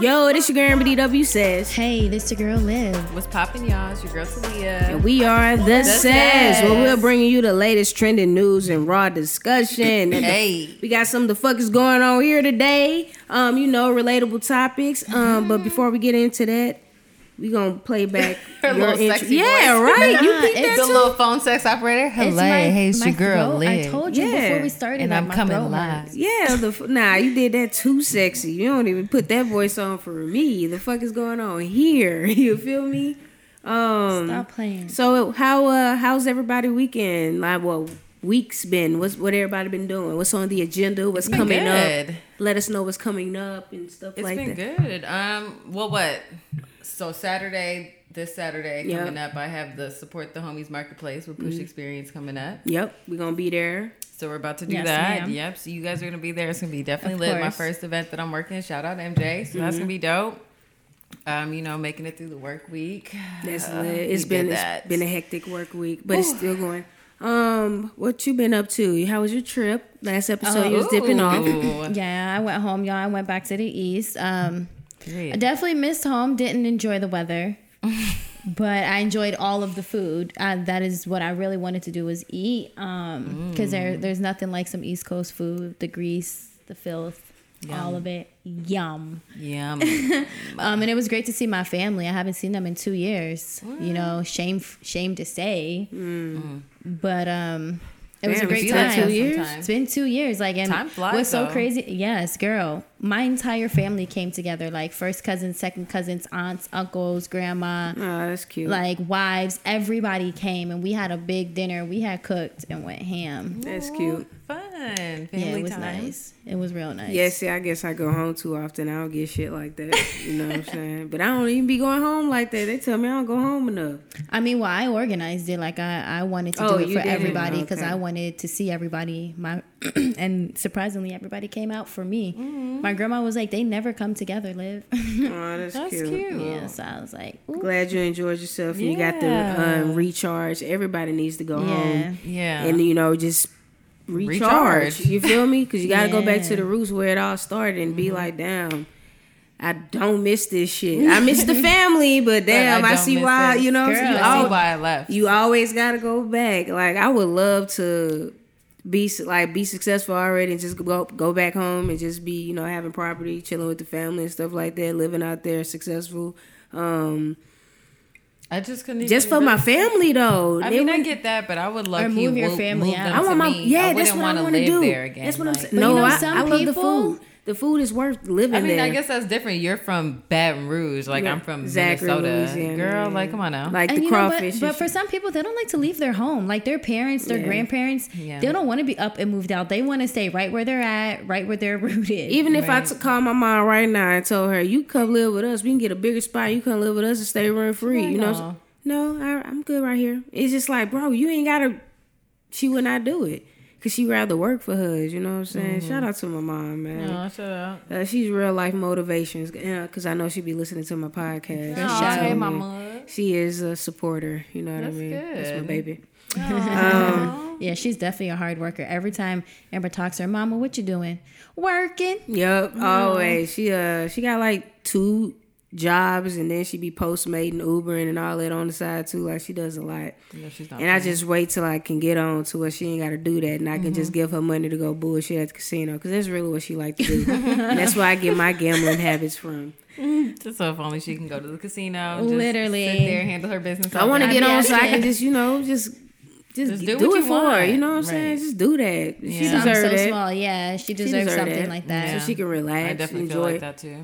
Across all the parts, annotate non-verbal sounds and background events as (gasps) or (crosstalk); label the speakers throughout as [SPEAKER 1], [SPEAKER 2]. [SPEAKER 1] Yo, this your girl BDW says.
[SPEAKER 2] Hey, this your girl Liv.
[SPEAKER 3] What's poppin', y'all? It's your girl Talia.
[SPEAKER 1] And we are the, the Says,
[SPEAKER 3] Says.
[SPEAKER 1] where we're bringing you the latest trending news and raw discussion. And
[SPEAKER 3] Hey.
[SPEAKER 1] we got some of the fuck is going on here today. Um, you know, relatable topics. Um, but before we get into that, we gonna play back
[SPEAKER 3] (laughs) Her
[SPEAKER 1] your
[SPEAKER 3] little
[SPEAKER 1] intro-
[SPEAKER 3] sexy
[SPEAKER 1] Yeah,
[SPEAKER 3] voice.
[SPEAKER 1] right. You
[SPEAKER 2] Nah,
[SPEAKER 3] (laughs)
[SPEAKER 1] peeped
[SPEAKER 2] it's-
[SPEAKER 1] that
[SPEAKER 3] The
[SPEAKER 1] too?
[SPEAKER 3] little phone sex operator. Hello, hey, it's your girl
[SPEAKER 2] throat. I
[SPEAKER 3] Liv.
[SPEAKER 2] told you
[SPEAKER 1] Yeah.
[SPEAKER 2] before we started,
[SPEAKER 3] and
[SPEAKER 2] that
[SPEAKER 3] I'm
[SPEAKER 2] my
[SPEAKER 3] coming
[SPEAKER 2] throat
[SPEAKER 3] live.
[SPEAKER 2] hurts.
[SPEAKER 1] Yeah, the f- nah, you did that too sexy. You don't even put that voice on for me. The fuck is going on here? (laughs) You feel me? Um,
[SPEAKER 2] Stop playing.
[SPEAKER 1] So how uh how's everybody weekend? Like what week's been? What's what everybody been doing? What's on the agenda? What's
[SPEAKER 3] been
[SPEAKER 1] coming up?
[SPEAKER 3] good.
[SPEAKER 1] Let us know what's coming up and stuff
[SPEAKER 3] It's
[SPEAKER 1] like
[SPEAKER 3] been
[SPEAKER 1] that.
[SPEAKER 3] good. Um, well, what? So Saturday, this Saturday
[SPEAKER 1] Yep. Mm-hmm.
[SPEAKER 3] coming up, I have the support the homies marketplace with Push Experience coming up.
[SPEAKER 1] Yep, we're gonna be there.
[SPEAKER 3] So we're about to do
[SPEAKER 2] Yes,
[SPEAKER 3] that.
[SPEAKER 2] ma'am.
[SPEAKER 3] Yep. So you guys are gonna be there. It's gonna be definitely
[SPEAKER 2] Of
[SPEAKER 3] lit. My
[SPEAKER 2] course.
[SPEAKER 3] first event that I'm working. Shout out MJ. So
[SPEAKER 1] Mm-hmm.
[SPEAKER 3] that's gonna be dope. Um, you know, making it through the work week. (sighs)
[SPEAKER 1] That's
[SPEAKER 3] Uh,
[SPEAKER 1] lit.
[SPEAKER 3] we
[SPEAKER 1] It's
[SPEAKER 3] did
[SPEAKER 1] been it's
[SPEAKER 3] that.
[SPEAKER 1] been a hectic work week, but it's still going. Um, what you been up to? How was your trip? Last episode you was dipping off.
[SPEAKER 3] Uh, Ooh.
[SPEAKER 2] Yeah, I went home, y'all. I went back to the east. Um, I
[SPEAKER 3] (laughs) Period.
[SPEAKER 2] definitely missed home. Didn't enjoy the
[SPEAKER 3] (laughs)
[SPEAKER 2] weather, but I enjoyed all of the food. Uh, that is what I really wanted to do was eat. Um, because there
[SPEAKER 3] Mm.
[SPEAKER 2] there's nothing like some East Coast food. The grease, the filth, all of it. Yum.
[SPEAKER 3] Yum.
[SPEAKER 1] (laughs)
[SPEAKER 2] Um, and it was great to see my family. I haven't seen them in two years. You
[SPEAKER 3] Mm.
[SPEAKER 2] know, shame, shame to say, but um, it was
[SPEAKER 1] Man,
[SPEAKER 2] a great
[SPEAKER 3] it's been
[SPEAKER 2] time.
[SPEAKER 3] two years?
[SPEAKER 2] It's been two years. Like, and
[SPEAKER 3] Time flies,
[SPEAKER 2] What's so
[SPEAKER 3] though.
[SPEAKER 2] crazy? Yes, girl. My entire family came together. Like first cousins, second cousins, aunts, uncles, grandma,
[SPEAKER 1] Oh, that's
[SPEAKER 3] Mm.
[SPEAKER 1] cute.
[SPEAKER 2] like wives. Everybody came, and we had a big dinner. We had cooked and went ham.
[SPEAKER 1] that's cute.
[SPEAKER 3] Fun. Family
[SPEAKER 2] yeah, it was
[SPEAKER 3] time.
[SPEAKER 2] nice. It was real nice.
[SPEAKER 1] Yeah, see, I guess I go home too often. I don't get shit like that. You know what
[SPEAKER 3] (laughs)
[SPEAKER 1] I'm saying? But I don't even be going home like that. They tell me I don't go home enough.
[SPEAKER 2] I mean, well, I organized it. Like I, I wanted to
[SPEAKER 1] Oh,
[SPEAKER 2] do it
[SPEAKER 1] you
[SPEAKER 2] for
[SPEAKER 1] did?
[SPEAKER 2] everybody because
[SPEAKER 1] Okay.
[SPEAKER 2] I wanted to see everybody. My (clears throat) and surprisingly, everybody came out for me. My grandma was like, "They never come together, (laughs) live."
[SPEAKER 1] Mm-hmm. Oh, that's,
[SPEAKER 3] That's
[SPEAKER 1] cute.
[SPEAKER 3] cute.
[SPEAKER 2] yeah, so I was like, Ooh.
[SPEAKER 1] Glad you enjoyed yourself and you got
[SPEAKER 3] Yeah.
[SPEAKER 1] the um, recharge. Everybody needs to go
[SPEAKER 2] "Yeah,
[SPEAKER 1] home
[SPEAKER 3] Yeah.
[SPEAKER 1] and you know just recharge.
[SPEAKER 3] Recharge.
[SPEAKER 1] You feel me? Because you got to go back to
[SPEAKER 2] Yeah.
[SPEAKER 1] the roots where it all started and
[SPEAKER 3] Mm-hmm.
[SPEAKER 1] be like, damn. I don't miss this shit. I miss
[SPEAKER 3] (laughs)
[SPEAKER 1] the family, but damn, I,
[SPEAKER 3] don't
[SPEAKER 1] see
[SPEAKER 3] miss
[SPEAKER 1] why.
[SPEAKER 3] this.
[SPEAKER 1] You know, what I'm
[SPEAKER 2] Girl,
[SPEAKER 1] saying? you,
[SPEAKER 3] I
[SPEAKER 2] I
[SPEAKER 3] see
[SPEAKER 1] al-
[SPEAKER 3] why I left.
[SPEAKER 1] you always gotta go back. Like I would love to be su- like be successful already and just go go back home and just be you know having property, chilling with the family and stuff like that, living out there, successful. Um,
[SPEAKER 3] I just couldn't.
[SPEAKER 1] just
[SPEAKER 3] even
[SPEAKER 1] for
[SPEAKER 3] do
[SPEAKER 1] my
[SPEAKER 3] it.
[SPEAKER 1] family though.
[SPEAKER 3] I
[SPEAKER 1] They
[SPEAKER 3] mean, I
[SPEAKER 1] would-
[SPEAKER 3] get that, but I would love
[SPEAKER 2] Or
[SPEAKER 3] to
[SPEAKER 2] move your family
[SPEAKER 3] move
[SPEAKER 2] out.
[SPEAKER 3] them
[SPEAKER 1] I
[SPEAKER 3] to
[SPEAKER 1] want my
[SPEAKER 3] me.
[SPEAKER 1] yeah.
[SPEAKER 3] I
[SPEAKER 1] that's
[SPEAKER 3] wouldn't
[SPEAKER 1] what I
[SPEAKER 3] wanna
[SPEAKER 1] want to
[SPEAKER 3] live
[SPEAKER 1] do.
[SPEAKER 3] there again.
[SPEAKER 1] That's what I'm
[SPEAKER 3] like-
[SPEAKER 1] saying.
[SPEAKER 2] But you
[SPEAKER 1] No,
[SPEAKER 2] know,
[SPEAKER 1] I,
[SPEAKER 2] some
[SPEAKER 1] I love the
[SPEAKER 2] people-
[SPEAKER 1] food. The food is worth living
[SPEAKER 3] I mean,
[SPEAKER 1] there.
[SPEAKER 3] I guess that's different. You're from Baton Rouge, like
[SPEAKER 1] Yeah,
[SPEAKER 3] I'm from
[SPEAKER 1] Zachary,
[SPEAKER 3] Minnesota.
[SPEAKER 1] Louisiana,
[SPEAKER 3] Girl,
[SPEAKER 1] yeah.
[SPEAKER 3] like come on now.
[SPEAKER 1] like
[SPEAKER 2] And
[SPEAKER 1] the
[SPEAKER 2] you know, but-
[SPEAKER 1] crawfish.
[SPEAKER 2] but,
[SPEAKER 1] and
[SPEAKER 2] for some people, they don't like to leave their home. Like their parents, their
[SPEAKER 1] Yeah.
[SPEAKER 2] grandparents,
[SPEAKER 3] Yeah.
[SPEAKER 2] they don't want to be up and moved out. They want to stay right where they're at, right where they're (laughs) rooted.
[SPEAKER 1] Even if I
[SPEAKER 3] Right.
[SPEAKER 1] t- called my mom right now and told her, "You come live with us. We can get a bigger spot. You come live with us and stay rent free." You know, what I'm saying? no, I, I'm good right here. It's just like, bro, you ain't gotta. She would not do it because she rather work for hers. You know what I'm saying?
[SPEAKER 3] Mm-hmm.
[SPEAKER 1] Shout out to my mom, man.
[SPEAKER 3] Oh, shut up.
[SPEAKER 1] Uh, she's real life motivations because I know she be listening to my podcast.
[SPEAKER 3] Aw,
[SPEAKER 1] She told
[SPEAKER 3] hey,
[SPEAKER 1] me.
[SPEAKER 3] mama.
[SPEAKER 1] She is a supporter. You know what
[SPEAKER 3] That's
[SPEAKER 1] I mean? That's my
[SPEAKER 3] good.
[SPEAKER 1] baby.
[SPEAKER 2] yeah, she's definitely a hard worker. Every time Amber talks to her, "Mama, what you doing? Working."
[SPEAKER 1] Yep, always. She uh she got like two jobs and then she be postmate and Ubering and all that on the side too. Like she does a lot.
[SPEAKER 3] No, she's not.
[SPEAKER 1] And I just wait till I can get on to where she ain't got to do that, and I can
[SPEAKER 3] Mm-hmm.
[SPEAKER 1] just give her money to go bullshit at the casino because that's really what she like to
[SPEAKER 3] (laughs)
[SPEAKER 1] do. and that's where I get my gambling habits from.
[SPEAKER 3] Just so if only she can go to the casino. Just
[SPEAKER 2] Literally.
[SPEAKER 3] sit there, handle her business.
[SPEAKER 1] I want to
[SPEAKER 2] I
[SPEAKER 1] get
[SPEAKER 2] be
[SPEAKER 1] on so I
[SPEAKER 2] asking.
[SPEAKER 1] can just you know just just,
[SPEAKER 3] Just
[SPEAKER 1] do,
[SPEAKER 3] do what
[SPEAKER 1] it
[SPEAKER 3] you
[SPEAKER 1] for her.
[SPEAKER 3] want.
[SPEAKER 1] You know what I'm saying?
[SPEAKER 3] Right.
[SPEAKER 1] Just do that. She
[SPEAKER 3] Yeah.
[SPEAKER 1] deserves
[SPEAKER 2] Something so
[SPEAKER 1] that.
[SPEAKER 2] small. Yeah, she
[SPEAKER 1] She
[SPEAKER 2] deserves
[SPEAKER 1] deserve
[SPEAKER 2] something like that.
[SPEAKER 3] Yeah.
[SPEAKER 1] so she can relax.
[SPEAKER 3] I definitely
[SPEAKER 1] enjoy
[SPEAKER 3] feel like that too.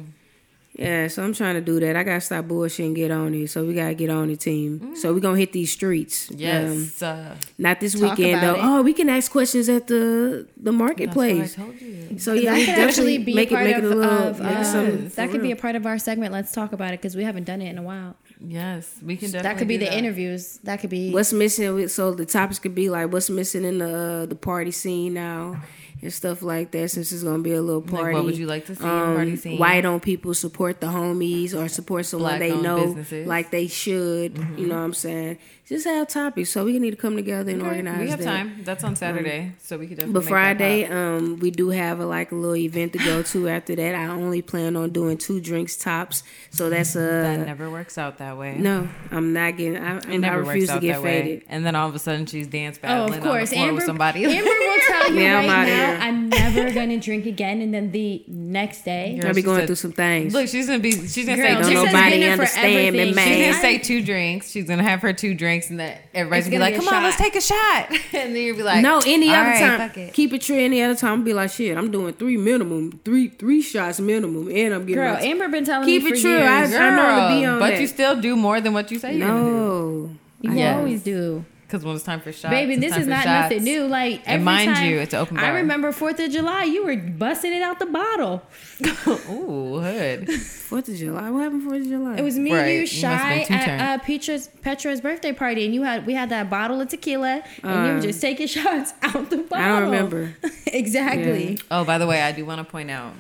[SPEAKER 1] Yeah, so I'm trying to do that. I gotta stop bullshit and get on it. So we gotta get on the team.
[SPEAKER 2] Mm.
[SPEAKER 1] So we gonna hit these streets. Um,
[SPEAKER 3] Yes. uh,
[SPEAKER 1] not this
[SPEAKER 2] Talk
[SPEAKER 1] weekend though.
[SPEAKER 2] about it.
[SPEAKER 1] Oh, we can ask questions at the the
[SPEAKER 3] that's what I
[SPEAKER 1] marketplace.
[SPEAKER 3] told you.
[SPEAKER 1] So Oh, yeah,
[SPEAKER 2] that
[SPEAKER 1] we
[SPEAKER 2] could
[SPEAKER 1] definitely
[SPEAKER 2] actually be
[SPEAKER 1] make it
[SPEAKER 2] part
[SPEAKER 1] make
[SPEAKER 2] of,
[SPEAKER 1] it a little
[SPEAKER 2] of,
[SPEAKER 1] make it
[SPEAKER 2] uh,
[SPEAKER 1] something for
[SPEAKER 2] that could be
[SPEAKER 1] real.
[SPEAKER 2] a part of our segment. Let's talk about it because we haven't done it in a while.
[SPEAKER 3] Yes, we can. Definitely
[SPEAKER 2] that could be
[SPEAKER 3] do
[SPEAKER 2] the interviews. That could be
[SPEAKER 1] What's missing? With, so the topics could be like what's missing in the uh, the party scene now and stuff like that. Since it's gonna be a little
[SPEAKER 3] Like,
[SPEAKER 1] party. um,
[SPEAKER 3] what would you like to see in party scene?
[SPEAKER 1] Why don't people support the homies or support someone they
[SPEAKER 3] Black-owned
[SPEAKER 1] know
[SPEAKER 3] businesses. Mm-hmm.
[SPEAKER 1] like they should? You know what I'm saying? Just have topics. So we need to come together and
[SPEAKER 3] Okay,
[SPEAKER 1] organize.
[SPEAKER 3] We have
[SPEAKER 1] that.
[SPEAKER 3] time. That's on Saturday, so we could definitely.
[SPEAKER 1] But
[SPEAKER 3] make that
[SPEAKER 1] Friday,
[SPEAKER 3] pop.
[SPEAKER 1] um, we do have a like a little event to go to. After that, I only plan on doing two drinks tops. So that's a
[SPEAKER 3] that never works out that way.
[SPEAKER 1] no. I'm not getting. I,
[SPEAKER 3] It
[SPEAKER 1] I'm, I
[SPEAKER 3] never
[SPEAKER 1] refuse
[SPEAKER 3] works
[SPEAKER 1] to
[SPEAKER 3] out
[SPEAKER 1] get
[SPEAKER 3] that
[SPEAKER 1] faded.
[SPEAKER 3] way. And then all of a sudden she's dance
[SPEAKER 2] Oh,
[SPEAKER 3] battling
[SPEAKER 2] of course.
[SPEAKER 3] on the floor
[SPEAKER 2] Amber,
[SPEAKER 3] with somebody.
[SPEAKER 2] Amber will tell you
[SPEAKER 1] Yeah,
[SPEAKER 2] right
[SPEAKER 1] I'm
[SPEAKER 2] now,
[SPEAKER 1] outta here.
[SPEAKER 2] I'm never gonna drink again. And then the next day,
[SPEAKER 1] I'll be
[SPEAKER 3] she
[SPEAKER 1] going
[SPEAKER 3] said-
[SPEAKER 1] through some things.
[SPEAKER 3] (laughs) Look, she's gonna be. She's gonna
[SPEAKER 2] Girl,
[SPEAKER 3] say
[SPEAKER 1] don't
[SPEAKER 2] just
[SPEAKER 3] two.
[SPEAKER 2] as
[SPEAKER 1] nobody
[SPEAKER 2] dinner for
[SPEAKER 1] understand me,
[SPEAKER 2] everything.
[SPEAKER 1] man.
[SPEAKER 3] She's
[SPEAKER 1] Hey.
[SPEAKER 3] gonna say two drinks. She's gonna have her two drinks, and that everybody's
[SPEAKER 2] It's
[SPEAKER 3] gonna
[SPEAKER 2] gonna
[SPEAKER 3] be like,
[SPEAKER 2] be a
[SPEAKER 3] "Come on, let's
[SPEAKER 2] shot.
[SPEAKER 3] take a shot." (laughs) and then you'll be like,
[SPEAKER 1] no, any
[SPEAKER 3] "All
[SPEAKER 1] other
[SPEAKER 3] right,
[SPEAKER 1] time,
[SPEAKER 3] fuck it."
[SPEAKER 1] keep it true. Any other time, I'll be like, shit, I'm doing three minimum, three three shots minimum, and I'm getting
[SPEAKER 2] girl,
[SPEAKER 1] my-
[SPEAKER 2] Amber been telling
[SPEAKER 1] Keep
[SPEAKER 2] me for
[SPEAKER 1] it true.
[SPEAKER 2] years.
[SPEAKER 1] I, I normally be
[SPEAKER 3] Girl,
[SPEAKER 1] on
[SPEAKER 3] but
[SPEAKER 1] that.
[SPEAKER 3] you still do more than what you say you're gonna do.
[SPEAKER 1] no.
[SPEAKER 2] you
[SPEAKER 3] Yes.
[SPEAKER 2] always do.
[SPEAKER 3] Because when it's time for shots,
[SPEAKER 2] Baby,
[SPEAKER 3] it's
[SPEAKER 2] this
[SPEAKER 3] time
[SPEAKER 2] is
[SPEAKER 3] for
[SPEAKER 2] not
[SPEAKER 3] shots.
[SPEAKER 2] nothing new. Like every
[SPEAKER 3] And mind
[SPEAKER 2] time-
[SPEAKER 3] you, it's an open
[SPEAKER 2] I
[SPEAKER 3] bar.
[SPEAKER 2] remember Fourth of July. You were busting it out the bottle.
[SPEAKER 3] (laughs) Ooh, hood.
[SPEAKER 1] Fourth of July. What happened Fourth of July?
[SPEAKER 2] It was me,
[SPEAKER 3] Right. You
[SPEAKER 2] you,
[SPEAKER 3] must've been
[SPEAKER 2] shy
[SPEAKER 3] two-turned.
[SPEAKER 2] at uh, Petra's Petra's birthday party, and you had we had that bottle of tequila, and
[SPEAKER 3] Uh.
[SPEAKER 2] you were just taking (laughs) shots out the bottle.
[SPEAKER 1] I don't remember.
[SPEAKER 2] (laughs) exactly.
[SPEAKER 3] Oh, by the way, I do want to point out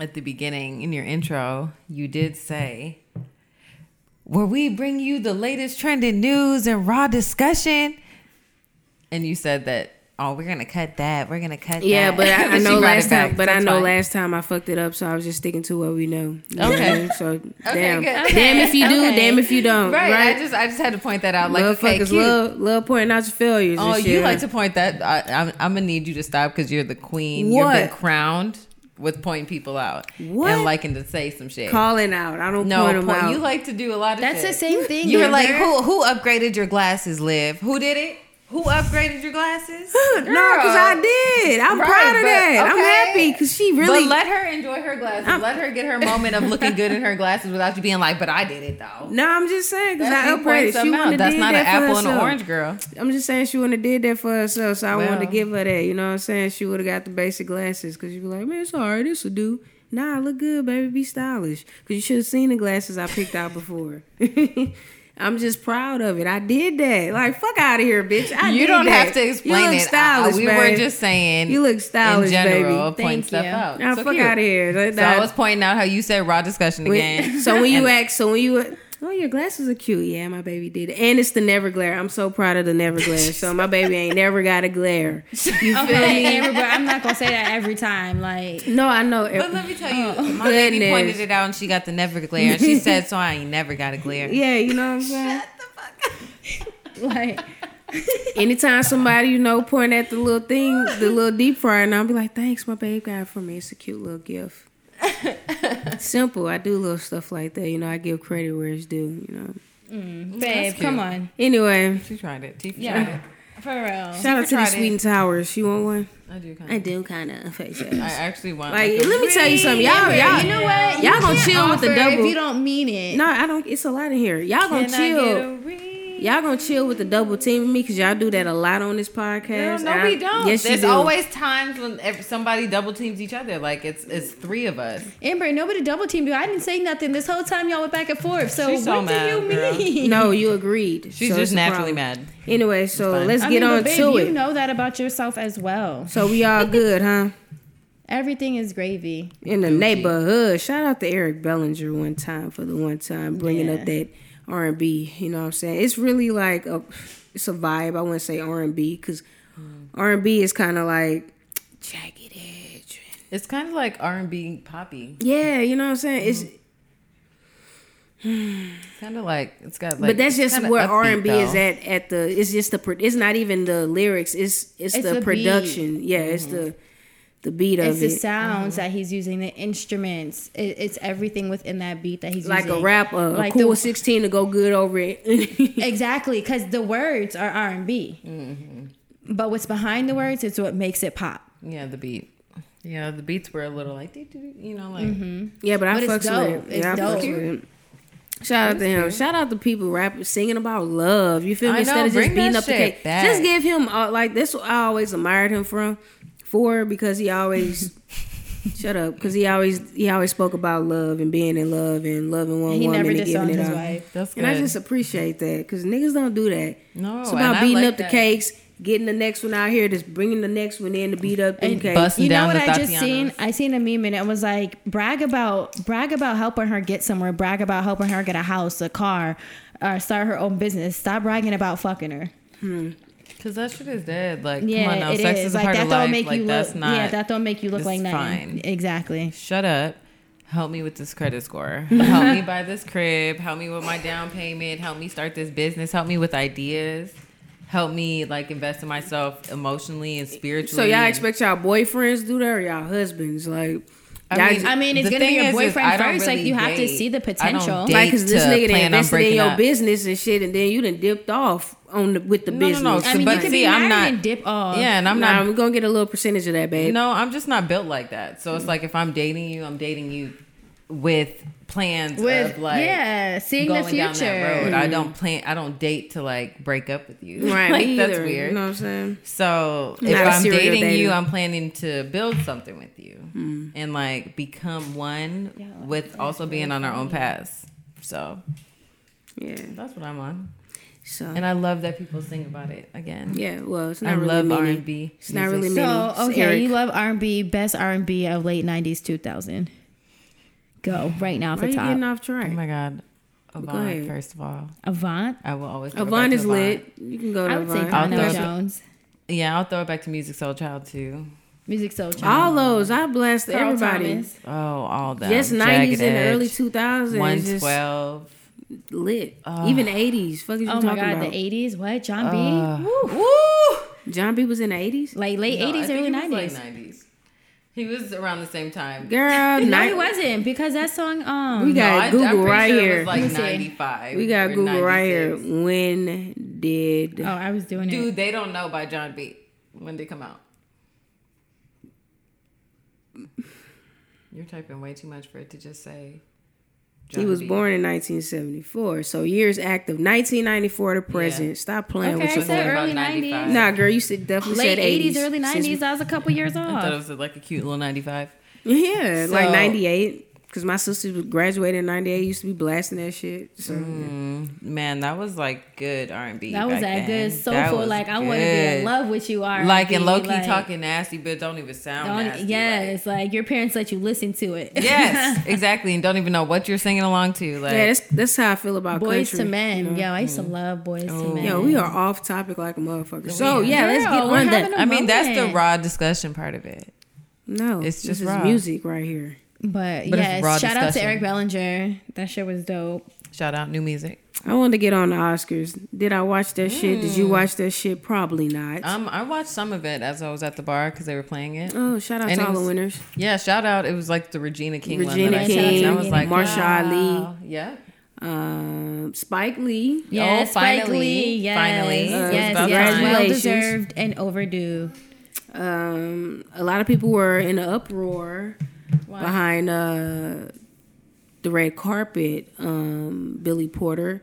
[SPEAKER 3] at the beginning in your intro, you did say, where we bring you the latest trending news and raw discussion. And you said that, oh, we're going to cut that. We're going to cut
[SPEAKER 1] Yeah,
[SPEAKER 3] that.
[SPEAKER 1] but
[SPEAKER 3] (laughs)
[SPEAKER 1] I, I
[SPEAKER 3] She
[SPEAKER 1] know
[SPEAKER 3] brought
[SPEAKER 1] last
[SPEAKER 3] it back,
[SPEAKER 1] time. But
[SPEAKER 3] so
[SPEAKER 1] I
[SPEAKER 3] it's
[SPEAKER 1] know
[SPEAKER 3] fine.
[SPEAKER 1] last time I fucked it up, so I was just sticking to what we know. You know what I
[SPEAKER 3] Okay.
[SPEAKER 1] mean? So damn,
[SPEAKER 3] good.
[SPEAKER 1] damn if you do,
[SPEAKER 2] Okay.
[SPEAKER 1] damn if you don't.
[SPEAKER 3] Right,
[SPEAKER 1] Right.
[SPEAKER 3] I just I just had to point that out. Like, okay,
[SPEAKER 1] Motherfuckers
[SPEAKER 3] cute.
[SPEAKER 1] love love pointing out your failures.
[SPEAKER 3] oh,
[SPEAKER 1] and
[SPEAKER 3] you
[SPEAKER 1] shit.
[SPEAKER 3] like to point that. I, I'm, I'm gonna need you to stop because you're the queen. You've
[SPEAKER 1] What?
[SPEAKER 3] been crowned with pointing people out
[SPEAKER 1] What?
[SPEAKER 3] and liking to say some shit.
[SPEAKER 1] calling out. I don't
[SPEAKER 3] no,
[SPEAKER 1] point them
[SPEAKER 3] point-
[SPEAKER 1] out.
[SPEAKER 3] you like to do a lot of.
[SPEAKER 2] That's
[SPEAKER 3] shit.
[SPEAKER 2] the same thing.
[SPEAKER 3] You were like,
[SPEAKER 2] (laughs) remember?
[SPEAKER 3] who who upgraded your glasses, Liv? Who did it? Who upgraded your glasses?
[SPEAKER 1] (laughs) no, because I did. I'm
[SPEAKER 3] Right,
[SPEAKER 1] proud of
[SPEAKER 3] but-
[SPEAKER 1] that. I'm
[SPEAKER 3] okay.
[SPEAKER 1] happy because she really.
[SPEAKER 3] But let her enjoy her glasses. let her get her moment of looking good in her glasses without you being like, "But I did it though."
[SPEAKER 1] no, I'm just saying because
[SPEAKER 3] That's
[SPEAKER 1] I
[SPEAKER 3] you point
[SPEAKER 1] upgraded. She
[SPEAKER 3] something
[SPEAKER 1] wouldn't
[SPEAKER 3] out.
[SPEAKER 1] have
[SPEAKER 3] That's
[SPEAKER 1] did
[SPEAKER 3] not
[SPEAKER 1] that
[SPEAKER 3] an
[SPEAKER 1] for
[SPEAKER 3] apple and an
[SPEAKER 1] herself.
[SPEAKER 3] orange, girl.
[SPEAKER 1] I'm just saying she wouldn't have did that for herself, so I wanted
[SPEAKER 3] Well.
[SPEAKER 1] to give her that. You know what I'm saying? She would have got the basic glasses because you'd be like, man, it's all right, this will do. Nah, I look good, baby. Be stylish because you should have seen the glasses I picked out before. (laughs) I'm just proud of it. I did that. Like, fuck out of here, bitch. I
[SPEAKER 3] You
[SPEAKER 1] did
[SPEAKER 3] don't
[SPEAKER 1] that.
[SPEAKER 3] have to explain
[SPEAKER 1] you look
[SPEAKER 3] it. I-
[SPEAKER 1] Stylish,
[SPEAKER 3] we
[SPEAKER 1] babe.
[SPEAKER 3] were just saying.
[SPEAKER 1] You look stylish,
[SPEAKER 3] in general,
[SPEAKER 1] baby.
[SPEAKER 3] of pointing
[SPEAKER 2] Thank
[SPEAKER 3] stuff
[SPEAKER 2] you.
[SPEAKER 3] out.
[SPEAKER 1] Nah,
[SPEAKER 3] so
[SPEAKER 1] fuck
[SPEAKER 3] cute.
[SPEAKER 1] out of here. That-
[SPEAKER 3] So
[SPEAKER 1] that-
[SPEAKER 3] I was pointing out how you said raw discussion again.
[SPEAKER 1] (laughs) so
[SPEAKER 3] (laughs)
[SPEAKER 1] when you
[SPEAKER 3] And-
[SPEAKER 1] ask, so when you, oh, your glasses are cute. Yeah, my baby did it, and it's the never glare. I'm so proud of the never glare. so my baby ain't never got a
[SPEAKER 3] (laughs)
[SPEAKER 1] glare.
[SPEAKER 2] Okay, Amber, but I'm not gonna say that every time. Like, (laughs)
[SPEAKER 1] No, I know.
[SPEAKER 3] But let me tell you, my
[SPEAKER 1] Oh. goodness.
[SPEAKER 3] lady pointed it out and she got the never glare.
[SPEAKER 1] (laughs)
[SPEAKER 3] And she said, So I ain't never got a glare.
[SPEAKER 1] yeah, you know what I'm saying.
[SPEAKER 2] like
[SPEAKER 1] Anytime somebody you know point at the little thing, the little deep fryer, and I'll be like, "Thanks, my babe got it for me. It's a cute little
[SPEAKER 3] (laughs)
[SPEAKER 1] gift." Simple. I do little stuff like that. You know, I give credit where it's due. You know.
[SPEAKER 2] babe, come on,
[SPEAKER 1] Anyway,
[SPEAKER 3] She tried it. She
[SPEAKER 2] Yeah.
[SPEAKER 3] tried
[SPEAKER 2] for real.
[SPEAKER 1] shout out to the
[SPEAKER 3] tried it.
[SPEAKER 1] Sweet and Towers. She want one?
[SPEAKER 3] it. I do kind
[SPEAKER 1] I
[SPEAKER 3] of.
[SPEAKER 1] do kind of.
[SPEAKER 3] I
[SPEAKER 1] Like,
[SPEAKER 3] actually want. Like,
[SPEAKER 1] let me tell you something, y'all.
[SPEAKER 2] Amber,
[SPEAKER 1] Y'all,
[SPEAKER 2] you know what?
[SPEAKER 1] Y'all gonna chill with the
[SPEAKER 2] Offer
[SPEAKER 1] double.
[SPEAKER 2] If you don't mean it,
[SPEAKER 1] No, I don't. It's a lot in here. Y'all gonna
[SPEAKER 3] Can I get
[SPEAKER 1] chill.
[SPEAKER 3] a ring?
[SPEAKER 1] Y'all gonna chill with the double team with me because y'all do that a lot on this
[SPEAKER 3] Girl,
[SPEAKER 1] podcast.
[SPEAKER 3] no,
[SPEAKER 1] and I-
[SPEAKER 3] we don't.
[SPEAKER 1] Yes, you
[SPEAKER 3] There's
[SPEAKER 1] do.
[SPEAKER 3] always times when ev- somebody double teams each other. Like it's it's three of us.
[SPEAKER 2] Amber, nobody double teamed you. I didn't say nothing this whole time. Y'all went back and forth. So
[SPEAKER 3] She's so
[SPEAKER 2] what do
[SPEAKER 3] mad,
[SPEAKER 2] you
[SPEAKER 3] girl.
[SPEAKER 2] mean?
[SPEAKER 1] No, you agreed.
[SPEAKER 3] She's
[SPEAKER 1] So it's
[SPEAKER 3] just
[SPEAKER 1] a
[SPEAKER 3] naturally
[SPEAKER 1] problem.
[SPEAKER 3] mad.
[SPEAKER 1] Anyway, so
[SPEAKER 3] fine.
[SPEAKER 1] let's
[SPEAKER 2] I
[SPEAKER 1] get
[SPEAKER 2] mean,
[SPEAKER 1] on
[SPEAKER 2] but babe,
[SPEAKER 1] to
[SPEAKER 2] you
[SPEAKER 1] it.
[SPEAKER 2] know that about yourself as well.
[SPEAKER 1] So we
[SPEAKER 2] (laughs)
[SPEAKER 1] all good, huh?
[SPEAKER 2] Everything is gravy.
[SPEAKER 1] In the neighborhood. Shout out to Eric Bellinger one time for the one time bringing
[SPEAKER 2] Yeah.
[SPEAKER 1] up that R and B. You know what I'm saying? It's really like a it's a vibe. I wouldn't say R and B because
[SPEAKER 2] Mm.
[SPEAKER 1] R and B is kind of like jagged edge.
[SPEAKER 3] It's kind of like R and B poppy.
[SPEAKER 1] Yeah, you know what I'm saying?
[SPEAKER 2] Mm.
[SPEAKER 1] It's
[SPEAKER 3] It's kind of like it's got. like
[SPEAKER 1] but that's
[SPEAKER 3] it's
[SPEAKER 1] just
[SPEAKER 3] kinda
[SPEAKER 1] where R
[SPEAKER 3] upbeat,
[SPEAKER 1] and B is
[SPEAKER 3] though.
[SPEAKER 1] at. At the it's just the pro- it's not even the lyrics. It's it's,
[SPEAKER 2] It's
[SPEAKER 1] the,
[SPEAKER 2] the beat. Mm-hmm.
[SPEAKER 1] production. Yeah, it's the the beat
[SPEAKER 2] It's
[SPEAKER 1] of
[SPEAKER 2] the
[SPEAKER 1] it.
[SPEAKER 2] sounds
[SPEAKER 1] Mm-hmm.
[SPEAKER 2] that he's using, the instruments. It, it's everything within that beat that he's
[SPEAKER 1] Like
[SPEAKER 2] using.
[SPEAKER 1] a rap, a,
[SPEAKER 2] Like
[SPEAKER 1] a cool
[SPEAKER 2] the-
[SPEAKER 1] sixteen to go good over it. (laughs)
[SPEAKER 2] Exactly, because the words are R and B,
[SPEAKER 1] Mm-hmm.
[SPEAKER 2] but what's behind the words is what makes it pop.
[SPEAKER 3] Yeah, the beat. Yeah, the beats were a little like, dee, dee, dee, you know, like
[SPEAKER 1] yeah, but I
[SPEAKER 2] But it's
[SPEAKER 1] fucks
[SPEAKER 2] dope.
[SPEAKER 1] with it. Yeah,
[SPEAKER 2] It's
[SPEAKER 1] I fucks
[SPEAKER 2] dope.
[SPEAKER 1] with it. Shout out to him. Shout out to people rapping, singing about love. You feel me?
[SPEAKER 3] I
[SPEAKER 1] Instead
[SPEAKER 3] know,
[SPEAKER 1] of
[SPEAKER 3] bring
[SPEAKER 1] just beating
[SPEAKER 3] that
[SPEAKER 1] up the
[SPEAKER 3] shit
[SPEAKER 1] cake,
[SPEAKER 3] back. (laughs)
[SPEAKER 1] just give him uh, like that's what I always admired him from for because he always Shut up, because he always he always spoke about love and being in love and loving one
[SPEAKER 2] He
[SPEAKER 1] woman
[SPEAKER 2] never
[SPEAKER 1] and giving
[SPEAKER 2] disowned
[SPEAKER 1] it
[SPEAKER 2] his
[SPEAKER 1] all.
[SPEAKER 2] wife.
[SPEAKER 3] That's good.
[SPEAKER 1] And I just appreciate that because niggas don't do that.
[SPEAKER 3] No,
[SPEAKER 1] it's
[SPEAKER 3] and
[SPEAKER 1] about
[SPEAKER 3] I
[SPEAKER 1] beating
[SPEAKER 3] like
[SPEAKER 1] up the
[SPEAKER 3] that.
[SPEAKER 1] cakes, getting the next one out here, just bringing the next one in to beat up the
[SPEAKER 2] And
[SPEAKER 1] cakes.
[SPEAKER 3] bust-
[SPEAKER 2] You know
[SPEAKER 3] down
[SPEAKER 2] what
[SPEAKER 3] the
[SPEAKER 2] I just
[SPEAKER 3] Tatianas.
[SPEAKER 2] seen? I seen a meme and it was like brag about brag about helping her get somewhere, brag about helping her get a house, a car, or start her own business. Stop bragging about fucking her.
[SPEAKER 3] Because that shit is dead. Like,
[SPEAKER 2] Yeah,
[SPEAKER 3] come on now,
[SPEAKER 2] it
[SPEAKER 3] sex
[SPEAKER 2] is.
[SPEAKER 3] is, a part
[SPEAKER 2] that
[SPEAKER 3] of
[SPEAKER 2] don't
[SPEAKER 3] life.
[SPEAKER 2] make
[SPEAKER 3] like,
[SPEAKER 2] you
[SPEAKER 3] that's
[SPEAKER 2] look.
[SPEAKER 3] not.
[SPEAKER 2] yeah, that don't make you look
[SPEAKER 3] it's
[SPEAKER 2] like nothing.
[SPEAKER 3] fine.
[SPEAKER 2] Exactly.
[SPEAKER 3] shut up. Help me with this credit score. Help me buy this crib. Help me with my down payment. Help me start this business. Help me with ideas. Help me like invest in myself emotionally and spiritually.
[SPEAKER 1] so y'all
[SPEAKER 3] and-
[SPEAKER 1] expect y'all boyfriends do that or y'all husbands? Like,
[SPEAKER 3] I
[SPEAKER 1] y'all
[SPEAKER 3] mean,
[SPEAKER 1] just-
[SPEAKER 2] I mean, it's
[SPEAKER 3] The
[SPEAKER 2] gonna be
[SPEAKER 3] thing
[SPEAKER 2] your
[SPEAKER 3] is, is I
[SPEAKER 2] boyfriend
[SPEAKER 3] don't
[SPEAKER 2] first. like
[SPEAKER 3] really
[SPEAKER 2] you have to
[SPEAKER 3] date.
[SPEAKER 2] see the
[SPEAKER 3] I don't
[SPEAKER 2] potential.
[SPEAKER 3] date.
[SPEAKER 1] like because this
[SPEAKER 3] to
[SPEAKER 1] nigga done
[SPEAKER 3] plan on
[SPEAKER 1] invested in
[SPEAKER 3] breaking
[SPEAKER 1] your
[SPEAKER 3] up.
[SPEAKER 1] business and shit, and then you done dipped off on the, with the
[SPEAKER 3] No, no,
[SPEAKER 1] business.
[SPEAKER 3] no.
[SPEAKER 2] I mean,
[SPEAKER 3] But
[SPEAKER 2] you could
[SPEAKER 3] see,
[SPEAKER 2] be married
[SPEAKER 3] I'm not-
[SPEAKER 2] and dip off.
[SPEAKER 3] Yeah, and I'm
[SPEAKER 1] Nah,
[SPEAKER 3] not.
[SPEAKER 1] I'm gonna get a little percentage of that, babe.
[SPEAKER 3] No, I'm just not built like that. So it's like if I'm dating you, I'm dating you with plans
[SPEAKER 2] With
[SPEAKER 3] of like
[SPEAKER 2] yeah, seeing the
[SPEAKER 3] going
[SPEAKER 2] future.
[SPEAKER 3] down that road. I don't plan. I don't date to like break up with you.
[SPEAKER 1] (laughs)
[SPEAKER 3] (laughs)
[SPEAKER 1] Right,
[SPEAKER 3] like,
[SPEAKER 1] me
[SPEAKER 3] that's
[SPEAKER 1] either,
[SPEAKER 3] weird.
[SPEAKER 1] You know what I'm saying?
[SPEAKER 3] So
[SPEAKER 1] Not
[SPEAKER 3] if
[SPEAKER 1] a
[SPEAKER 3] I'm
[SPEAKER 1] serial
[SPEAKER 3] dating you,
[SPEAKER 1] dater.
[SPEAKER 3] I'm planning to build something with you
[SPEAKER 1] Hmm.
[SPEAKER 3] and like become one with also being on our own paths. So
[SPEAKER 1] Yeah.
[SPEAKER 3] that's what I'm on,
[SPEAKER 1] So
[SPEAKER 3] and I love that people sing about it again.
[SPEAKER 1] Uh-huh. yeah, well, it's
[SPEAKER 3] I
[SPEAKER 1] not really
[SPEAKER 3] love
[SPEAKER 1] meaning-
[SPEAKER 3] R&B.
[SPEAKER 1] It's not really
[SPEAKER 3] music.
[SPEAKER 1] many.
[SPEAKER 2] So okay, you love R and B, best R and B of late nineties, two thousand. Go right now
[SPEAKER 1] Why
[SPEAKER 2] for
[SPEAKER 1] you
[SPEAKER 2] top.
[SPEAKER 1] getting off track?
[SPEAKER 3] Oh my god, Avant.
[SPEAKER 1] ahead.
[SPEAKER 3] First of all,
[SPEAKER 2] Avant.
[SPEAKER 3] I will always. throw it back
[SPEAKER 1] Avon
[SPEAKER 3] to
[SPEAKER 1] is lit. You can go to
[SPEAKER 2] I would say
[SPEAKER 1] Avon.
[SPEAKER 3] I'll
[SPEAKER 2] Connell
[SPEAKER 3] throw it-
[SPEAKER 2] Jones.
[SPEAKER 3] Yeah, I'll throw it back to Music Soul Child too.
[SPEAKER 2] Music Soul Child.
[SPEAKER 1] All those, I blessed
[SPEAKER 2] Carl
[SPEAKER 1] everybody.
[SPEAKER 2] Thomas.
[SPEAKER 3] Oh, all that.
[SPEAKER 1] Just nineties and the early two thousands,
[SPEAKER 3] One
[SPEAKER 1] just
[SPEAKER 3] twelve.
[SPEAKER 1] lit. Even eighties. Fuck is you
[SPEAKER 2] Oh my
[SPEAKER 1] talking
[SPEAKER 2] God,
[SPEAKER 1] about?
[SPEAKER 2] the eighties. What John B?
[SPEAKER 3] Woo!
[SPEAKER 1] John B was in the eighties.
[SPEAKER 2] Like late eighties, early nineties.
[SPEAKER 3] nineties. He was around the same time.
[SPEAKER 1] Girl,
[SPEAKER 2] (laughs) No,
[SPEAKER 1] ni-
[SPEAKER 2] he wasn't because that song. Um,
[SPEAKER 1] We got
[SPEAKER 3] No, I- I'm
[SPEAKER 1] Google
[SPEAKER 3] pretty
[SPEAKER 1] right
[SPEAKER 3] sure It
[SPEAKER 1] here.
[SPEAKER 3] was like
[SPEAKER 2] Let me see.
[SPEAKER 3] 95.
[SPEAKER 1] we got
[SPEAKER 3] or
[SPEAKER 1] Google right
[SPEAKER 3] 96.
[SPEAKER 1] here. When did
[SPEAKER 2] oh, I was doing it.
[SPEAKER 3] Dude, they don't know by John B. When they come out. You're typing way too much for it to just say.
[SPEAKER 1] he
[SPEAKER 3] John
[SPEAKER 1] was
[SPEAKER 3] B.
[SPEAKER 1] born in 1974, so years active 1994 to present. Stop playing
[SPEAKER 2] Okay,
[SPEAKER 1] with
[SPEAKER 2] so
[SPEAKER 1] your boy.
[SPEAKER 3] about
[SPEAKER 2] early
[SPEAKER 3] 95.
[SPEAKER 2] nineties.
[SPEAKER 1] Nah, girl, you said definitely said
[SPEAKER 2] Late 80s,
[SPEAKER 1] 80s,
[SPEAKER 2] early
[SPEAKER 1] since-
[SPEAKER 2] 90s. I was a couple years
[SPEAKER 3] I thought it
[SPEAKER 2] off.
[SPEAKER 3] was like a cute little 95.
[SPEAKER 1] Yeah, like
[SPEAKER 3] So-
[SPEAKER 1] 98. Because my sister was graduated in 98, used to be blasting that shit. So,
[SPEAKER 2] Mm.
[SPEAKER 3] Mm, Man, that was like good R&B.
[SPEAKER 2] That was
[SPEAKER 3] back
[SPEAKER 2] that
[SPEAKER 3] then.
[SPEAKER 2] good
[SPEAKER 3] That
[SPEAKER 2] soulful.
[SPEAKER 3] was
[SPEAKER 2] Like I want to be in
[SPEAKER 3] good.
[SPEAKER 2] love with you. R&B,
[SPEAKER 3] Like and low key
[SPEAKER 2] like,
[SPEAKER 3] talking nasty, but don't even sound
[SPEAKER 2] don't-
[SPEAKER 3] nasty. like-
[SPEAKER 2] yes, like, your parents let you listen to it.
[SPEAKER 1] (laughs)
[SPEAKER 2] (laughs)
[SPEAKER 3] yes, exactly, and don't even know what you're singing along to. Like,
[SPEAKER 1] yeah, that's, that's how I feel about
[SPEAKER 2] boys
[SPEAKER 1] country.
[SPEAKER 2] to men. Yo, I used
[SPEAKER 3] Mm-hmm.
[SPEAKER 2] to love boys
[SPEAKER 3] Oh.
[SPEAKER 2] to men.
[SPEAKER 1] Yo, we are off topic like a motherfucker. So, yeah, let's
[SPEAKER 2] Girl,
[SPEAKER 1] get
[SPEAKER 2] we're
[SPEAKER 1] on
[SPEAKER 2] having
[SPEAKER 1] that.
[SPEAKER 2] a
[SPEAKER 3] I mean, that's the
[SPEAKER 2] moment.
[SPEAKER 3] raw discussion part of it.
[SPEAKER 1] No,
[SPEAKER 3] It's
[SPEAKER 1] this
[SPEAKER 3] just
[SPEAKER 1] is
[SPEAKER 3] raw.
[SPEAKER 1] music right here.
[SPEAKER 2] But,
[SPEAKER 3] But it's
[SPEAKER 2] yes,
[SPEAKER 3] raw Oh,
[SPEAKER 2] shout out to
[SPEAKER 3] discussion.
[SPEAKER 2] Eric Bellinger. That shit was dope.
[SPEAKER 3] Shout out new music.
[SPEAKER 1] I wanted to get on the Oscars. Did I watch that shit? Did you watch that shit? Probably not.
[SPEAKER 3] Hmm. Um, I watched some of it as I was at the bar because they were playing it.
[SPEAKER 1] oh, shout out
[SPEAKER 3] and
[SPEAKER 1] to
[SPEAKER 3] it
[SPEAKER 1] all the
[SPEAKER 3] was-
[SPEAKER 1] winners.
[SPEAKER 3] Yeah, shout out. It was like the Regina King one.
[SPEAKER 1] Regina
[SPEAKER 3] that I seen,
[SPEAKER 2] King,
[SPEAKER 3] and I was like,
[SPEAKER 1] Marsha
[SPEAKER 3] wow. Yeah.
[SPEAKER 1] Um, Spike Lee.
[SPEAKER 2] Yes, Spike
[SPEAKER 3] finally.
[SPEAKER 2] Lee, Yes,
[SPEAKER 3] Finally. It was
[SPEAKER 2] yes,
[SPEAKER 3] about
[SPEAKER 2] yes.
[SPEAKER 1] time.
[SPEAKER 2] Well
[SPEAKER 1] Congratulations.
[SPEAKER 2] deserved and overdue.
[SPEAKER 1] Um, a lot of people were in an uproar behind uh, the red carpet. Um, Billy Porter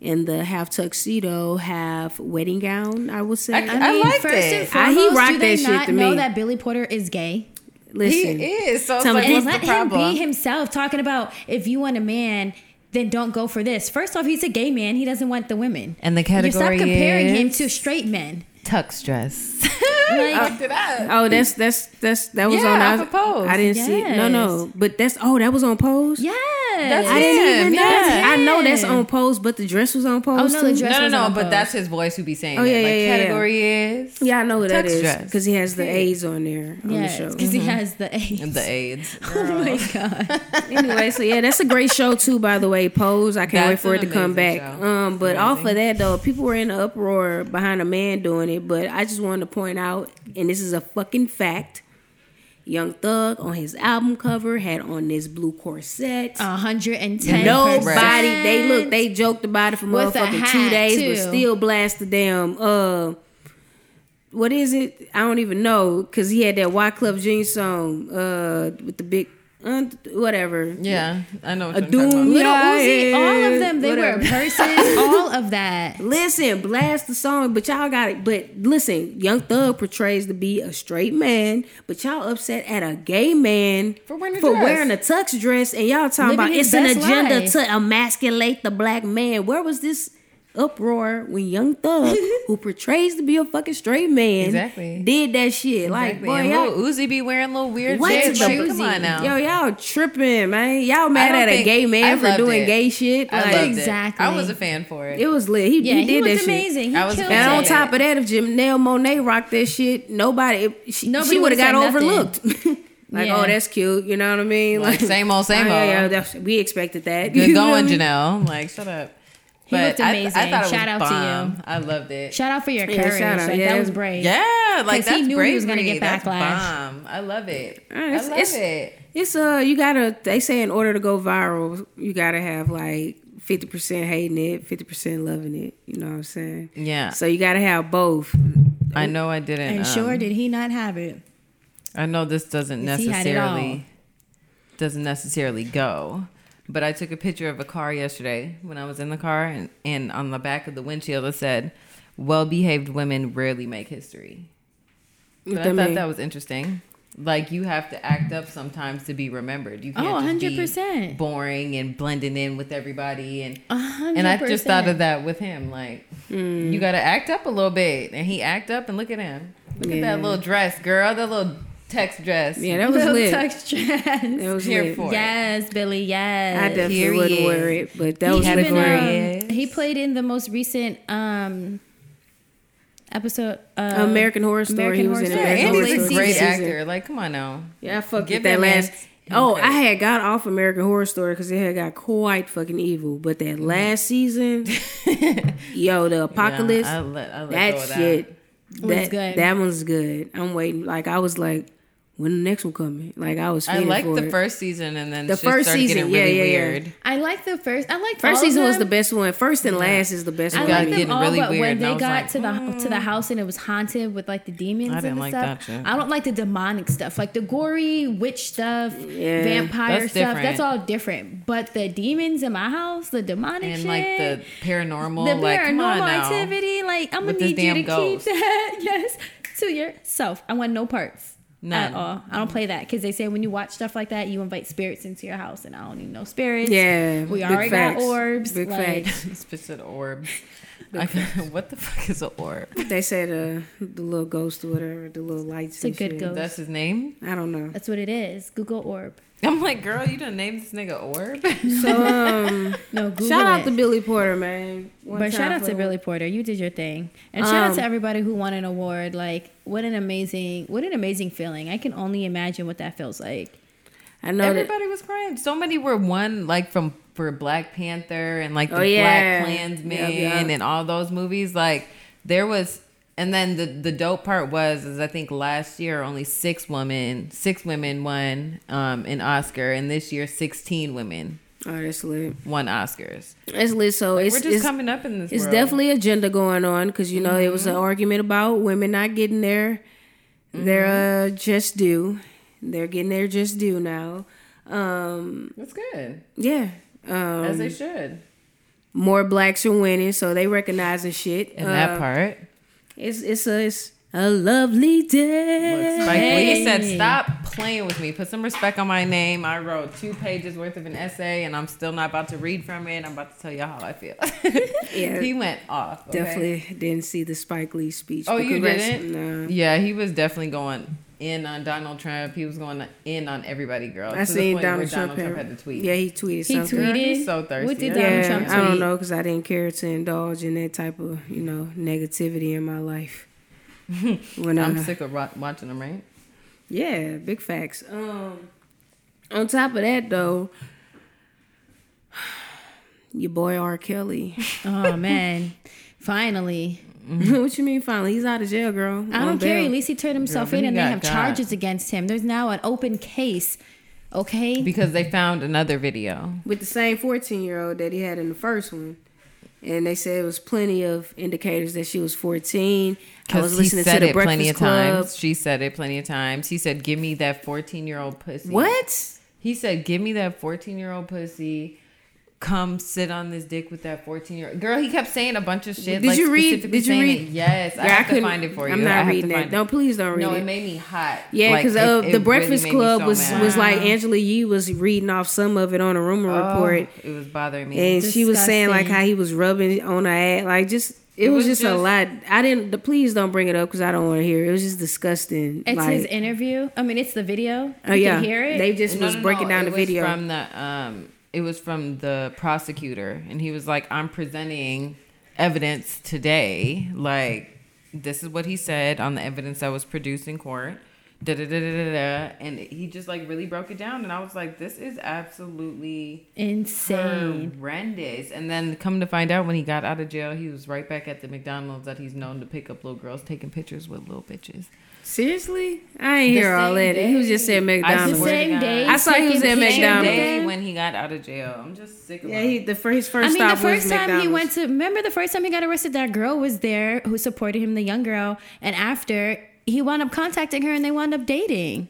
[SPEAKER 1] in the half tuxedo, half wedding gown. I would say.
[SPEAKER 3] I liked it.
[SPEAKER 1] I- he rocked
[SPEAKER 2] do they
[SPEAKER 1] that shit
[SPEAKER 2] not
[SPEAKER 1] to
[SPEAKER 2] know
[SPEAKER 1] me.
[SPEAKER 2] that Billy Porter is gay?
[SPEAKER 3] He
[SPEAKER 1] Listen,
[SPEAKER 3] is. So it's
[SPEAKER 1] Tell me-
[SPEAKER 3] like,
[SPEAKER 2] And
[SPEAKER 3] what's
[SPEAKER 2] let
[SPEAKER 3] the
[SPEAKER 2] him
[SPEAKER 3] problem?
[SPEAKER 2] be himself talking about if you want a man, then don't go for this. First off, he's a gay man. He doesn't want the women.
[SPEAKER 3] And the
[SPEAKER 2] You stop
[SPEAKER 3] category
[SPEAKER 2] comparing him
[SPEAKER 3] is- Uh,
[SPEAKER 2] to straight men.
[SPEAKER 3] (gasps) Tux dress.
[SPEAKER 1] (laughs)
[SPEAKER 2] Like,
[SPEAKER 3] Looked it up.
[SPEAKER 1] Oh, that's that's that's that was
[SPEAKER 3] Yeah,
[SPEAKER 1] on.
[SPEAKER 3] off
[SPEAKER 1] I-
[SPEAKER 3] of Pose.
[SPEAKER 1] I didn't see. it. No, no, but that's oh, that was on Pose.
[SPEAKER 2] yes.
[SPEAKER 3] That's
[SPEAKER 1] I didn't even
[SPEAKER 3] Yeah,
[SPEAKER 1] know.
[SPEAKER 3] yeah.
[SPEAKER 1] I know that's on Pose, but the dress was on Pose.
[SPEAKER 2] no, the
[SPEAKER 1] too?
[SPEAKER 2] dress-
[SPEAKER 3] No, no,
[SPEAKER 2] was
[SPEAKER 3] no.
[SPEAKER 2] on
[SPEAKER 3] But
[SPEAKER 2] Pose.
[SPEAKER 3] that's his voice who be saying
[SPEAKER 1] Oh,
[SPEAKER 3] it.
[SPEAKER 1] yeah,
[SPEAKER 3] like,
[SPEAKER 1] yeah, yeah, yeah.
[SPEAKER 3] category is
[SPEAKER 1] Yeah, I know who that
[SPEAKER 3] Tux
[SPEAKER 1] is
[SPEAKER 3] dress.
[SPEAKER 1] because he has the A's on there on
[SPEAKER 2] yes, (laughs)
[SPEAKER 1] the show. Mm-hmm.
[SPEAKER 2] because he has the AIDS.
[SPEAKER 1] (laughs)
[SPEAKER 3] the AIDS.
[SPEAKER 2] oh my god.
[SPEAKER 1] anyway, so yeah, that's a great show too. By the way, Pose, I can't
[SPEAKER 3] That's
[SPEAKER 1] wait for
[SPEAKER 3] an
[SPEAKER 1] it to come
[SPEAKER 3] amazing
[SPEAKER 1] back.
[SPEAKER 3] show.
[SPEAKER 1] Um, but
[SPEAKER 3] It's
[SPEAKER 1] off
[SPEAKER 3] amazing.
[SPEAKER 1] of that though, people were in an uproar behind a man doing it. But I just wanted to point out, and this is a fucking fact: Young Thug on his album cover had on this blue
[SPEAKER 2] Oh,
[SPEAKER 1] corset.
[SPEAKER 2] hundred and ten.
[SPEAKER 1] Nobody, they look, they joked about it for
[SPEAKER 2] With a
[SPEAKER 1] motherfucking two
[SPEAKER 2] hat,
[SPEAKER 1] days,
[SPEAKER 2] too.
[SPEAKER 1] but still blast the damn. Uh, what is it? I don't even know because he had that Y Club Gene song uh, with the big uh, whatever.
[SPEAKER 3] Yeah, I know what
[SPEAKER 1] A
[SPEAKER 3] you're talking about.
[SPEAKER 1] doom.
[SPEAKER 2] Little
[SPEAKER 1] Yeah,
[SPEAKER 2] Uzi,
[SPEAKER 1] yeah,
[SPEAKER 2] all of them, they
[SPEAKER 1] whatever.
[SPEAKER 2] were
[SPEAKER 1] (laughs)
[SPEAKER 2] purses, all of that.
[SPEAKER 1] Listen, blast the song, but y'all got it. But listen, Young Thug portrays to be a straight man, but y'all upset at a gay man
[SPEAKER 3] For wearing a dress.
[SPEAKER 1] wearing a tux dress, and y'all talking
[SPEAKER 2] Living
[SPEAKER 1] about
[SPEAKER 2] his
[SPEAKER 1] it's an
[SPEAKER 2] best
[SPEAKER 1] agenda
[SPEAKER 2] life.
[SPEAKER 1] to emasculate the black man. Where was this uproar when Young
[SPEAKER 3] (laughs)
[SPEAKER 1] Thug, who portrays to be a fucking straight man,
[SPEAKER 3] Exactly.
[SPEAKER 1] did that shit? Like,
[SPEAKER 3] Exactly.
[SPEAKER 1] boy,
[SPEAKER 3] and
[SPEAKER 1] y'all.
[SPEAKER 3] little Uzi be wearing little weird
[SPEAKER 1] What
[SPEAKER 3] shit.
[SPEAKER 1] the
[SPEAKER 3] Like,
[SPEAKER 1] boozy?
[SPEAKER 3] come on now.
[SPEAKER 1] Yo, y'all tripping, man. Y'all mad
[SPEAKER 3] don't
[SPEAKER 1] at a
[SPEAKER 3] think-
[SPEAKER 1] gay man
[SPEAKER 3] I
[SPEAKER 1] for
[SPEAKER 3] loved
[SPEAKER 1] doing
[SPEAKER 3] it.
[SPEAKER 1] gay shit.
[SPEAKER 3] I
[SPEAKER 1] Like,
[SPEAKER 3] loved
[SPEAKER 2] Exactly.
[SPEAKER 3] it. I was a fan for it.
[SPEAKER 1] It was lit. He,
[SPEAKER 2] Yeah,
[SPEAKER 1] he
[SPEAKER 2] he,
[SPEAKER 1] did that
[SPEAKER 2] was
[SPEAKER 1] shit.
[SPEAKER 2] amazing. He
[SPEAKER 3] I was
[SPEAKER 2] killed
[SPEAKER 1] And on
[SPEAKER 2] it.
[SPEAKER 1] top of that, if Janelle Monet rocked that shit, nobody, if she,
[SPEAKER 2] Nobody
[SPEAKER 1] she would have
[SPEAKER 2] would've
[SPEAKER 1] got
[SPEAKER 2] said nothing.
[SPEAKER 1] overlooked. (laughs) like,
[SPEAKER 2] Yeah.
[SPEAKER 1] oh, that's cute. You know what I mean?
[SPEAKER 3] Like, same old, same
[SPEAKER 1] oh, yeah,
[SPEAKER 3] old.
[SPEAKER 1] yeah, that's, we expected that. (laughs)
[SPEAKER 3] Good
[SPEAKER 1] You know what I
[SPEAKER 3] going,
[SPEAKER 1] mean?
[SPEAKER 3] Janelle. Like, shut up.
[SPEAKER 2] looked amazing. Shout out to
[SPEAKER 3] to you. I loved it.
[SPEAKER 2] Shout out for your
[SPEAKER 1] Yeah,
[SPEAKER 2] courage.
[SPEAKER 1] shout out.
[SPEAKER 2] Like,
[SPEAKER 1] Yeah.
[SPEAKER 2] That was brave.
[SPEAKER 3] yeah, like
[SPEAKER 2] 'Cause he
[SPEAKER 3] that's
[SPEAKER 2] knew he was gonna
[SPEAKER 3] bravery.
[SPEAKER 2] get
[SPEAKER 3] That's
[SPEAKER 2] backlash.
[SPEAKER 3] bomb. I love it.
[SPEAKER 1] Uh, it's-
[SPEAKER 3] I love
[SPEAKER 1] it's-
[SPEAKER 3] it.
[SPEAKER 1] It's, uh, you gotta, they say in order to go viral, you gotta have like 50% hating it, 50% loving it. You know what I'm saying?
[SPEAKER 3] Yeah.
[SPEAKER 1] So you gotta have both.
[SPEAKER 3] I know I didn't.
[SPEAKER 2] And
[SPEAKER 3] um,
[SPEAKER 2] sure did he not have it.
[SPEAKER 3] I know this doesn't
[SPEAKER 2] Yes, he had it all.
[SPEAKER 3] necessarily doesn't necessarily go, but I took a picture of a car yesterday when I was in the car, and, and on the back of the windshield it said, "Well-behaved women rarely make history."
[SPEAKER 1] What
[SPEAKER 3] But I
[SPEAKER 1] that
[SPEAKER 3] thought
[SPEAKER 1] mean?
[SPEAKER 3] that was interesting. Like you have to act up sometimes to be remembered. You can't
[SPEAKER 2] Oh,
[SPEAKER 3] just be
[SPEAKER 2] 100%.
[SPEAKER 3] boring and blending in with everybody and
[SPEAKER 2] A hundred
[SPEAKER 3] and I just thought of
[SPEAKER 2] percent.
[SPEAKER 3] that with him. Like, you got to act up a little bit. And he act up and look at him. Look at
[SPEAKER 1] Yeah.
[SPEAKER 3] that little dress, girl. That little text dress.
[SPEAKER 1] Yeah, that was
[SPEAKER 3] (laughs)
[SPEAKER 2] Little
[SPEAKER 1] lit.
[SPEAKER 2] tux dress.
[SPEAKER 1] That was
[SPEAKER 3] Here
[SPEAKER 1] lit.
[SPEAKER 3] for
[SPEAKER 2] Yes, Billy. Yes.
[SPEAKER 1] I definitely
[SPEAKER 3] Period.
[SPEAKER 1] wouldn't wear it, but that
[SPEAKER 2] he,
[SPEAKER 1] was lit.
[SPEAKER 2] even,
[SPEAKER 1] for
[SPEAKER 2] um,
[SPEAKER 1] it.
[SPEAKER 3] Yes.
[SPEAKER 2] he played in the most recent um, episode. Uh,
[SPEAKER 1] American Horror Story.
[SPEAKER 2] American
[SPEAKER 1] he was
[SPEAKER 2] Horror
[SPEAKER 1] in
[SPEAKER 2] Story.
[SPEAKER 3] Yeah,
[SPEAKER 1] American
[SPEAKER 2] Andy's
[SPEAKER 1] Horror
[SPEAKER 3] Andy's a
[SPEAKER 1] Story.
[SPEAKER 3] great
[SPEAKER 1] season.
[SPEAKER 3] actor. Like, come on now.
[SPEAKER 1] Yeah, I fucked
[SPEAKER 3] Give
[SPEAKER 1] with that
[SPEAKER 3] that man
[SPEAKER 1] last.
[SPEAKER 3] his
[SPEAKER 1] Oh,
[SPEAKER 3] credit.
[SPEAKER 1] I had got off American Horror Story because it had got quite fucking evil. But that
[SPEAKER 2] Mm-hmm.
[SPEAKER 1] last
[SPEAKER 2] (laughs)
[SPEAKER 1] season, yo, the apocalypse,
[SPEAKER 3] Yeah, I let, I let go
[SPEAKER 1] that
[SPEAKER 3] of
[SPEAKER 1] shit, that
[SPEAKER 2] was good.
[SPEAKER 1] that one's good. I'm waiting. Like I was like, when the next one coming? Like I was.
[SPEAKER 3] I
[SPEAKER 1] feeling
[SPEAKER 3] liked
[SPEAKER 1] for
[SPEAKER 3] the
[SPEAKER 1] it.
[SPEAKER 3] first season, and then
[SPEAKER 1] The
[SPEAKER 3] shit
[SPEAKER 1] first
[SPEAKER 3] started
[SPEAKER 1] season,
[SPEAKER 3] getting
[SPEAKER 1] yeah,
[SPEAKER 3] really
[SPEAKER 1] yeah, yeah.
[SPEAKER 3] weird.
[SPEAKER 2] I like the first. I like
[SPEAKER 1] First
[SPEAKER 2] all of
[SPEAKER 1] season was the
[SPEAKER 2] them.
[SPEAKER 1] best one. First and last is the best
[SPEAKER 2] I
[SPEAKER 1] one.
[SPEAKER 3] got
[SPEAKER 1] to
[SPEAKER 2] like
[SPEAKER 1] me.
[SPEAKER 2] them
[SPEAKER 3] getting
[SPEAKER 2] all,
[SPEAKER 3] really
[SPEAKER 2] but
[SPEAKER 3] weird,
[SPEAKER 2] when
[SPEAKER 3] and I
[SPEAKER 2] they
[SPEAKER 3] was
[SPEAKER 2] got
[SPEAKER 3] like, "Mm."
[SPEAKER 2] to the to the house and it was haunted with like the demons
[SPEAKER 3] I didn't
[SPEAKER 2] and
[SPEAKER 3] like
[SPEAKER 2] stuff.
[SPEAKER 3] that shit.
[SPEAKER 2] I don't like the demonic stuff, like the gory witch stuff,
[SPEAKER 1] Yeah,
[SPEAKER 2] vampire
[SPEAKER 3] that's
[SPEAKER 2] stuff.
[SPEAKER 3] different.
[SPEAKER 2] That's all different. But the demons in my house, the demonic
[SPEAKER 3] And
[SPEAKER 2] shit,
[SPEAKER 3] like the paranormal,
[SPEAKER 2] the
[SPEAKER 3] like, come
[SPEAKER 2] paranormal
[SPEAKER 3] on now. (laughs)
[SPEAKER 2] activity. Like I'm gonna
[SPEAKER 3] With this
[SPEAKER 2] need you to
[SPEAKER 3] damn ghost.
[SPEAKER 2] keep that (laughs) yes to yourself. I want no parts. At
[SPEAKER 3] None.
[SPEAKER 2] all. I don't play that because they say when you watch stuff like that, you invite spirits into your house, and I don't need no spirits.
[SPEAKER 1] Yeah,
[SPEAKER 2] we
[SPEAKER 1] big
[SPEAKER 2] already
[SPEAKER 1] facts.
[SPEAKER 2] got orbs.
[SPEAKER 1] Big
[SPEAKER 2] like,
[SPEAKER 1] facts.
[SPEAKER 3] Specific
[SPEAKER 1] (laughs)
[SPEAKER 3] orb. I- (laughs) what the fuck is an orb?
[SPEAKER 1] They said uh, the little ghost or whatever, the little lights.
[SPEAKER 2] It's a
[SPEAKER 1] and
[SPEAKER 2] good
[SPEAKER 1] shit.
[SPEAKER 2] ghost.
[SPEAKER 3] That's his name.
[SPEAKER 1] I don't know.
[SPEAKER 2] That's what it is. Google orb.
[SPEAKER 3] I'm like, girl, you done named this nigga orb. (laughs)
[SPEAKER 1] So um,
[SPEAKER 2] No, Google
[SPEAKER 1] shout out
[SPEAKER 2] it.
[SPEAKER 1] to Billy Porter, man. One
[SPEAKER 2] But
[SPEAKER 1] time
[SPEAKER 2] shout out
[SPEAKER 1] for-
[SPEAKER 2] to Billy Porter. You did your thing. And shout out
[SPEAKER 1] Um,
[SPEAKER 2] to everybody who won an award. Like, what an amazing, what an amazing feeling. I can only imagine what that feels like.
[SPEAKER 1] I know that
[SPEAKER 3] Everybody was crying. So many were one like from for Black Panther and like the
[SPEAKER 1] Oh, yeah.
[SPEAKER 3] Black Klansman
[SPEAKER 1] Yup, yup.
[SPEAKER 3] and all those movies. Like there was, and then the the dope part was is I think last year only six women six women won um an Oscar, and this year sixteen women
[SPEAKER 1] Oh, that's lit.
[SPEAKER 3] won Oscars.
[SPEAKER 1] That's lit. So it's
[SPEAKER 3] We're just
[SPEAKER 1] it's,
[SPEAKER 3] coming up in this.
[SPEAKER 1] it's
[SPEAKER 3] world.
[SPEAKER 1] definitely agenda going on because you know it was an
[SPEAKER 3] Mm-hmm.
[SPEAKER 1] argument about women not getting their their
[SPEAKER 3] Mm-hmm.
[SPEAKER 1] uh, just due. They're getting their just due now. Um,
[SPEAKER 3] that's good
[SPEAKER 1] yeah. Um,
[SPEAKER 3] as they should.
[SPEAKER 1] more blacks are winning, so they recognizing shit.
[SPEAKER 3] And
[SPEAKER 1] uh,
[SPEAKER 3] that part,
[SPEAKER 1] it's it's a it's a lovely day.
[SPEAKER 3] Spike Lee said,
[SPEAKER 2] Hey.
[SPEAKER 3] "Stop playing with me. Put some respect on my name. I wrote two pages worth of an essay, and I'm still not about to read from it. I'm about to tell you how I feel." (laughs)
[SPEAKER 1] Yeah.
[SPEAKER 3] he went off. okay?
[SPEAKER 1] Definitely didn't see the Spike Lee speech.
[SPEAKER 3] Oh,
[SPEAKER 1] but
[SPEAKER 3] you
[SPEAKER 1] congrats-
[SPEAKER 3] didn't?
[SPEAKER 1] No.
[SPEAKER 3] Yeah, he was definitely going in on Donald Trump. He was going in on everybody, girl.
[SPEAKER 1] I
[SPEAKER 3] to the
[SPEAKER 1] seen
[SPEAKER 3] point where
[SPEAKER 1] Donald Trump,
[SPEAKER 3] Donald
[SPEAKER 1] had,
[SPEAKER 3] Trump had to tweet.
[SPEAKER 1] Yeah, he tweeted
[SPEAKER 2] He
[SPEAKER 1] something.
[SPEAKER 2] tweeted.
[SPEAKER 3] He's so thirsty.
[SPEAKER 2] What did
[SPEAKER 3] Yeah.
[SPEAKER 2] Donald
[SPEAKER 1] yeah,
[SPEAKER 2] Trump tweet?
[SPEAKER 1] I don't know because I didn't care to indulge in that type of you know negativity in my
[SPEAKER 3] (laughs)
[SPEAKER 1] life. when
[SPEAKER 3] I'm
[SPEAKER 1] I-
[SPEAKER 3] sick of ro- watching him. Right?
[SPEAKER 1] yeah, big facts. Um, on top of that though, (sighs) your boy R. Kelly. (laughs)
[SPEAKER 2] Oh, man. Finally.
[SPEAKER 3] Mm-hmm.
[SPEAKER 1] what you mean? Finally, he's out of jail, girl.
[SPEAKER 2] I
[SPEAKER 1] On
[SPEAKER 2] don't care.
[SPEAKER 1] bail.
[SPEAKER 2] At least he turned himself
[SPEAKER 3] but
[SPEAKER 2] in
[SPEAKER 3] he
[SPEAKER 2] and they
[SPEAKER 3] got
[SPEAKER 2] have
[SPEAKER 3] got.
[SPEAKER 2] charges against him. There's now an open case. Okay?
[SPEAKER 3] Because they found another video.
[SPEAKER 1] with the same 14 year old that he had in the first one. And they said it was plenty of indicators that she was 14. I was
[SPEAKER 3] Because he
[SPEAKER 1] listening to
[SPEAKER 3] said
[SPEAKER 1] the
[SPEAKER 3] it
[SPEAKER 1] Breakfast
[SPEAKER 3] plenty of
[SPEAKER 1] Club.
[SPEAKER 3] times. She said it plenty of times. He said, "Give me that 14 year old pussy."
[SPEAKER 1] What?
[SPEAKER 3] He He said, "Give me that fourteen year old pussy." Come sit on this dick with that fourteen year old girl. He kept saying a bunch of shit.
[SPEAKER 1] Did
[SPEAKER 3] like,
[SPEAKER 1] you read-
[SPEAKER 3] specifically
[SPEAKER 1] did you
[SPEAKER 3] saying
[SPEAKER 1] read-
[SPEAKER 3] it. Yes, I
[SPEAKER 1] Yeah,
[SPEAKER 3] have to
[SPEAKER 1] couldn't-
[SPEAKER 3] find it for you.
[SPEAKER 1] I'm
[SPEAKER 3] I
[SPEAKER 1] not
[SPEAKER 3] have to
[SPEAKER 1] reading
[SPEAKER 3] find
[SPEAKER 1] it. No, please don't read
[SPEAKER 3] no,
[SPEAKER 1] it.
[SPEAKER 3] it made me hot.
[SPEAKER 1] Yeah,
[SPEAKER 3] Like,
[SPEAKER 1] because
[SPEAKER 3] it-
[SPEAKER 1] uh,
[SPEAKER 3] it
[SPEAKER 1] the
[SPEAKER 3] really
[SPEAKER 1] Breakfast
[SPEAKER 3] made me
[SPEAKER 1] Club
[SPEAKER 3] so
[SPEAKER 1] was
[SPEAKER 3] mad.
[SPEAKER 1] was like Angela Yee was reading off some of it on a rumor
[SPEAKER 3] Oh,
[SPEAKER 1] report,
[SPEAKER 3] It was bothering me.
[SPEAKER 1] and she was saying like
[SPEAKER 2] disgusting.
[SPEAKER 1] how he was rubbing on her ass, like just it, was,
[SPEAKER 3] was
[SPEAKER 1] just, a
[SPEAKER 3] just-
[SPEAKER 1] lot. I didn't. The, please don't bring it up because I don't want to hear. It. it was just disgusting.
[SPEAKER 2] It's
[SPEAKER 1] like,
[SPEAKER 2] his interview. I mean, it's the video. You
[SPEAKER 1] oh yeah,
[SPEAKER 2] can hear it.
[SPEAKER 1] they just
[SPEAKER 3] No,
[SPEAKER 1] was
[SPEAKER 3] no,
[SPEAKER 1] breaking
[SPEAKER 3] no,
[SPEAKER 1] down
[SPEAKER 3] it
[SPEAKER 1] the
[SPEAKER 3] was
[SPEAKER 1] video.
[SPEAKER 3] from the um it was from the prosecutor and he was like i'm presenting evidence today like this is what he said on the evidence that was produced in court da, da, da, da, da, da. and he just like really broke it down and i was like this is absolutely
[SPEAKER 2] Insane.
[SPEAKER 3] horrendous and then come to find out when he got out of jail he was right back at the mcdonald's that he's known to pick up little girls taking pictures with little bitches
[SPEAKER 1] Seriously, I ain't hear all that. He was just at
[SPEAKER 3] I
[SPEAKER 1] McDonald's.
[SPEAKER 3] swear to
[SPEAKER 2] Same
[SPEAKER 3] God.
[SPEAKER 2] day.
[SPEAKER 1] I saw he was at
[SPEAKER 2] taking
[SPEAKER 3] Same
[SPEAKER 2] pictures
[SPEAKER 1] McDonald's.
[SPEAKER 2] with
[SPEAKER 3] day
[SPEAKER 2] them.
[SPEAKER 3] when he got out of jail. I'm just sick of
[SPEAKER 1] yeah,
[SPEAKER 3] him.
[SPEAKER 1] he, the first his
[SPEAKER 2] I
[SPEAKER 1] first
[SPEAKER 2] mean, the
[SPEAKER 1] stop was
[SPEAKER 2] first time he
[SPEAKER 1] McDonald's.
[SPEAKER 2] went to, remember the first time he got arrested, that girl was there who supported him, the young girl. And after, he wound up contacting her and they wound up dating.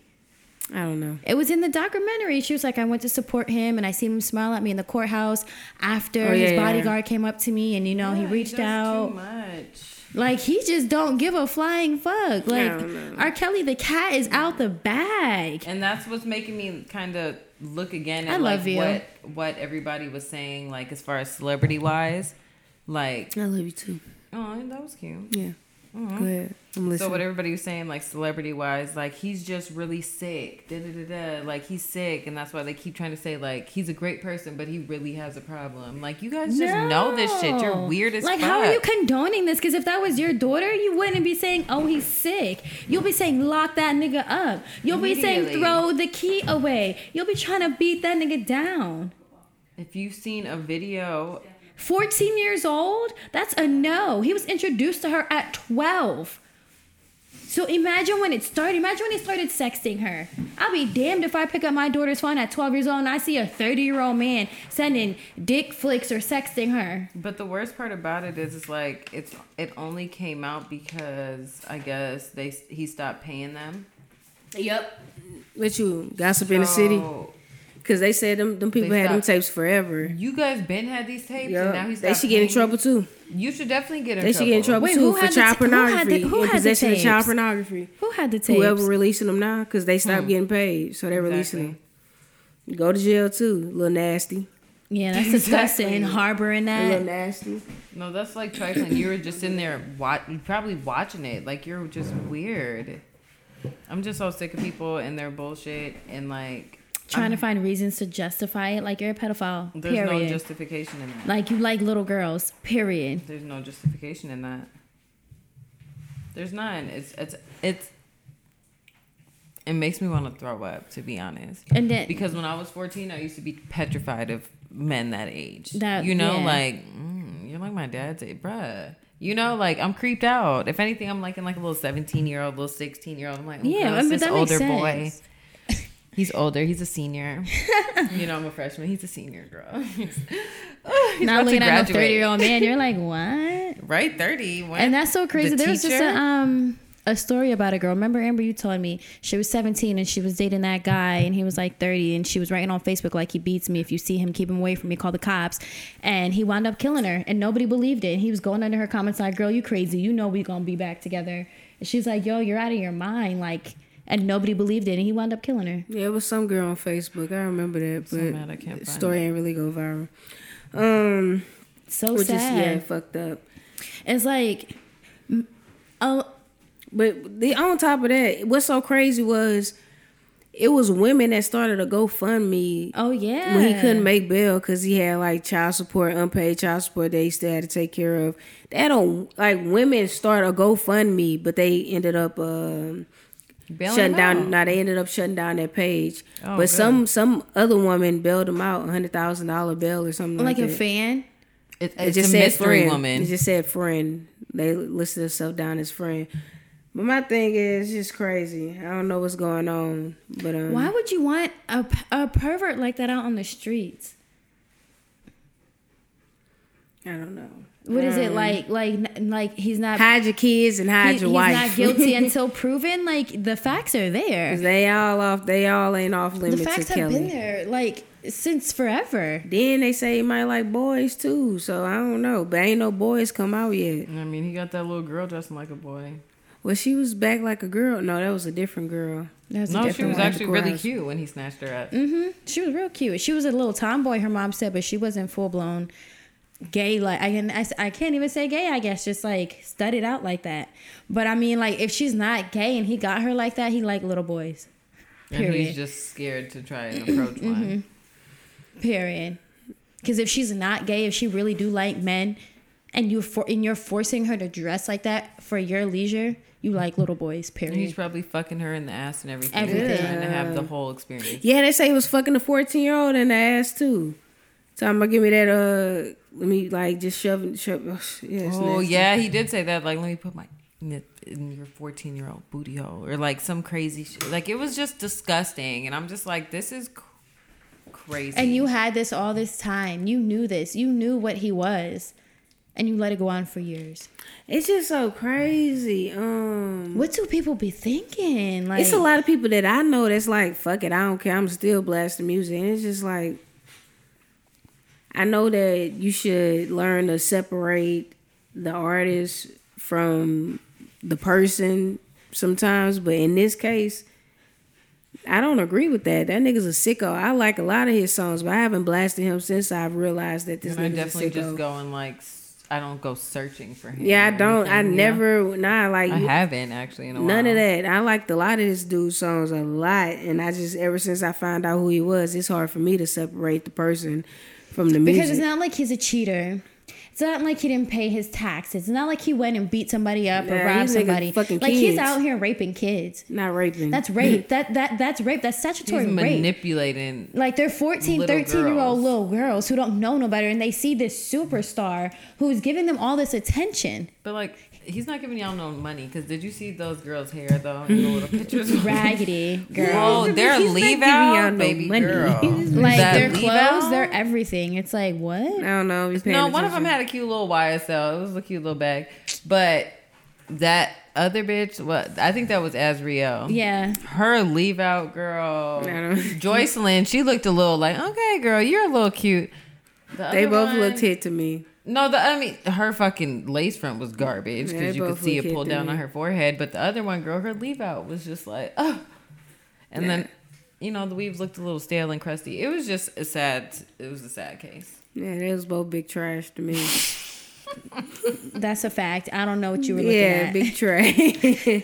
[SPEAKER 1] I don't know.
[SPEAKER 2] It was in the documentary. She was like, I went to support him and I seen him smile at me in the courthouse after
[SPEAKER 1] Oh, yeah,
[SPEAKER 2] his
[SPEAKER 1] yeah.
[SPEAKER 2] bodyguard came up to me and, you know, Oh, he
[SPEAKER 3] Yeah,
[SPEAKER 2] reached
[SPEAKER 3] does
[SPEAKER 2] out.
[SPEAKER 3] Too much.
[SPEAKER 2] Like he just don't give a flying fuck. Like
[SPEAKER 1] don't know.
[SPEAKER 2] R. Kelly, the cat is out the bag.
[SPEAKER 3] And that's what's making me kind of look again at
[SPEAKER 2] I love
[SPEAKER 3] like
[SPEAKER 2] you.
[SPEAKER 3] what what everybody was saying, like as far as celebrity wise. Like,
[SPEAKER 1] I love you too.
[SPEAKER 3] oh, that was cute.
[SPEAKER 1] Yeah, go ahead. I'm listening.
[SPEAKER 3] Mm-hmm. So what everybody was saying, like celebrity wise, like he's just really sick. Da da da da. Like he's sick, and that's why they keep trying to say like he's a great person, but he really has a problem. Like you guys just know this shit. You're
[SPEAKER 2] No.
[SPEAKER 3] weird as
[SPEAKER 2] Like,
[SPEAKER 3] fuck.
[SPEAKER 2] how are you condoning this? Because if that was your daughter, you wouldn't be saying, "Oh, he's sick." You'll be saying, "Lock that nigga up." You'll be saying,
[SPEAKER 3] Immediately.
[SPEAKER 2] "Throw the key away." You'll be trying to beat that nigga down.
[SPEAKER 3] if you've seen a video
[SPEAKER 2] 14 years old? That's a no. He was introduced to her at 12. So imagine when it started. Imagine when he started sexting her. I'll be damned if I pick up my daughter's phone at 12 years old and I see a 30 year old man sending dick flicks or sexting her.
[SPEAKER 3] But the worst part about it is, it's like it's it only came out because I guess they he stopped paying them.
[SPEAKER 1] Yep. With you gossip in the city
[SPEAKER 3] So,
[SPEAKER 1] because they said them them people
[SPEAKER 3] They
[SPEAKER 1] had them
[SPEAKER 3] stopped.
[SPEAKER 1] tapes forever.
[SPEAKER 3] You guys been had these tapes, and now
[SPEAKER 1] Yeah,
[SPEAKER 3] he's
[SPEAKER 1] they should get in trouble too.
[SPEAKER 3] You should definitely get in
[SPEAKER 1] They
[SPEAKER 3] trouble.
[SPEAKER 1] should get in trouble
[SPEAKER 2] Wait,
[SPEAKER 1] too
[SPEAKER 2] who
[SPEAKER 1] for
[SPEAKER 2] had the
[SPEAKER 1] child
[SPEAKER 2] ta- who had the-
[SPEAKER 1] pornography
[SPEAKER 2] who
[SPEAKER 1] and
[SPEAKER 2] had the
[SPEAKER 1] possession of child
[SPEAKER 2] tapes?
[SPEAKER 1] pornography.
[SPEAKER 2] Who had the tapes? Hmm.
[SPEAKER 1] Whoever releasing them now because they stopped getting paid, so they're releasing
[SPEAKER 3] Exactly.
[SPEAKER 1] them. Go to jail too, little nasty,
[SPEAKER 2] Yeah, that's disgusting. Harboring
[SPEAKER 1] little
[SPEAKER 2] that.
[SPEAKER 1] nasty.
[SPEAKER 3] No, that's like trifling. You were just in there, wa- probably watching it. Like you're just weird. I'm just so sick of people and their bullshit and like
[SPEAKER 2] Trying to find reasons to justify it. Like you're a pedophile.
[SPEAKER 3] there's
[SPEAKER 2] period.
[SPEAKER 3] no justification in that.
[SPEAKER 2] like you like little girls. Period.
[SPEAKER 3] There's no justification in that. There's none. It's it's it's. It makes me want to throw up, to be honest.
[SPEAKER 2] And then
[SPEAKER 3] Because when I was 14, I used to be petrified of men that age.
[SPEAKER 2] That-
[SPEAKER 3] you know,
[SPEAKER 2] yeah.
[SPEAKER 3] like mm, you're like my dad's age, bruh. You know, like I'm creeped out. If anything, I'm like in like a little 17 year old, little 16 year old. I'm like, oh,
[SPEAKER 2] Yeah,
[SPEAKER 3] yeah,
[SPEAKER 2] I mean,
[SPEAKER 3] this
[SPEAKER 2] that makes
[SPEAKER 3] older boy.
[SPEAKER 2] sense.
[SPEAKER 3] He's older. He's
[SPEAKER 2] (laughs)
[SPEAKER 3] a senior. you know, I'm a freshman. He's a senior, girl. (laughs) He's, he's about
[SPEAKER 2] not
[SPEAKER 3] to
[SPEAKER 2] looking at a
[SPEAKER 3] graduate.
[SPEAKER 2] 30 year old man,
[SPEAKER 3] (laughs)
[SPEAKER 2] you're like, what?
[SPEAKER 3] Right, 30. When?
[SPEAKER 2] And that's so crazy.
[SPEAKER 3] The
[SPEAKER 2] There was just
[SPEAKER 3] teacher?
[SPEAKER 2] a um a story about a girl. Remember Amber, you told me she was 17 and she was dating that guy and he was like 30 and she was writing on Facebook like he beats me. If you see him, keep him away from me, call the cops. And he wound up killing her and nobody believed it. And he was going under her comments like, Girl, you crazy. You know we gonna be back together. And she's like, Yo, you're out of your mind, like and nobody believed it and he wound up killing her.
[SPEAKER 1] Yeah, it was some girl on Facebook. I remember that, but
[SPEAKER 3] mad I can't
[SPEAKER 1] the
[SPEAKER 3] find
[SPEAKER 1] story ain't really go viral. Um,
[SPEAKER 2] So
[SPEAKER 1] which is yeah,
[SPEAKER 2] sad.
[SPEAKER 1] fucked up.
[SPEAKER 2] It's like m- oh
[SPEAKER 1] But the on top of that, what's so crazy was it was women that started a GoFundMe
[SPEAKER 2] oh yeah.
[SPEAKER 1] when he couldn't make bail because he had like child support, unpaid child support that he still had to take care of. That don't like women start a GoFundMe, but they ended up um,
[SPEAKER 3] Bailing
[SPEAKER 1] shutting
[SPEAKER 3] him out.
[SPEAKER 1] down. Now they ended up shutting down that page.
[SPEAKER 3] Oh,
[SPEAKER 1] but
[SPEAKER 3] good.
[SPEAKER 1] some some other woman bailed him out, a hundred thousand dollar bail or something like,
[SPEAKER 2] like a
[SPEAKER 1] that.
[SPEAKER 2] fan.
[SPEAKER 3] It,
[SPEAKER 1] It
[SPEAKER 3] it's
[SPEAKER 1] just
[SPEAKER 3] a
[SPEAKER 1] said
[SPEAKER 3] mystery
[SPEAKER 1] friend.
[SPEAKER 3] woman.
[SPEAKER 1] It just said friend. They listed herself down as friend. But my thing is, it's just crazy. I don't know what's going on, but um,
[SPEAKER 2] Why would you want a, p- a pervert like that out on the streets?
[SPEAKER 1] I don't know. Uh,
[SPEAKER 2] What is it like? Like n- like he's not.
[SPEAKER 1] Hide your kids and hide
[SPEAKER 2] he-
[SPEAKER 1] your
[SPEAKER 2] he's
[SPEAKER 1] wife. (laughs)
[SPEAKER 2] not guilty until proven. Like the facts are there.
[SPEAKER 1] they all off. They all ain't off
[SPEAKER 2] The
[SPEAKER 1] limits to
[SPEAKER 2] facts have
[SPEAKER 1] Kelly.
[SPEAKER 2] been there like since forever.
[SPEAKER 1] Then they say he might like boys too. So I don't know, but ain't no boys come out yet.
[SPEAKER 3] I mean, he got that little girl dressing like a boy.
[SPEAKER 1] Well, she was back like a girl. No, that was a different girl.
[SPEAKER 2] That's
[SPEAKER 3] No, she was
[SPEAKER 1] one.
[SPEAKER 3] actually really
[SPEAKER 1] Gross.
[SPEAKER 3] cute when he snatched her up.
[SPEAKER 2] hmm She was real cute. She was a little tomboy. Her mom said, but she wasn't full blown gay. Like I can, I, s- I can't even say gay. I guess just like studied out like that. But I mean, like if she's not gay and he got her like that, he like little boys.
[SPEAKER 3] And
[SPEAKER 2] Period.
[SPEAKER 3] he's just scared to
[SPEAKER 1] (clears throat)
[SPEAKER 3] try and approach
[SPEAKER 1] Mm-hmm.
[SPEAKER 3] one.
[SPEAKER 2] Period. Because if she's not gay, if she really do like men, and you for and you're forcing her to dress like that for your leisure, you like little boys.
[SPEAKER 3] And he's
[SPEAKER 2] Period.
[SPEAKER 3] probably fucking her in the ass and everything.
[SPEAKER 2] Everything.
[SPEAKER 3] Trying to have the whole experience.
[SPEAKER 1] Yeah, they say he was fucking a fourteen year old in the ass too. So I'm gonna give me that. Uh, let me like just shove, shove. ugh, Yeah, it's
[SPEAKER 3] Oh
[SPEAKER 1] nasty.
[SPEAKER 3] yeah, he did say that. Like, let me put my nip in your fourteen year old booty hole, or like some crazy shit. Like it was just disgusting, and I'm just like, this is c- crazy.
[SPEAKER 2] And you had this all this time. You knew this. You knew what he was, and you let it go on for years.
[SPEAKER 1] It's just so crazy. Um,
[SPEAKER 2] What do people be thinking? Like
[SPEAKER 1] it's a lot of people that I know that's like, fuck it, I don't care. I'm still blasting music, and it's just like, I know that you should learn to separate the artist from the person sometimes, but in this case, I don't agree with that. That nigga's a sicko. I like a lot of his songs, but I haven't blasted him since I've realized that this
[SPEAKER 3] and I
[SPEAKER 1] nigga's a
[SPEAKER 3] definitely
[SPEAKER 1] sicko.
[SPEAKER 3] just go and like, s- I don't go searching for him.
[SPEAKER 1] yeah, I
[SPEAKER 3] or
[SPEAKER 1] don't. I
[SPEAKER 3] anything, you know?
[SPEAKER 1] never. Nah, like
[SPEAKER 3] I haven't actually in a while.
[SPEAKER 1] None of that. I liked a lot of this dude's songs a lot, and I just ever since I found out who he was, it's hard for me to separate the person from the
[SPEAKER 2] because it's
[SPEAKER 1] music.
[SPEAKER 2] not like he's a cheater. It's not like he didn't pay his taxes. It's not like he went and beat somebody up
[SPEAKER 1] Nah,
[SPEAKER 2] or
[SPEAKER 1] these
[SPEAKER 2] robbed
[SPEAKER 1] niggas
[SPEAKER 2] somebody. Like
[SPEAKER 1] fucking
[SPEAKER 2] he's
[SPEAKER 1] kids.
[SPEAKER 2] out here raping kids.
[SPEAKER 1] not raping.
[SPEAKER 2] That's rape. that that that's rape. That's statutory
[SPEAKER 3] He's
[SPEAKER 2] rape.
[SPEAKER 3] manipulating.
[SPEAKER 2] like they're 14
[SPEAKER 3] Little
[SPEAKER 2] 13 year old
[SPEAKER 3] girls.
[SPEAKER 2] little girls who don't know no better and they see this superstar who's giving them all this
[SPEAKER 1] (laughs)
[SPEAKER 2] attention
[SPEAKER 3] But like, he's not giving y'all no money. Cause did you see those girls' hair though? In
[SPEAKER 1] (laughs)
[SPEAKER 3] the little pictures. (laughs)
[SPEAKER 2] raggedy girl
[SPEAKER 3] Oh, their
[SPEAKER 1] He's not
[SPEAKER 3] leave
[SPEAKER 1] giving y'all
[SPEAKER 3] out,
[SPEAKER 1] no
[SPEAKER 3] baby
[SPEAKER 1] money. (laughs)
[SPEAKER 3] girl.
[SPEAKER 2] like
[SPEAKER 3] That
[SPEAKER 2] their
[SPEAKER 3] leave
[SPEAKER 2] clothes
[SPEAKER 3] out?
[SPEAKER 2] their everything it's like
[SPEAKER 1] I
[SPEAKER 2] what
[SPEAKER 1] don't know.
[SPEAKER 3] No, one of them had a cute little YSL. It was a cute little bag. But that other bitch, what I think that was Azriel.
[SPEAKER 2] yeah
[SPEAKER 3] Her leave out girl,
[SPEAKER 1] don't-
[SPEAKER 3] Joycelyn. She looked a little like, okay, girl, you're a little cute. The
[SPEAKER 1] They
[SPEAKER 3] other
[SPEAKER 1] both
[SPEAKER 3] one-
[SPEAKER 1] looked hit to me.
[SPEAKER 3] No, the I mean, her fucking lace front was garbage
[SPEAKER 1] Yeah, they
[SPEAKER 3] because you could
[SPEAKER 1] both
[SPEAKER 3] see
[SPEAKER 1] look
[SPEAKER 3] it pulled
[SPEAKER 1] hit to
[SPEAKER 3] down on
[SPEAKER 1] me.
[SPEAKER 3] her forehead. But the other one, girl, her leave out was just like, oh. And then, you know, the weaves looked a little stale and crusty. It was just a sad. It was a sad case.
[SPEAKER 1] Yeah, they was both big trash
[SPEAKER 3] (laughs)
[SPEAKER 1] to me.
[SPEAKER 2] that's a fact i don't know what you were looking
[SPEAKER 1] yeah,
[SPEAKER 2] at
[SPEAKER 1] big trash.
[SPEAKER 2] (laughs)
[SPEAKER 1] (laughs)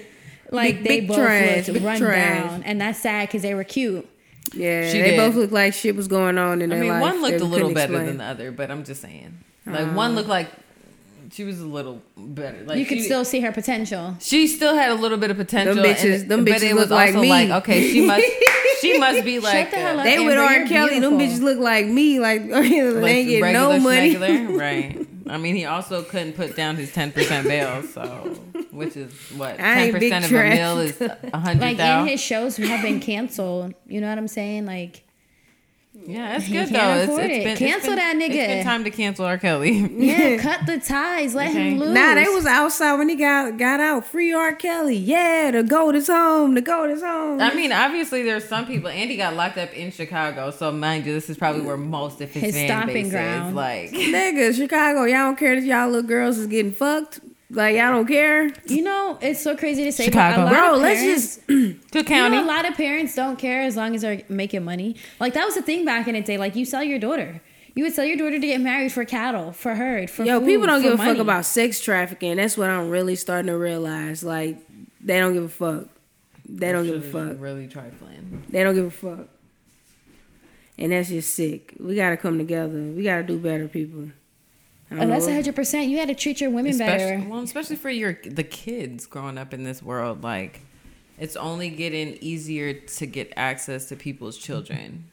[SPEAKER 2] like
[SPEAKER 1] big-
[SPEAKER 2] they
[SPEAKER 1] big
[SPEAKER 2] both
[SPEAKER 1] trash,
[SPEAKER 2] looked
[SPEAKER 1] big
[SPEAKER 2] run
[SPEAKER 1] trash.
[SPEAKER 2] down and that's sad because they were cute
[SPEAKER 1] yeah,
[SPEAKER 3] She
[SPEAKER 1] they
[SPEAKER 3] did.
[SPEAKER 1] both looked like shit was going on in
[SPEAKER 3] I
[SPEAKER 1] their
[SPEAKER 3] mean,
[SPEAKER 1] life.
[SPEAKER 3] one looked
[SPEAKER 1] They
[SPEAKER 3] a little
[SPEAKER 1] couldn't
[SPEAKER 3] better
[SPEAKER 1] explain. Uh-huh.
[SPEAKER 3] than the other, but I'm just saying. Like one looked like she was a little better. Like
[SPEAKER 2] you could
[SPEAKER 3] she-
[SPEAKER 2] still see her potential
[SPEAKER 3] she still had a little bit of potential.
[SPEAKER 1] Them bitches- them
[SPEAKER 3] but
[SPEAKER 1] bitches
[SPEAKER 3] it
[SPEAKER 1] look
[SPEAKER 3] was
[SPEAKER 1] like
[SPEAKER 3] also
[SPEAKER 1] me.
[SPEAKER 3] like okay, she must
[SPEAKER 1] (laughs)
[SPEAKER 3] she must be like
[SPEAKER 2] the
[SPEAKER 3] uh,
[SPEAKER 2] hell up.
[SPEAKER 1] They with
[SPEAKER 2] Amber,
[SPEAKER 1] R.
[SPEAKER 2] you're
[SPEAKER 1] Kelly, them bitches
[SPEAKER 2] beautiful.
[SPEAKER 1] look like me. Like, (laughs) they ain't getting no money. (laughs)
[SPEAKER 3] schmegular, right? I mean, he also couldn't put down his ten percent bail, so which is what
[SPEAKER 1] I
[SPEAKER 3] ten
[SPEAKER 1] ain't big
[SPEAKER 3] percent of a
[SPEAKER 1] trash. (laughs)
[SPEAKER 3] meal is a
[SPEAKER 2] like
[SPEAKER 3] hundred
[SPEAKER 2] and
[SPEAKER 3] thousand.
[SPEAKER 2] his shows have been canceled you know what i'm saying
[SPEAKER 1] (laughs)
[SPEAKER 2] like
[SPEAKER 3] Yeah, that's
[SPEAKER 2] he
[SPEAKER 3] good
[SPEAKER 2] can't
[SPEAKER 3] though. It's,
[SPEAKER 2] afford it.
[SPEAKER 3] it's been,
[SPEAKER 2] Cancel
[SPEAKER 3] it's been,
[SPEAKER 2] that nigga.
[SPEAKER 3] It's been time to cancel R. Kelly.
[SPEAKER 2] yeah cut the ties let
[SPEAKER 3] Okay.
[SPEAKER 2] him loose
[SPEAKER 1] Nah, they was outside when he got got out. Free R. Kelly. Yeah, the goat is home. The goat is home.
[SPEAKER 3] (laughs)
[SPEAKER 2] Uh,
[SPEAKER 3] I mean, obviously, there's some people. Andy got locked up in Chicago, so mind you, this is probably where most of his,
[SPEAKER 2] His
[SPEAKER 3] fan
[SPEAKER 2] stomping
[SPEAKER 3] base is,
[SPEAKER 2] ground.
[SPEAKER 1] (laughs)
[SPEAKER 3] Like,
[SPEAKER 1] Nigga, Chicago, y'all don't care that y'all little girls is getting fucked. Like y'all don't care.
[SPEAKER 2] You know, it's so crazy to say,
[SPEAKER 3] Chicago.
[SPEAKER 2] but a lot
[SPEAKER 1] Bro,
[SPEAKER 2] of
[SPEAKER 1] let's
[SPEAKER 2] parents,
[SPEAKER 1] just
[SPEAKER 3] Cook
[SPEAKER 2] you know,
[SPEAKER 3] County.
[SPEAKER 2] a lot of parents don't care as long as they're making money. Like that was the thing back in the day. Like you sell your daughter, you would sell your daughter to get married for cattle, for herd, for
[SPEAKER 1] Yo,
[SPEAKER 2] food,
[SPEAKER 1] people don't
[SPEAKER 2] for
[SPEAKER 1] give a
[SPEAKER 2] money.
[SPEAKER 1] fuck about sex trafficking. That's what I'm really starting to realize. Like they don't give a fuck. They don't give a fuck.
[SPEAKER 3] Really trifling.
[SPEAKER 1] They don't give a fuck. And that's just sick. We gotta come together. We gotta do better, people. I
[SPEAKER 2] Oh,
[SPEAKER 1] don't
[SPEAKER 2] that's
[SPEAKER 1] know.
[SPEAKER 2] hundred percent. You had to treat your women
[SPEAKER 3] Especially,
[SPEAKER 2] better.
[SPEAKER 3] well, especially for your the kids growing up in this world, like it's only getting easier to get access to people's children.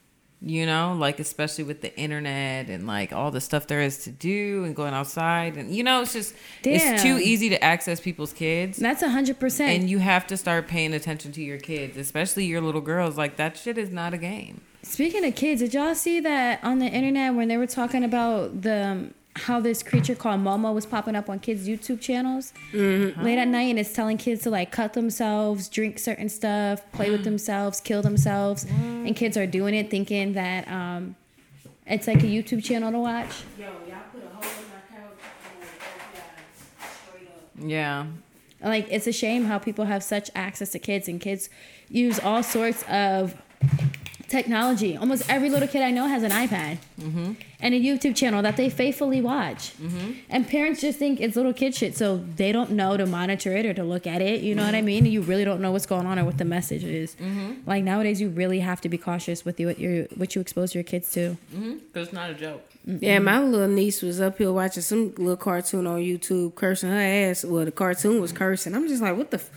[SPEAKER 3] You know, like especially with the internet and like all the stuff there is to do and going outside and you know, it's just it's too
[SPEAKER 2] Damn.
[SPEAKER 3] easy to access people's kids.
[SPEAKER 2] That's hundred
[SPEAKER 3] And
[SPEAKER 2] percent.
[SPEAKER 3] you have to start paying attention to your kids, especially your little girls. Like that shit is not a game.
[SPEAKER 2] Speaking of kids, did y'all see that on the internet when they were talking about the um, how this creature called Momo was popping up on kids' YouTube channels late at night, and it's telling kids to like cut themselves, drink certain stuff, play with themselves, kill themselves, and kids are doing it thinking that um, it's like a YouTube channel to watch.
[SPEAKER 1] Yo, y'all put a hole in my couch. and both y'all straight up.
[SPEAKER 3] Yeah.
[SPEAKER 2] Like it's a shame how people have such access to kids, and kids use all sorts of technology. Almost every little kid I know has an iPad and a YouTube channel that they faithfully watch. And parents just think it's little kid shit, so they don't know to monitor it or to look at it. You know what I mean? You really don't know what's going on or what the message is. Like nowadays, you really have to be cautious with you, what you what you expose your kids to.
[SPEAKER 3] Because it's not a joke.
[SPEAKER 1] Yeah, my little niece was up here watching some little cartoon on YouTube cursing her ass. Well, the cartoon was cursing. I'm just like, what the, f-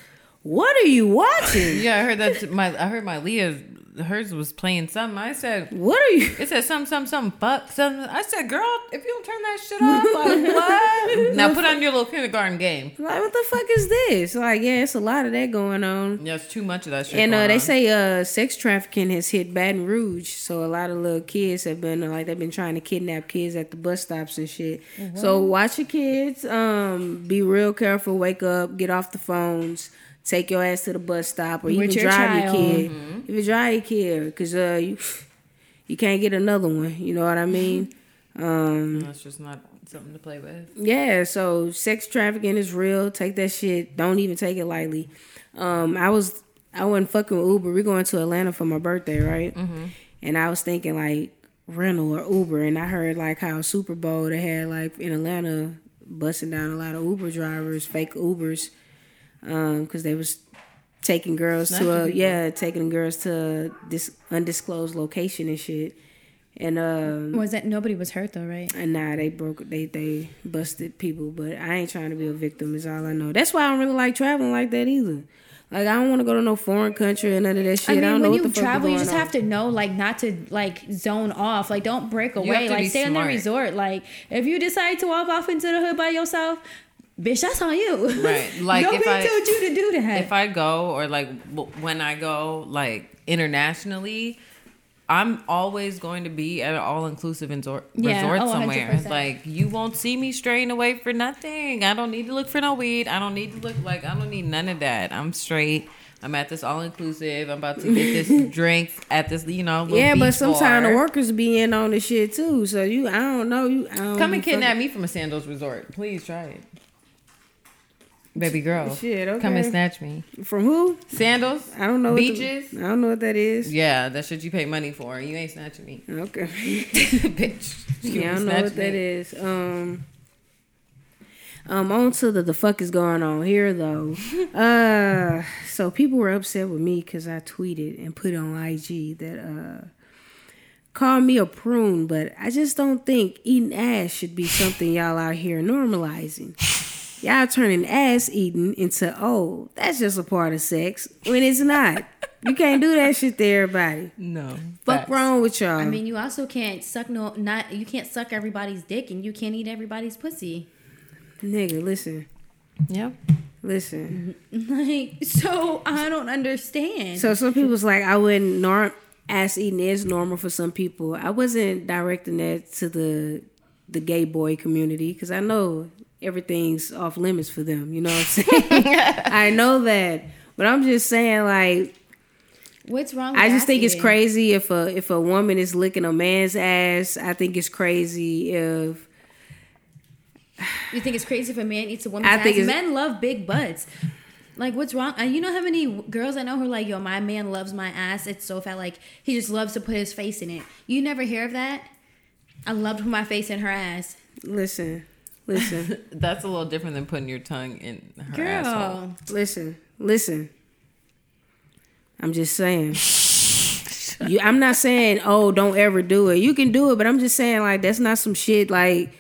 [SPEAKER 1] what are you watching?
[SPEAKER 3] (laughs) Yeah, I heard that. My I heard my Leah's hers was playing something. I said
[SPEAKER 1] What are you? (laughs)
[SPEAKER 3] it said some some some fuck some. I said, girl, if you don't turn that shit off,
[SPEAKER 1] (laughs)
[SPEAKER 3] like what? now put on your little kindergarten game.
[SPEAKER 1] Like, what the fuck is this? Like, yeah, it's a lot of that going on.
[SPEAKER 3] Yeah, it's too much of that shit.
[SPEAKER 1] And uh,
[SPEAKER 3] going
[SPEAKER 1] they
[SPEAKER 3] on.
[SPEAKER 1] say uh, sex trafficking has hit Baton Rouge, so a lot of little kids have been uh, like they've been trying to kidnap kids at the bus stops and shit.
[SPEAKER 2] Mm-hmm.
[SPEAKER 1] So watch your kids. Um, be real careful. Wake up. Get off the phones. Take your ass to the bus stop, or you
[SPEAKER 2] With
[SPEAKER 1] can
[SPEAKER 2] your
[SPEAKER 1] drive
[SPEAKER 2] child. Mm-hmm.
[SPEAKER 1] your kid. You can drive your kid because uh, you you can't get another one. You know what I mean? Um,
[SPEAKER 3] that's just not something to play with.
[SPEAKER 1] yeah, so sex trafficking is real. Take that shit. Don't even take it lightly. Um, I was I wasn't fucking with Uber. We're going to Atlanta for my birthday, right?
[SPEAKER 3] Mm-hmm.
[SPEAKER 1] And I was thinking like rental or Uber, and I heard like how Super Bowl they had like in Atlanta busting down a lot of Uber drivers, fake Ubers, um, because they was taking girls to a
[SPEAKER 3] Snatching people.
[SPEAKER 1] yeah, taking girls to this undisclosed location and shit, and um.
[SPEAKER 2] Was that nobody was hurt though, right?
[SPEAKER 1] And nah, they broke they they busted people, but I ain't trying to be a victim is all I know. That's why I don't really like traveling like that either. Like I don't want to go to no foreign country and none of that shit. I,
[SPEAKER 2] I mean,
[SPEAKER 1] don't know
[SPEAKER 2] when
[SPEAKER 1] what
[SPEAKER 2] you
[SPEAKER 1] the fuck
[SPEAKER 2] travel, you
[SPEAKER 1] going
[SPEAKER 2] just
[SPEAKER 1] on.
[SPEAKER 2] have to know, like, not to like zone off. Like, don't break
[SPEAKER 3] have
[SPEAKER 2] away.
[SPEAKER 3] to
[SPEAKER 2] Like,
[SPEAKER 3] be
[SPEAKER 2] stay in the
[SPEAKER 3] smart.
[SPEAKER 2] resort. Like, if you decide to walk off into the hood by yourself, bitch, that's on you. (laughs)
[SPEAKER 3] Right. Like,
[SPEAKER 2] nobody
[SPEAKER 3] if I-
[SPEAKER 2] told you to do that.
[SPEAKER 3] if I go or like w- when I go like internationally, I'm always going to be at an all inclusive resort,
[SPEAKER 2] Yeah,
[SPEAKER 3] resort
[SPEAKER 2] oh,
[SPEAKER 3] somewhere.
[SPEAKER 2] 100%.
[SPEAKER 3] Like you won't see me straying away for nothing. I don't need to look for no weed. I don't need to look like I don't need none of that. I'm straight. I'm at this all inclusive. I'm about to get
[SPEAKER 1] (laughs)
[SPEAKER 3] this drink at this, you know. little
[SPEAKER 1] yeah, but
[SPEAKER 3] beach
[SPEAKER 1] sometimes the
[SPEAKER 3] bar.
[SPEAKER 1] workers be in on the shit too. So you, I don't know. You I don't
[SPEAKER 3] Come
[SPEAKER 1] be
[SPEAKER 3] and kidnap me from a sandals resort. Please try it. Baby girl.
[SPEAKER 1] Shit,
[SPEAKER 3] Come and
[SPEAKER 1] okay.
[SPEAKER 3] snatch me.
[SPEAKER 1] fucking- from who?
[SPEAKER 3] Sandals?
[SPEAKER 1] I don't know.
[SPEAKER 3] Beaches?
[SPEAKER 1] What the, I don't know what that is.
[SPEAKER 3] Yeah, that shit you pay money for. You ain't
[SPEAKER 1] (laughs)
[SPEAKER 3] snatching me.
[SPEAKER 1] Okay.
[SPEAKER 3] (laughs) Bitch. You
[SPEAKER 1] yeah, I don't know
[SPEAKER 3] snatch
[SPEAKER 1] what that
[SPEAKER 3] me.
[SPEAKER 1] is. Um, um, on to the the fuck is going on here though. uh, so people were upset with me because I tweeted and put on IG that uh, call me a prune, but I just don't think eating ass should be something y'all out here normalizing. Y'all turning ass eating into oh that's just a part of sex when it's not. you can't do that shit to everybody.
[SPEAKER 3] No.
[SPEAKER 1] Fuck wrong with y'all.
[SPEAKER 2] I mean, you also can't suck no, not you can't suck everybody's dick, and you can't eat everybody's pussy. (laughs)
[SPEAKER 1] nigga, listen,
[SPEAKER 3] Yep.
[SPEAKER 1] listen.
[SPEAKER 2] Like, so I don't understand.
[SPEAKER 1] So some people's like, I wouldn't norm ass eating is normal for some people. I wasn't directing that to the the gay boy community because I know everything's off limits for them. You know what I'm saying? I know that, but I'm just saying like
[SPEAKER 2] What's wrong? With
[SPEAKER 1] I just think it's
[SPEAKER 2] asking?
[SPEAKER 1] crazy if a if a woman is licking a man's ass. I think it's crazy if
[SPEAKER 2] You think it's crazy if a man eats a woman's
[SPEAKER 1] I think
[SPEAKER 2] ass?
[SPEAKER 1] it's-
[SPEAKER 2] Men love big butts. Like, what's wrong? And you know how many w- girls I know who are like, yo, my man loves my ass. It's so fat. Like, he just loves to put his face in it. You never hear of that? I love to put my face in her ass.
[SPEAKER 1] listen, listen,
[SPEAKER 3] That's a little different than putting your tongue in her
[SPEAKER 2] Girl.
[SPEAKER 3] asshole.
[SPEAKER 1] listen, listen. I'm just saying. You, I'm not saying, oh, don't ever do it. You can do it, but I'm just saying, like, that's not some shit like,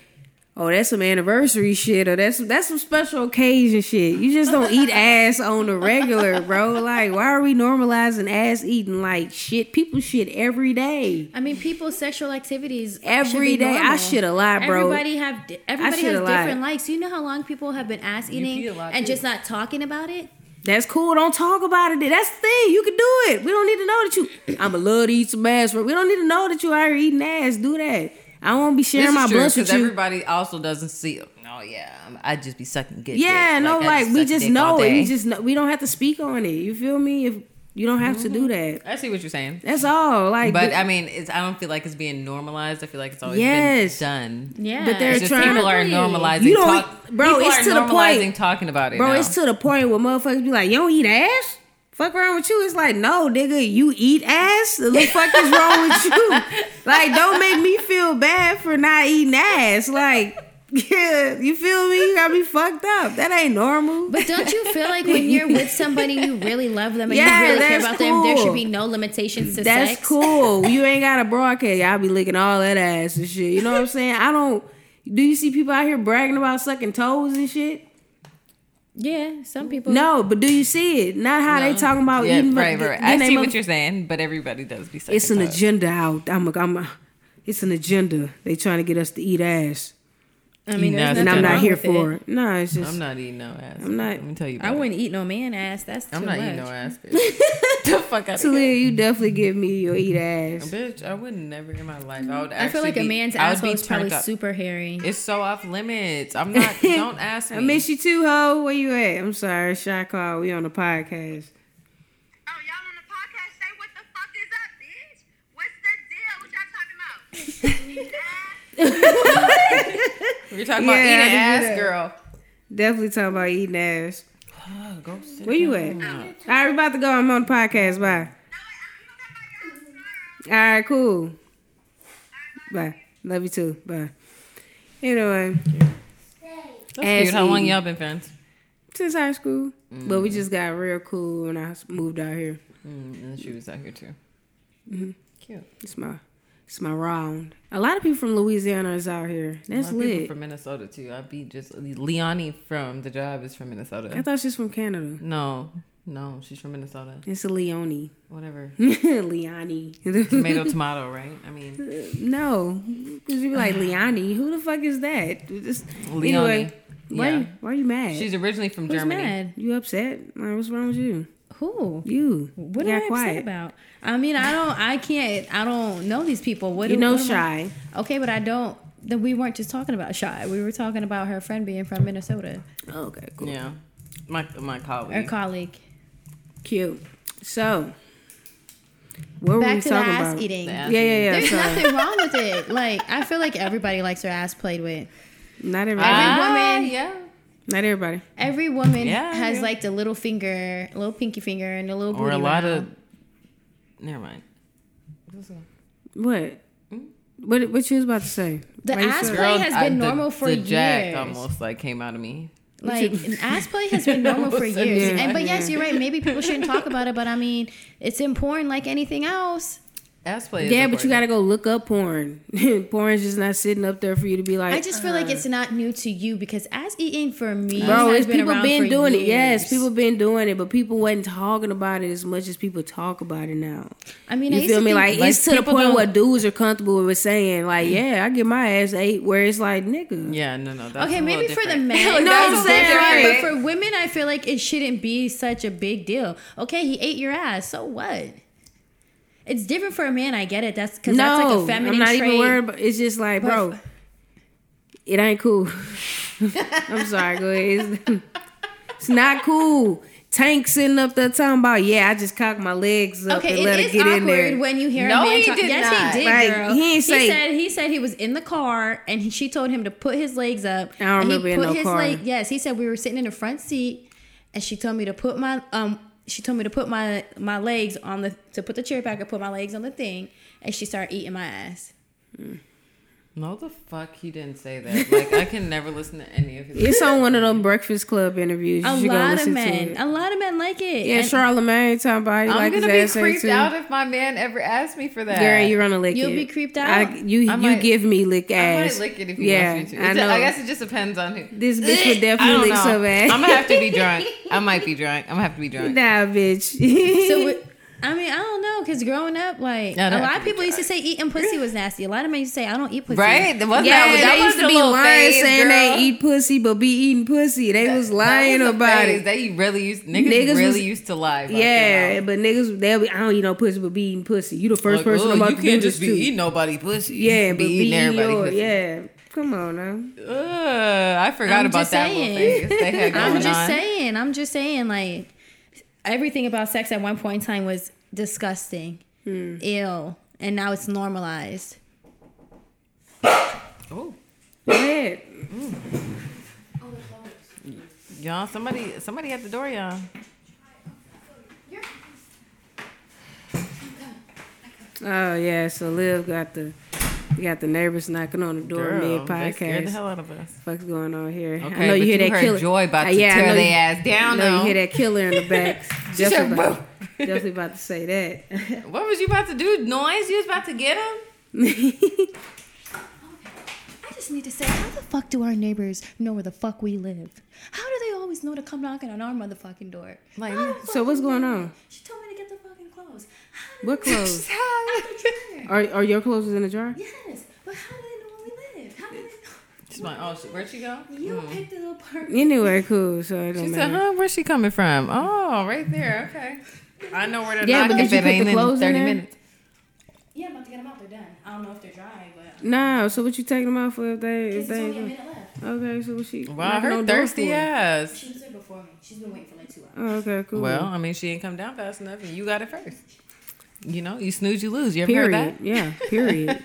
[SPEAKER 1] oh, that's some anniversary shit or that's that's some special occasion shit. You just don't eat ass on the regular, bro. Like, why are we normalizing ass eating like shit? People shit every day.
[SPEAKER 2] I mean, people's sexual activities
[SPEAKER 1] Every day. I
[SPEAKER 2] normal.
[SPEAKER 1] shoulda lied, bro.
[SPEAKER 2] Everybody have di- everybody has
[SPEAKER 1] shoulda
[SPEAKER 2] different
[SPEAKER 1] lied.
[SPEAKER 2] likes. You know how long people have been ass eating
[SPEAKER 3] pee a lot,
[SPEAKER 2] and
[SPEAKER 3] too.
[SPEAKER 2] just not talking about it.
[SPEAKER 1] That's cool. Don't talk about it. That's the thing. You can
[SPEAKER 3] (clears throat)
[SPEAKER 1] do it. We don't need to know that you I'ma love to eat some ass. bro. We don't need to know that you out here eating ass. Do that. I won't be sharing
[SPEAKER 3] This
[SPEAKER 1] my
[SPEAKER 3] is true,
[SPEAKER 1] bloods with
[SPEAKER 3] 'cause
[SPEAKER 1] you.
[SPEAKER 3] everybody also doesn't see. Oh yeah, I'm- I just be sucking good.
[SPEAKER 1] Yeah,
[SPEAKER 3] dick.
[SPEAKER 1] no,
[SPEAKER 3] I
[SPEAKER 1] like we
[SPEAKER 3] suck
[SPEAKER 1] just
[SPEAKER 3] dick
[SPEAKER 1] know
[SPEAKER 3] all
[SPEAKER 1] it.
[SPEAKER 3] day.
[SPEAKER 1] We just know, we don't have to speak on it. You feel me? If you don't have to do that,
[SPEAKER 3] I see what you're saying,
[SPEAKER 1] that's all. Like,
[SPEAKER 3] Mm-hmm. but
[SPEAKER 1] th-
[SPEAKER 3] I mean, it's. I don't feel like it's being normalized. I feel like it's always
[SPEAKER 1] Yes.
[SPEAKER 3] been done.
[SPEAKER 2] Yeah.
[SPEAKER 1] But they're
[SPEAKER 3] It's just
[SPEAKER 1] trying-
[SPEAKER 3] people are normalizing.
[SPEAKER 1] You don't-
[SPEAKER 3] talk,
[SPEAKER 1] bro,
[SPEAKER 3] people
[SPEAKER 1] it's
[SPEAKER 3] are
[SPEAKER 1] to the
[SPEAKER 3] normalizing
[SPEAKER 1] point-
[SPEAKER 3] talking about it.
[SPEAKER 1] bro,
[SPEAKER 3] now.
[SPEAKER 1] it's to the point where motherfuckers be like, "You don't eat ass." Fuck wrong with you? It's like, no, nigga, you eat ass.
[SPEAKER 3] (laughs)
[SPEAKER 1] The fuck is wrong with you? Like, don't make me feel bad for not eating ass. Like, (laughs) yeah, you feel me? You got me fucked up. That ain't normal.
[SPEAKER 2] But don't you feel like when you're with somebody you really love them and
[SPEAKER 1] Yeah,
[SPEAKER 2] you really care
[SPEAKER 1] that's
[SPEAKER 2] about them, there
[SPEAKER 1] cool.
[SPEAKER 2] should be no limitations to
[SPEAKER 1] That's
[SPEAKER 2] sex?
[SPEAKER 3] (laughs)
[SPEAKER 1] cool. You ain't got to broadcast. Y'all be licking all that ass and shit. You know what I'm saying? I don't. Do you see people out here bragging about sucking toes and shit?
[SPEAKER 2] Yeah, some people.
[SPEAKER 1] No, but do you see it? Not how they talking about
[SPEAKER 3] yeah,
[SPEAKER 1] eating.
[SPEAKER 3] right,
[SPEAKER 1] but
[SPEAKER 3] right.
[SPEAKER 1] then
[SPEAKER 3] I
[SPEAKER 1] they
[SPEAKER 3] see
[SPEAKER 1] mother-
[SPEAKER 3] what you're saying, but everybody does be sucking.
[SPEAKER 1] It's an
[SPEAKER 3] toes.
[SPEAKER 1] agenda out. I'm. A, I'm. A, it's an agenda. They trying to get us to eat ass,
[SPEAKER 2] I mean, there's
[SPEAKER 3] That's
[SPEAKER 1] and I'm
[SPEAKER 2] nothing
[SPEAKER 1] not
[SPEAKER 2] wrong
[SPEAKER 1] here
[SPEAKER 2] with
[SPEAKER 1] for
[SPEAKER 2] it.
[SPEAKER 1] it. No, it's just.
[SPEAKER 3] I'm not eating no ass.
[SPEAKER 1] I'm not-
[SPEAKER 3] Let me tell you.
[SPEAKER 2] I
[SPEAKER 3] about it.
[SPEAKER 2] wouldn't eat no man ass. That's too
[SPEAKER 3] I'm not
[SPEAKER 2] much.
[SPEAKER 3] eating no ass, bitch. (laughs)
[SPEAKER 1] (laughs)
[SPEAKER 3] the fuck out of
[SPEAKER 1] Talia, you definitely give me your eat ass.
[SPEAKER 3] Bitch, I would never in my life. I would.
[SPEAKER 2] I feel like a
[SPEAKER 3] actually be-
[SPEAKER 2] man's
[SPEAKER 3] I would
[SPEAKER 2] asshole
[SPEAKER 3] be
[SPEAKER 2] is probably
[SPEAKER 3] turned up.
[SPEAKER 2] super hairy.
[SPEAKER 3] It's so off
[SPEAKER 1] (laughs)
[SPEAKER 3] limits. I'm not. Don't ask me.
[SPEAKER 1] I miss you too, ho. Where you at? I'm sorry, shot call. We on the podcast.
[SPEAKER 4] Oh, y'all on the podcast say what the fuck is up, bitch? What's the deal? What y'all talking about?
[SPEAKER 3] You're talking
[SPEAKER 1] Yeah,
[SPEAKER 3] about
[SPEAKER 1] I
[SPEAKER 3] eating
[SPEAKER 1] can
[SPEAKER 3] ass,
[SPEAKER 1] do that.
[SPEAKER 3] girl.
[SPEAKER 1] Definitely talking about eating ass.
[SPEAKER 3] Oh, go sit
[SPEAKER 1] Where you at? All right, we about to go. I'm on the podcast. Bye.
[SPEAKER 4] No, wait, I'm gonna talk about y'all tomorrow.
[SPEAKER 1] All right, cool. Bye. Love you too. Bye. Anyway,
[SPEAKER 3] That's cute. How long
[SPEAKER 1] eating.
[SPEAKER 3] y'all been friends?
[SPEAKER 1] since high school, but
[SPEAKER 2] Mm.
[SPEAKER 1] we just got real cool when I moved out here.
[SPEAKER 3] Mm, and she was out here too. Cute.
[SPEAKER 1] It's my, it's my round. A lot of people from Louisiana is out here.
[SPEAKER 3] A
[SPEAKER 1] That's
[SPEAKER 3] lot of people
[SPEAKER 1] lit.
[SPEAKER 3] from Minnesota too. I beat just Leonie from The Job is from Minnesota.
[SPEAKER 1] I thought she's from Canada.
[SPEAKER 3] no, no, she's from Minnesota.
[SPEAKER 1] It's a Leone, (laughs)
[SPEAKER 3] Whatever.
[SPEAKER 1] Leonie.
[SPEAKER 3] Tomato, tomato, right? I mean,
[SPEAKER 1] (laughs) no, because you be like Leonie. Who the fuck is that? Just,
[SPEAKER 3] Leonie.
[SPEAKER 1] Anyway, why
[SPEAKER 3] Yeah.
[SPEAKER 1] you, why you mad?
[SPEAKER 3] she's originally from
[SPEAKER 2] Who's
[SPEAKER 3] Germany.
[SPEAKER 2] mad?
[SPEAKER 1] you upset? Like, what's wrong with you?
[SPEAKER 2] Who?
[SPEAKER 1] You.
[SPEAKER 2] What
[SPEAKER 1] you
[SPEAKER 2] am
[SPEAKER 1] got
[SPEAKER 2] I upset about? I mean, I don't. I can't. I don't know these people. What
[SPEAKER 1] You
[SPEAKER 2] do-
[SPEAKER 1] know,
[SPEAKER 2] what am I-
[SPEAKER 1] shy.
[SPEAKER 2] Okay, but I don't. That we weren't just talking about shy. We were talking about her friend being from Minnesota.
[SPEAKER 1] Okay, cool.
[SPEAKER 3] Yeah, my my
[SPEAKER 2] Her
[SPEAKER 3] colleague.
[SPEAKER 2] colleague.
[SPEAKER 1] Cute. So, what were we
[SPEAKER 2] Back to the
[SPEAKER 1] talking
[SPEAKER 2] ass
[SPEAKER 1] about?
[SPEAKER 2] eating.
[SPEAKER 3] The ass-
[SPEAKER 1] Yeah, yeah,
[SPEAKER 2] (laughs)
[SPEAKER 1] yeah.
[SPEAKER 2] There's
[SPEAKER 1] Sorry.
[SPEAKER 2] nothing wrong with it. Like I feel like everybody likes her ass played with.
[SPEAKER 1] Not everybody.
[SPEAKER 2] Ah.
[SPEAKER 3] Ah,
[SPEAKER 2] woman-
[SPEAKER 3] Yeah.
[SPEAKER 1] Not everybody.
[SPEAKER 2] Every woman
[SPEAKER 3] Yeah,
[SPEAKER 2] has
[SPEAKER 3] yeah.
[SPEAKER 2] like a little finger, a little pinky finger, and a little
[SPEAKER 3] Or
[SPEAKER 2] booty
[SPEAKER 3] a lot
[SPEAKER 2] round.
[SPEAKER 3] of. Never mind.
[SPEAKER 1] What? What? What you was about to say?
[SPEAKER 2] The
[SPEAKER 1] Why you
[SPEAKER 2] ass
[SPEAKER 1] so-
[SPEAKER 2] play has
[SPEAKER 3] I-
[SPEAKER 2] been
[SPEAKER 3] the-
[SPEAKER 2] normal for
[SPEAKER 3] the
[SPEAKER 2] years.
[SPEAKER 3] jack almost like came out of me.
[SPEAKER 2] Like
[SPEAKER 1] (laughs)
[SPEAKER 2] an ass play has been normal for
[SPEAKER 3] Yeah.
[SPEAKER 2] years. And but yes,
[SPEAKER 1] Yeah.
[SPEAKER 2] you're right. Maybe people shouldn't talk about it, but I mean, it's in porn like anything else.
[SPEAKER 3] Ass play. is
[SPEAKER 1] yeah, but you
[SPEAKER 3] important.
[SPEAKER 1] gotta go look up porn. (laughs) Porn's just not sitting up there for you to be like. uh,
[SPEAKER 2] I just feel like it's not new to you because ass eating for me,
[SPEAKER 1] Uh-huh. Bro,
[SPEAKER 2] has
[SPEAKER 1] it's
[SPEAKER 2] been
[SPEAKER 1] people
[SPEAKER 2] around
[SPEAKER 1] been
[SPEAKER 2] for
[SPEAKER 1] doing it.
[SPEAKER 2] years.
[SPEAKER 1] Yes, people been doing it, but people wasn't talking about it as much as people talk about it now.
[SPEAKER 2] I mean, I
[SPEAKER 1] You
[SPEAKER 2] used
[SPEAKER 1] feel
[SPEAKER 2] to
[SPEAKER 1] me?
[SPEAKER 2] think-
[SPEAKER 1] Like,
[SPEAKER 3] like,
[SPEAKER 1] it's to the
[SPEAKER 3] people
[SPEAKER 1] point
[SPEAKER 3] don't-
[SPEAKER 1] where dudes are comfortable with saying, like, yeah, I get my ass ate. Where it's like, nigga,
[SPEAKER 3] Yeah, no, no. That's
[SPEAKER 2] Okay,
[SPEAKER 3] a little
[SPEAKER 2] maybe for the
[SPEAKER 3] different.
[SPEAKER 1] No,
[SPEAKER 2] men. that's
[SPEAKER 1] I'm saying,
[SPEAKER 2] different,
[SPEAKER 1] right.
[SPEAKER 2] But for women, I feel like it shouldn't be such a big deal. Okay, he ate your ass. So what? It's different for a man. I get it. That's because
[SPEAKER 1] no,
[SPEAKER 2] that's like a feminine
[SPEAKER 1] I'm not
[SPEAKER 2] trait.
[SPEAKER 1] even worried. About, it's just like, bro, it ain't cool. I'm sorry, go ahead. It's, it's not cool. Tank sitting up there talking about, yeah, I just cocked my legs up
[SPEAKER 2] Okay,
[SPEAKER 1] and let it
[SPEAKER 2] it is
[SPEAKER 1] get in
[SPEAKER 2] awkward
[SPEAKER 1] there.
[SPEAKER 2] when you hear
[SPEAKER 3] No,
[SPEAKER 2] a man
[SPEAKER 3] he
[SPEAKER 2] talk.
[SPEAKER 3] did
[SPEAKER 2] yes,
[SPEAKER 3] not.
[SPEAKER 2] he did,
[SPEAKER 1] Like,
[SPEAKER 2] girl.
[SPEAKER 1] he ain't say-
[SPEAKER 2] said he said he was in the car and he, she told him to put his legs up.
[SPEAKER 1] I don't
[SPEAKER 2] and he
[SPEAKER 1] remember being
[SPEAKER 2] put
[SPEAKER 1] in no
[SPEAKER 2] his
[SPEAKER 1] car.
[SPEAKER 2] leg- yes, he said we were sitting in the front seat and she told me to put my um she told me to put my my legs on the to put the chair back and put my legs on the thing and she started eating my ass.
[SPEAKER 3] No, the fuck, he didn't say that. Like, I can never listen to any of his.
[SPEAKER 1] it's on one of them Breakfast Club interviews.
[SPEAKER 2] A
[SPEAKER 1] you should go
[SPEAKER 2] lot of
[SPEAKER 1] listen
[SPEAKER 2] men,
[SPEAKER 1] to it.
[SPEAKER 2] a lot of men like it.
[SPEAKER 1] Yeah,
[SPEAKER 2] And
[SPEAKER 1] Charlamagne talking about he
[SPEAKER 3] I'm
[SPEAKER 1] like his
[SPEAKER 3] gonna be
[SPEAKER 1] ass ate
[SPEAKER 3] creeped
[SPEAKER 1] too.
[SPEAKER 3] out if my man ever asked me for that.
[SPEAKER 1] Girl, you're gonna lick
[SPEAKER 2] You'll
[SPEAKER 1] it.
[SPEAKER 2] be creeped
[SPEAKER 1] I,
[SPEAKER 2] out.
[SPEAKER 1] you
[SPEAKER 3] I
[SPEAKER 1] you
[SPEAKER 3] might-
[SPEAKER 1] give me lick
[SPEAKER 3] I
[SPEAKER 1] ass.
[SPEAKER 3] might lick it if he
[SPEAKER 1] yeah,
[SPEAKER 3] wants me to.
[SPEAKER 1] I
[SPEAKER 3] It's a-
[SPEAKER 1] know.
[SPEAKER 3] I guess it just depends on who.
[SPEAKER 1] this bitch would
[SPEAKER 3] I
[SPEAKER 1] definitely
[SPEAKER 3] don't
[SPEAKER 1] lick
[SPEAKER 3] know.
[SPEAKER 1] some ass.
[SPEAKER 3] I'm
[SPEAKER 1] (laughs)
[SPEAKER 3] gonna have to be drunk. I might be drunk. I'm gonna have to be drunk.
[SPEAKER 1] nah, bitch.
[SPEAKER 2] So it- I mean, I don't know because growing up, like
[SPEAKER 3] No,
[SPEAKER 2] a
[SPEAKER 3] no,
[SPEAKER 2] lot
[SPEAKER 3] I-
[SPEAKER 2] of people used to say eating pussy was nasty. A lot of men used to say I don't eat pussy.
[SPEAKER 3] Right? That was-
[SPEAKER 1] Yeah,
[SPEAKER 3] that was- that
[SPEAKER 1] they
[SPEAKER 3] was
[SPEAKER 1] used
[SPEAKER 3] the
[SPEAKER 1] to be
[SPEAKER 3] little
[SPEAKER 1] lying,
[SPEAKER 3] phase,
[SPEAKER 1] saying
[SPEAKER 3] girl.
[SPEAKER 1] they eat pussy, but be eating pussy. They was lying
[SPEAKER 3] That was a
[SPEAKER 1] about
[SPEAKER 3] phase.
[SPEAKER 1] it.
[SPEAKER 3] They really used niggas,
[SPEAKER 1] Niggas
[SPEAKER 3] really
[SPEAKER 1] was-
[SPEAKER 3] used to lie. About
[SPEAKER 1] Yeah,
[SPEAKER 3] their mouth.
[SPEAKER 1] but niggas, they'll be. I don't eat no pussy, but be eating pussy. You the first
[SPEAKER 3] Like,
[SPEAKER 1] person
[SPEAKER 3] "Ugh,
[SPEAKER 1] I'm about
[SPEAKER 3] you
[SPEAKER 1] to
[SPEAKER 3] can't
[SPEAKER 1] do
[SPEAKER 3] just
[SPEAKER 1] this
[SPEAKER 3] be
[SPEAKER 1] to.
[SPEAKER 3] eating nobody pussy. You
[SPEAKER 1] yeah,
[SPEAKER 3] should
[SPEAKER 1] but be eating
[SPEAKER 3] everybody
[SPEAKER 1] your-
[SPEAKER 3] pussy.
[SPEAKER 1] yeah. Come on now.
[SPEAKER 3] Ugh, I forgot
[SPEAKER 2] I'm
[SPEAKER 3] about
[SPEAKER 2] just
[SPEAKER 3] that
[SPEAKER 2] saying.
[SPEAKER 3] little thing.
[SPEAKER 1] (laughs)
[SPEAKER 3] They had
[SPEAKER 2] I'm
[SPEAKER 3] going
[SPEAKER 2] just
[SPEAKER 3] on.
[SPEAKER 2] saying. I'm just saying. Like everything about sex at one point in time was disgusting,
[SPEAKER 1] Hmm.
[SPEAKER 2] ill, and now it's normalized.
[SPEAKER 3] Oh,
[SPEAKER 1] Go ahead.
[SPEAKER 3] y'all, somebody, somebody at the door, y'all.
[SPEAKER 1] Oh yeah, so Liv got the we got the neighbors knocking on the door mid
[SPEAKER 3] Girl, they scared the
[SPEAKER 1] podcast.
[SPEAKER 3] hell out of us.
[SPEAKER 1] Fuck's going on here?
[SPEAKER 3] Okay, but you heard Joy about
[SPEAKER 1] Uh,
[SPEAKER 3] to
[SPEAKER 1] I
[SPEAKER 3] tear
[SPEAKER 1] know
[SPEAKER 3] they
[SPEAKER 1] you-
[SPEAKER 3] ass down,
[SPEAKER 1] I know
[SPEAKER 3] though.
[SPEAKER 1] you hear that killer
[SPEAKER 3] (laughs)
[SPEAKER 1] in the back.
[SPEAKER 3] She said,
[SPEAKER 1] definitely, about,
[SPEAKER 3] "Whoa."
[SPEAKER 1] definitely about to say
[SPEAKER 3] (laughs)
[SPEAKER 1] that. (laughs)
[SPEAKER 3] What was you about to do? Noise? You was about to get him?
[SPEAKER 2] I just need to say, how the fuck do our neighbors know where the fuck we live? How do they always know to come knocking on our motherfucking door?
[SPEAKER 3] Like,
[SPEAKER 2] How the
[SPEAKER 1] so
[SPEAKER 2] fuck
[SPEAKER 1] what's
[SPEAKER 2] do
[SPEAKER 1] going
[SPEAKER 2] they know?
[SPEAKER 1] on?
[SPEAKER 2] She told me to get the fucking clothes. How do
[SPEAKER 1] What clothes?
[SPEAKER 3] Oh.
[SPEAKER 2] they know?
[SPEAKER 1] Are are your clothes in the jar?
[SPEAKER 2] Yes, but how do they know where we live? How do they
[SPEAKER 3] She's like, oh, she- where'd she go?
[SPEAKER 2] know? You
[SPEAKER 1] Hmm.
[SPEAKER 2] picked the little part.
[SPEAKER 1] Anyway, cool. So it don't
[SPEAKER 3] She said,
[SPEAKER 1] matter.
[SPEAKER 3] huh? Where's she coming from? Oh, right there. Okay. I know where to
[SPEAKER 1] Yeah,
[SPEAKER 3] knock
[SPEAKER 1] but
[SPEAKER 3] if
[SPEAKER 1] did you
[SPEAKER 3] it
[SPEAKER 1] put
[SPEAKER 3] ain't
[SPEAKER 1] the
[SPEAKER 3] in
[SPEAKER 1] clothes in
[SPEAKER 3] 30
[SPEAKER 1] there?
[SPEAKER 3] minutes.
[SPEAKER 2] Yeah, I'm about to get them out. They're done. I don't know if they're dry, but
[SPEAKER 1] No, so what you taking them out for if they if
[SPEAKER 2] it's only a
[SPEAKER 1] they
[SPEAKER 2] minute left.
[SPEAKER 1] Okay, so what she
[SPEAKER 3] Wow,
[SPEAKER 1] knocking
[SPEAKER 3] her
[SPEAKER 1] on door
[SPEAKER 3] thirsty
[SPEAKER 1] for?
[SPEAKER 3] ass.
[SPEAKER 2] She was there before me. She's been waiting for like two hours.
[SPEAKER 1] Oh, okay, cool.
[SPEAKER 3] Well, I mean, she ain't come down fast enough, and you got it first. You know, you snooze, you lose. You ever
[SPEAKER 1] period.
[SPEAKER 3] heard that?
[SPEAKER 1] Yeah,
[SPEAKER 3] (laughs)
[SPEAKER 1] period.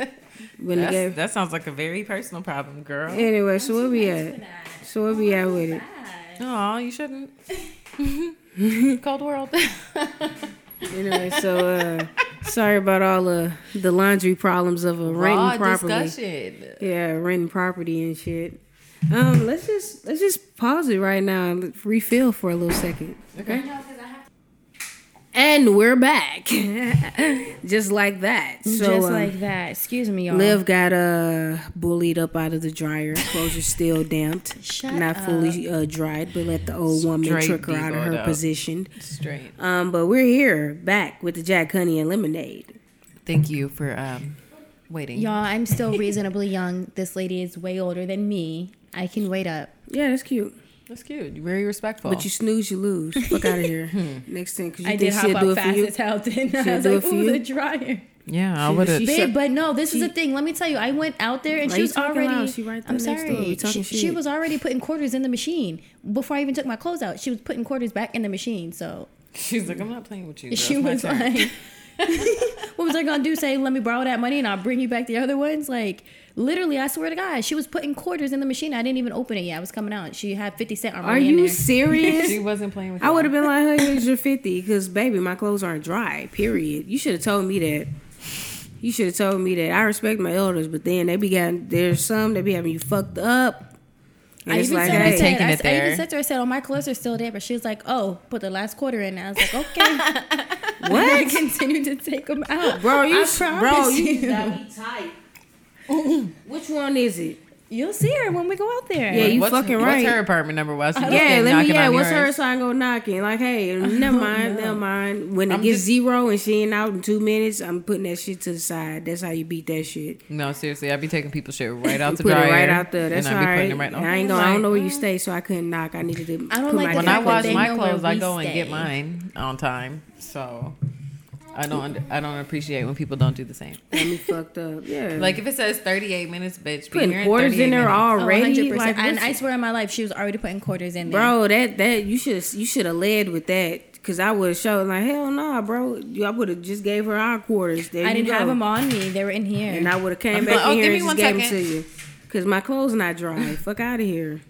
[SPEAKER 1] when they
[SPEAKER 3] That's,
[SPEAKER 1] gave
[SPEAKER 3] that sounds like a very personal problem, girl.
[SPEAKER 1] Anyway, so where we at?
[SPEAKER 2] Bad.
[SPEAKER 1] So where we at with it?
[SPEAKER 2] Bad.
[SPEAKER 3] Oh, you
[SPEAKER 1] (laughs)
[SPEAKER 3] shouldn't. Cold world.
[SPEAKER 1] Anyway, so uh sorry about all uh, the laundry problems of a
[SPEAKER 3] Raw
[SPEAKER 1] renting properly.
[SPEAKER 3] discussion.
[SPEAKER 1] Yeah, renting property and shit. Um, let's just let's just pause it right now and let- refill for a little second. Okay. And we're back. (laughs) just like that. So
[SPEAKER 2] Just
[SPEAKER 1] um,
[SPEAKER 2] like that. Excuse me, y'all.
[SPEAKER 1] Liv got uh bullied up out of the dryer. Clothes are still damped,
[SPEAKER 2] Shut
[SPEAKER 1] not fully uh, dried, but let the old woman
[SPEAKER 3] Straight
[SPEAKER 1] trick her out of
[SPEAKER 3] D-word
[SPEAKER 1] her
[SPEAKER 3] up.
[SPEAKER 1] position.
[SPEAKER 3] Straight.
[SPEAKER 1] Um, but we're here back with the Jack Honey and Lemonade.
[SPEAKER 3] Thank you for um, waiting.
[SPEAKER 2] Y'all, I'm still reasonably young. This lady is way older than me. I can wait up.
[SPEAKER 1] Yeah, that's cute.
[SPEAKER 3] That's cute. You're very respectful.
[SPEAKER 1] But you snooze, you lose. Fuck out of
[SPEAKER 2] (laughs)
[SPEAKER 1] here. Next thing, because you
[SPEAKER 2] I
[SPEAKER 1] think
[SPEAKER 2] did hop
[SPEAKER 1] she'll do
[SPEAKER 2] out
[SPEAKER 1] it for
[SPEAKER 2] fast
[SPEAKER 1] you.
[SPEAKER 2] as hell. Then
[SPEAKER 1] She'll
[SPEAKER 2] I was
[SPEAKER 1] do
[SPEAKER 2] like,
[SPEAKER 1] it for
[SPEAKER 2] ooh, the
[SPEAKER 1] you?
[SPEAKER 2] dryer.
[SPEAKER 3] yeah, I
[SPEAKER 1] She-
[SPEAKER 3] would
[SPEAKER 1] she-
[SPEAKER 3] have.
[SPEAKER 2] Babe,
[SPEAKER 1] So-
[SPEAKER 2] but no, this is
[SPEAKER 1] she-
[SPEAKER 2] the thing. Let me tell you, I went out there and
[SPEAKER 1] Why
[SPEAKER 2] she
[SPEAKER 1] you
[SPEAKER 2] was
[SPEAKER 1] talking
[SPEAKER 2] already.
[SPEAKER 1] loud? She right there next
[SPEAKER 2] I'm sorry.
[SPEAKER 1] door. We talking
[SPEAKER 2] she, she
[SPEAKER 1] shit.
[SPEAKER 2] was already putting quarters in the machine before I even took my clothes out. She was putting quarters back in the machine. So
[SPEAKER 3] (laughs) She's like, I'm not playing with you. Girl.
[SPEAKER 2] she was like, (laughs) "What was I gonna do? Say, let me borrow that money and I'll bring you back the other ones?" Like literally, I swear to God, she was putting quarters in the machine. I didn't even open it yet. I was coming out. She had fifty cent
[SPEAKER 1] Are
[SPEAKER 2] already.
[SPEAKER 1] (laughs)
[SPEAKER 2] in
[SPEAKER 1] you
[SPEAKER 2] there.
[SPEAKER 3] (laughs) she
[SPEAKER 1] serious?
[SPEAKER 3] wasn't playing with.
[SPEAKER 1] I would have been like, "Hey, here's your 50 because baby, my clothes aren't dry. Period. You should have told me that. You should have told me that. I respect my elders, but then they be got there's some that be having you fucked up. And
[SPEAKER 2] I
[SPEAKER 1] it's
[SPEAKER 2] even,
[SPEAKER 1] like,
[SPEAKER 2] said, I,
[SPEAKER 1] hey,
[SPEAKER 2] said,
[SPEAKER 3] Taking
[SPEAKER 2] I,
[SPEAKER 3] it
[SPEAKER 2] I even
[SPEAKER 3] there.
[SPEAKER 2] said to her, I said, oh, my clothes are still there. But she was like, oh, put the last quarter in. I was
[SPEAKER 1] (laughs)
[SPEAKER 2] like, okay. (laughs) I
[SPEAKER 1] what?
[SPEAKER 2] continued to take them out.
[SPEAKER 1] Bro, you,
[SPEAKER 2] I
[SPEAKER 1] s- bro,
[SPEAKER 2] promise
[SPEAKER 1] you,
[SPEAKER 2] you.
[SPEAKER 1] gotta (laughs) be tight. Which one is it?
[SPEAKER 2] You'll see her when we go out there.
[SPEAKER 1] Yeah, you
[SPEAKER 3] what's,
[SPEAKER 1] fucking
[SPEAKER 3] What's
[SPEAKER 1] right.
[SPEAKER 3] her apartment number? Why she
[SPEAKER 1] Yeah, let me. Yeah, what's her
[SPEAKER 3] yours?
[SPEAKER 1] so I can go knocking? Like, (laughs) hey, never mind, never mind. When it
[SPEAKER 3] I'm
[SPEAKER 1] gets
[SPEAKER 3] just-
[SPEAKER 1] zero and she ain't out in two minutes, I'm putting that shit to the side. That's how you beat that shit.
[SPEAKER 3] No, seriously, I'd be taking people's
[SPEAKER 1] (laughs)
[SPEAKER 3] shit right out the
[SPEAKER 1] Put it
[SPEAKER 3] dryer.
[SPEAKER 1] right out there. That's all
[SPEAKER 3] and I'd be putting
[SPEAKER 1] right.
[SPEAKER 3] them right on.
[SPEAKER 1] And I ain't gonna. I don't know where you stay, so I couldn't knock. I needed to.
[SPEAKER 2] I don't
[SPEAKER 1] put
[SPEAKER 2] like
[SPEAKER 1] my
[SPEAKER 2] the
[SPEAKER 3] When I
[SPEAKER 1] clothes-
[SPEAKER 2] fact that
[SPEAKER 3] wash
[SPEAKER 2] they
[SPEAKER 3] my
[SPEAKER 2] know where
[SPEAKER 3] clothes, I
[SPEAKER 2] we
[SPEAKER 3] go and get
[SPEAKER 2] stay.
[SPEAKER 3] mine on time. So I don't. Under, I don't appreciate when people don't do
[SPEAKER 1] (laughs)
[SPEAKER 3] the same.
[SPEAKER 1] Got me fucked up. Yeah,
[SPEAKER 3] Like if it says 38 minutes, bitch, be here
[SPEAKER 1] putting quarters
[SPEAKER 3] 38
[SPEAKER 1] in there
[SPEAKER 3] minutes.
[SPEAKER 2] Oh,
[SPEAKER 1] already.
[SPEAKER 2] 100%.
[SPEAKER 1] Like,
[SPEAKER 2] and I
[SPEAKER 1] what's-
[SPEAKER 2] swear in my life, she was already putting quarters in there.
[SPEAKER 1] bro, that that you should you should have led with that because I would have showed like hell no, bro. You- I would have just gave her our quarters. There
[SPEAKER 2] I
[SPEAKER 1] you
[SPEAKER 2] didn't
[SPEAKER 1] go.
[SPEAKER 2] have them on me. They were in here.
[SPEAKER 1] and I would have came
[SPEAKER 3] I'm
[SPEAKER 1] back
[SPEAKER 3] like, oh,
[SPEAKER 1] in
[SPEAKER 3] give
[SPEAKER 1] here
[SPEAKER 3] me
[SPEAKER 1] and
[SPEAKER 3] one
[SPEAKER 1] just gave them
[SPEAKER 3] second.
[SPEAKER 1] to you. Cause my clothes not dry. Fuck out of here.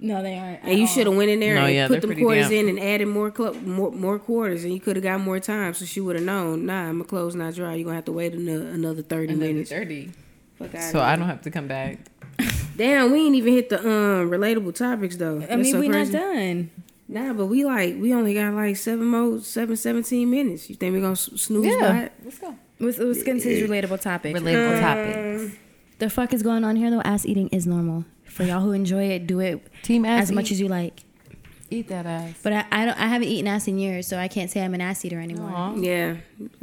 [SPEAKER 2] no, they aren't.
[SPEAKER 1] And you should have went in there
[SPEAKER 3] No,
[SPEAKER 1] and
[SPEAKER 3] yeah, they're
[SPEAKER 1] put them
[SPEAKER 3] pretty
[SPEAKER 1] quarters
[SPEAKER 3] damp.
[SPEAKER 1] in and added more, clo- more more quarters, and you could have got more time. So she would have known. Nah, my clothes not dry. You are gonna have to wait another, another thirty
[SPEAKER 3] And then
[SPEAKER 1] minutes.
[SPEAKER 3] it's 30.
[SPEAKER 1] Fuck outta
[SPEAKER 3] So
[SPEAKER 1] here.
[SPEAKER 3] I don't have to come back.
[SPEAKER 1] Damn, we ain't even hit the um relatable topics though.
[SPEAKER 2] I
[SPEAKER 1] That's
[SPEAKER 2] mean,
[SPEAKER 1] so
[SPEAKER 2] we're
[SPEAKER 1] crazy.
[SPEAKER 2] not done.
[SPEAKER 1] Nah, but we like we only got like seven more seven seventeen minutes. You think we gonna s- snooze by it?
[SPEAKER 3] Let's go.
[SPEAKER 2] Let's, let's get into this relatable topic.
[SPEAKER 3] Relatable topic.
[SPEAKER 2] The fuck is going on here though? Ass eating is normal. For y'all who enjoy it, do it
[SPEAKER 3] Team ass
[SPEAKER 2] as much
[SPEAKER 3] eat.
[SPEAKER 2] as you like.
[SPEAKER 3] Eat that ass.
[SPEAKER 2] But I, I don't. I haven't eaten ass in years, so I can't say I'm an ass eater anymore.
[SPEAKER 1] Yeah,